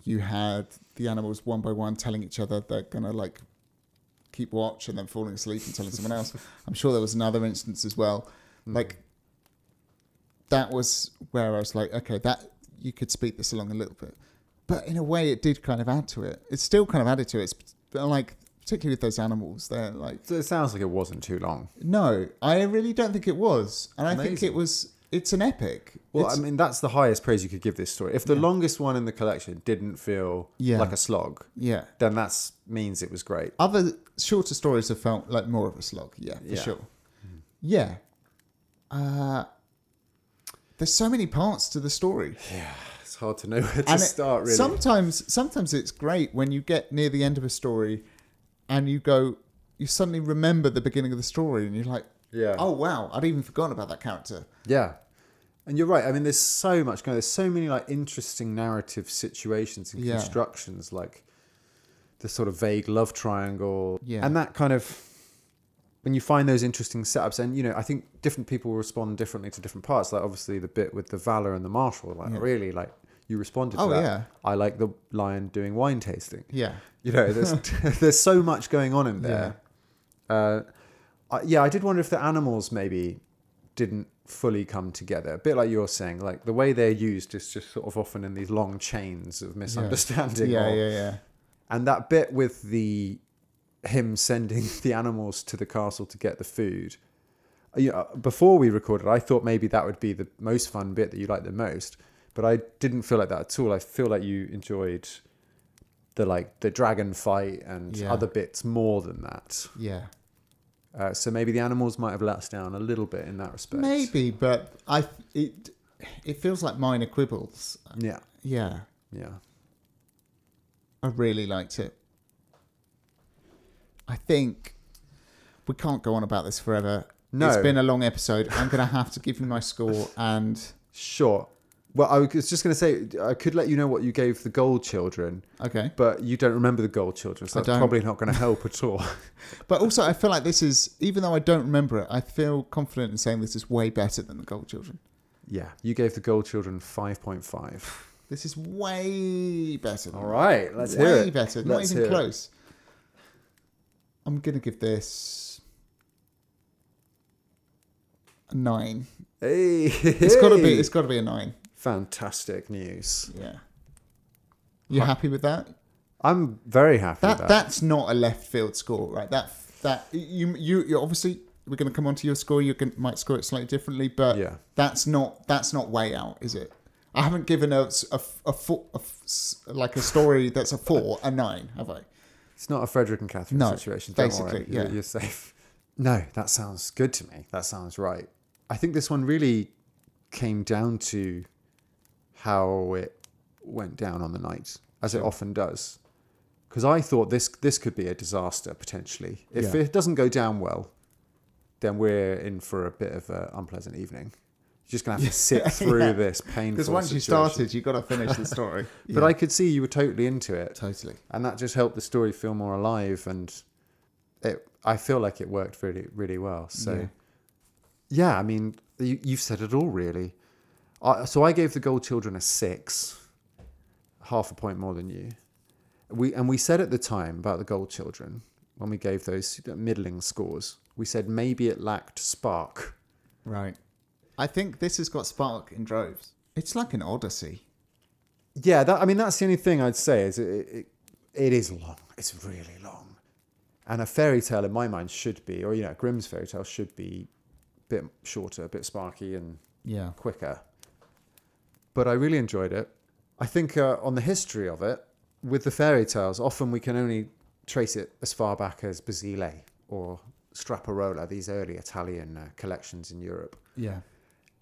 Speaker 1: You had the animals one by one telling each other they're gonna like keep watch and then falling asleep and telling someone else. I'm sure there was another instance as well. Like that was where I was like, okay, that you could speed this along a little bit, but in a way, it did kind of add to it. It still kind of added to it. It's but, like particularly with those animals, they're like,
Speaker 2: So it sounds like it wasn't too long.
Speaker 1: no, I really don't think it was, and I think
Speaker 2: Amazing.
Speaker 1: it was it's an epic.
Speaker 2: Well,
Speaker 1: It's-
Speaker 2: I mean, that's the highest praise you could give this story. If the longest one in the collection didn't feel
Speaker 1: Yeah.
Speaker 2: like a slog,
Speaker 1: yeah.
Speaker 2: then that means it was great.
Speaker 1: Other shorter stories have felt like more of a slog. Yeah, for
Speaker 2: Yeah.
Speaker 1: sure. Yeah. Uh, there's so many parts to the story.
Speaker 2: It's hard to know where to
Speaker 1: And it-
Speaker 2: start, really.
Speaker 1: Sometimes, sometimes it's great when you get near the end of a story, and you go, you suddenly remember the beginning of the story, and you're like,
Speaker 2: Yeah.
Speaker 1: oh wow, I'd even forgotten about that character.
Speaker 2: Yeah. And you're right. I mean, there's so much going. There's so many like interesting narrative situations and
Speaker 1: Yeah.
Speaker 2: constructions, like the sort of vague love triangle,
Speaker 1: Yeah.
Speaker 2: and that kind of. When you find those interesting setups, and you know, I think different people respond differently to different parts. Like obviously the bit with the valor and the marshal, like
Speaker 1: Yeah.
Speaker 2: really, like you responded.
Speaker 1: Oh,
Speaker 2: to that.
Speaker 1: yeah.
Speaker 2: I like the lion doing wine tasting.
Speaker 1: Yeah,
Speaker 2: You know, there's there's so much going on in there. Uh, I, yeah, I did wonder if the animals maybe didn't fully come together. A bit like you're saying, like the way they're used is just sort of often in these long chains of misunderstanding.
Speaker 1: yeah,
Speaker 2: or-
Speaker 1: yeah, yeah.
Speaker 2: And that bit with the him sending the animals to the castle to get the food. You know, before we recorded, I thought maybe that would be the most fun bit that you liked the most, but I didn't feel like that at all. I feel like you enjoyed the like the dragon fight and
Speaker 1: Yeah.
Speaker 2: other bits more than that.
Speaker 1: Yeah,
Speaker 2: Uh, so maybe the animals might have let us down a little bit in that respect.
Speaker 1: maybe, but I it it feels like minor quibbles.
Speaker 2: Yeah.
Speaker 1: Yeah,
Speaker 2: Yeah.
Speaker 1: I really liked it. I think we can't go on about this forever.
Speaker 2: No.
Speaker 1: it's been a long episode. I'm gonna have to give you my score and
Speaker 2: Sure. Well, I was just going to say I could let you know what you gave the gold children,
Speaker 1: okay.
Speaker 2: but you don't remember the gold children,
Speaker 1: I
Speaker 2: so that's
Speaker 1: don't.
Speaker 2: probably not going to help at all.
Speaker 1: But also, I feel like this is, even though I don't remember it, I feel confident in saying this is way better than the Gold Children.
Speaker 2: yeah, you gave the gold children five point five.
Speaker 1: This is way better. Than
Speaker 2: All right, let's
Speaker 1: way
Speaker 2: hear it.
Speaker 1: better. Not
Speaker 2: Let's
Speaker 1: even
Speaker 2: hear it.
Speaker 1: close. I'm gonna give this a nine.
Speaker 2: Hey,
Speaker 1: It's gotta be. It's gotta be a nine.
Speaker 2: fantastic news.
Speaker 1: Yeah. You happy with that?
Speaker 2: I'm very happy.
Speaker 1: That,
Speaker 2: with that.
Speaker 1: that's not a left field score, right? That that you you you obviously we're going to come on to your score. You can, might score it slightly differently, but
Speaker 2: Yeah.
Speaker 1: that's not that's not way out, is it? I haven't given a s- a f- a four a f- s- like a story that's a four a nine, have I?
Speaker 2: It's not a Frederick and Catherine
Speaker 1: No,
Speaker 2: situation. Don't worry.
Speaker 1: basically,
Speaker 2: You're,
Speaker 1: yeah.
Speaker 2: you're safe. No, that sounds good to me. That sounds right. I think this one really came down to how it went down on the night, as it often does. Because I thought this this could be a disaster potentially. If
Speaker 1: Yeah.
Speaker 2: it doesn't go down well, then we're in for a bit of an unpleasant evening. You're just gonna have to sit through
Speaker 1: Yeah.
Speaker 2: this painful.
Speaker 1: Because once you
Speaker 2: situation.
Speaker 1: started, you got to finish the story.
Speaker 2: but I could see you were totally into it
Speaker 1: totally.
Speaker 2: and that just helped the story feel more alive and it i feel like it worked really really well so yeah,
Speaker 1: Yeah.
Speaker 2: i mean you, you've said it all really I, so i gave the gold children a six half a point more than you we and we said at the time about the gold children when we gave those middling scores we said maybe it lacked spark
Speaker 1: Right. I think this has got spark in droves. It's like an odyssey.
Speaker 2: Yeah, that, I mean that's the only thing I'd say is it, it, it is long. It's really long, and a fairy tale in my mind should be, or you know, Grimm's fairy tale should be a bit shorter, a bit sparky, and
Speaker 1: Yeah.
Speaker 2: quicker. But I really enjoyed it. I think uh, on the history of it, with the fairy tales, often we can only trace it as far back as Basile or Straparola, these early Italian uh, collections in Europe.
Speaker 1: Yeah.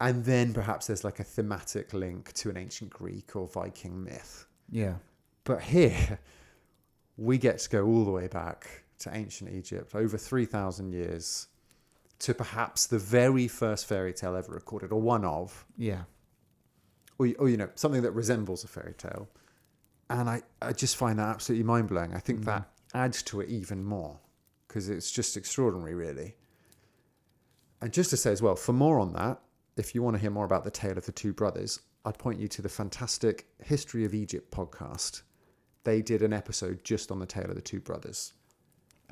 Speaker 2: And then perhaps there's like a thematic link to an ancient Greek or Viking myth.
Speaker 1: Yeah.
Speaker 2: But here, we get to go all the way back to ancient Egypt, over 3,000 years, to perhaps the very first fairy tale ever recorded, or one of,
Speaker 1: Yeah.
Speaker 2: or, or you know, something that resembles a fairy tale. And I, I just find that absolutely mind blowing. I think that adds to it even more because it's just extraordinary, really. And just to say as well, for more on that, if you want to hear more about the tale of the two brothers, I'd point you to the fantastic History of Egypt podcast. They did an episode just on the tale of the two brothers.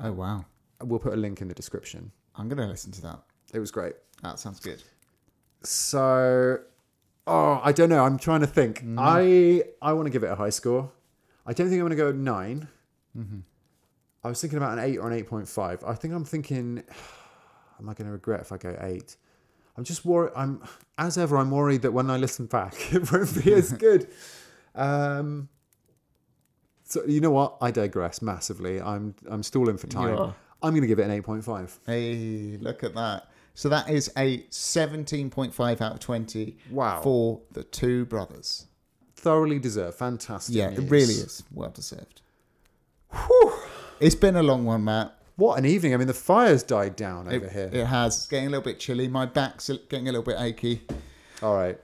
Speaker 1: Oh wow.
Speaker 2: We'll put a link in the description.
Speaker 1: I'm gonna listen to that.
Speaker 2: It was great.
Speaker 1: That sounds good.
Speaker 2: So, oh, I don't know. I'm trying to think.
Speaker 1: Mm.
Speaker 2: I I want to give it a high score. I don't think I'm going to go 9
Speaker 1: Mm-hmm.
Speaker 2: I was thinking about an eight or an eight point five. I think I'm thinking. Am I going to regret if I go eight? I I'm just worried. I'm as ever. I'm worried that when I listen back, it won't be as good. Um, so you know what? I digress massively. I'm I'm stalling for time.
Speaker 1: are.
Speaker 2: I'm going to give it an eight point five.
Speaker 1: Hey, look at that. So that is a 17.5 out of 20
Speaker 2: Wow.
Speaker 1: for the two brothers.
Speaker 2: Thoroughly deserved. Fantastic.
Speaker 1: Yeah, it
Speaker 2: news.
Speaker 1: really is well deserved. It's been a long one, Matt.
Speaker 2: What an evening. I mean, the fire's died down over
Speaker 1: It,
Speaker 2: here.
Speaker 1: it has. It's getting a little bit chilly. My back's getting a little bit achy.
Speaker 2: All right.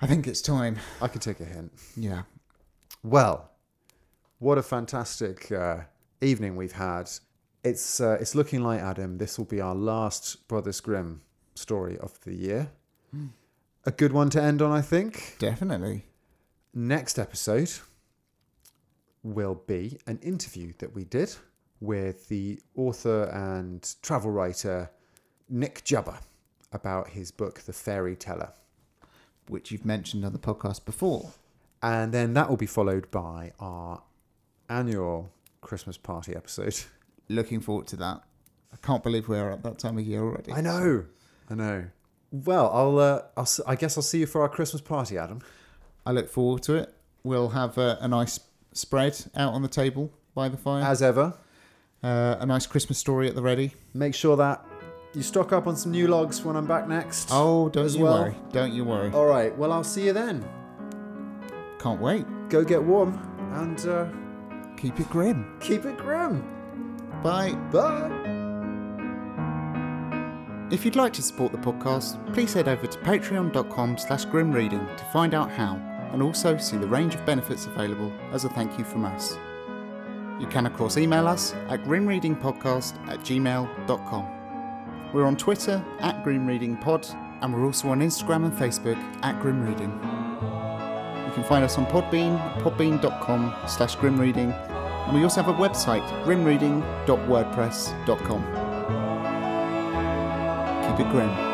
Speaker 1: I think it's time.
Speaker 2: I can take a hint.
Speaker 1: Yeah.
Speaker 2: Well, what a fantastic uh, evening we've had. It's uh, it's looking like Adam. This will be our last Brothers Grimm story of the year. A good one to end on, I think.
Speaker 1: Definitely.
Speaker 2: Next episode will be an interview that we did with the author and travel writer Nick Jubber about his book The Fairy Teller.
Speaker 1: Which you've mentioned on the podcast before.
Speaker 2: And then that will be followed by our annual Christmas party episode.
Speaker 1: Looking forward to that. I can't believe we're at that time of year already.
Speaker 2: I know. I know. Well, I'll, uh, I'll s- I guess I'll see you for our Christmas party, Adam.
Speaker 1: I look forward to it. We'll have uh, a nice spread out on the table by the fire.
Speaker 2: As ever,
Speaker 1: uh, a nice Christmas story at the ready.
Speaker 2: make sure that you stock up on some new logs when I'm back next.
Speaker 1: Oh, don't
Speaker 2: As
Speaker 1: you
Speaker 2: well.
Speaker 1: worry. Don't you worry.
Speaker 2: All right. Well, I'll see you then.
Speaker 1: Can't wait.
Speaker 2: Go get warm and uh,
Speaker 1: Keep it grim.
Speaker 2: keep it grim.
Speaker 1: Bye.
Speaker 2: Bye.
Speaker 1: If you'd like to support the podcast, please head over to patreon.com slash grimreading to find out how, and also see the range of benefits available as a thank you from us. You can of course email us at grimreadingpodcast at gmail.com. We're on Twitter at grimreadingpod, and we're also on Instagram and Facebook at grimreading. You can find us on Podbean, podbean.com slash grimreading, and we also have a website, grimreading.wordpress.com keep it grim.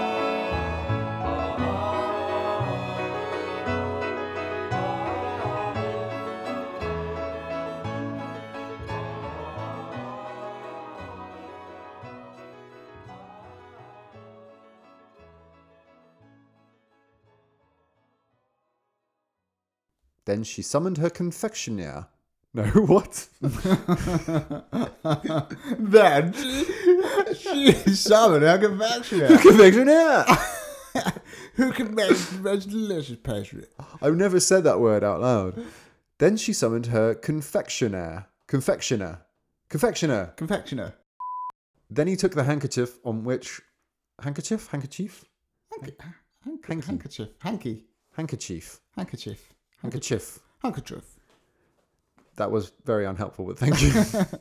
Speaker 2: Then she summoned her confectioner. No, what?
Speaker 1: Then she summoned her confectioner
Speaker 2: confectioner!
Speaker 1: who can make the most delicious pastry.
Speaker 2: I've never said that word out loud. Then she summoned her confectioner. Confectioner. Confectioner.
Speaker 1: Confectioner.
Speaker 2: Then he took the handkerchief on which. Handkerchief? Handkerchief?
Speaker 1: Hanky, hanky, handkerchief. Hanky.
Speaker 2: Handkerchief.
Speaker 1: Handkerchief.
Speaker 2: Handkerchief.
Speaker 1: Handkerchief.
Speaker 2: That was very unhelpful, but thank you.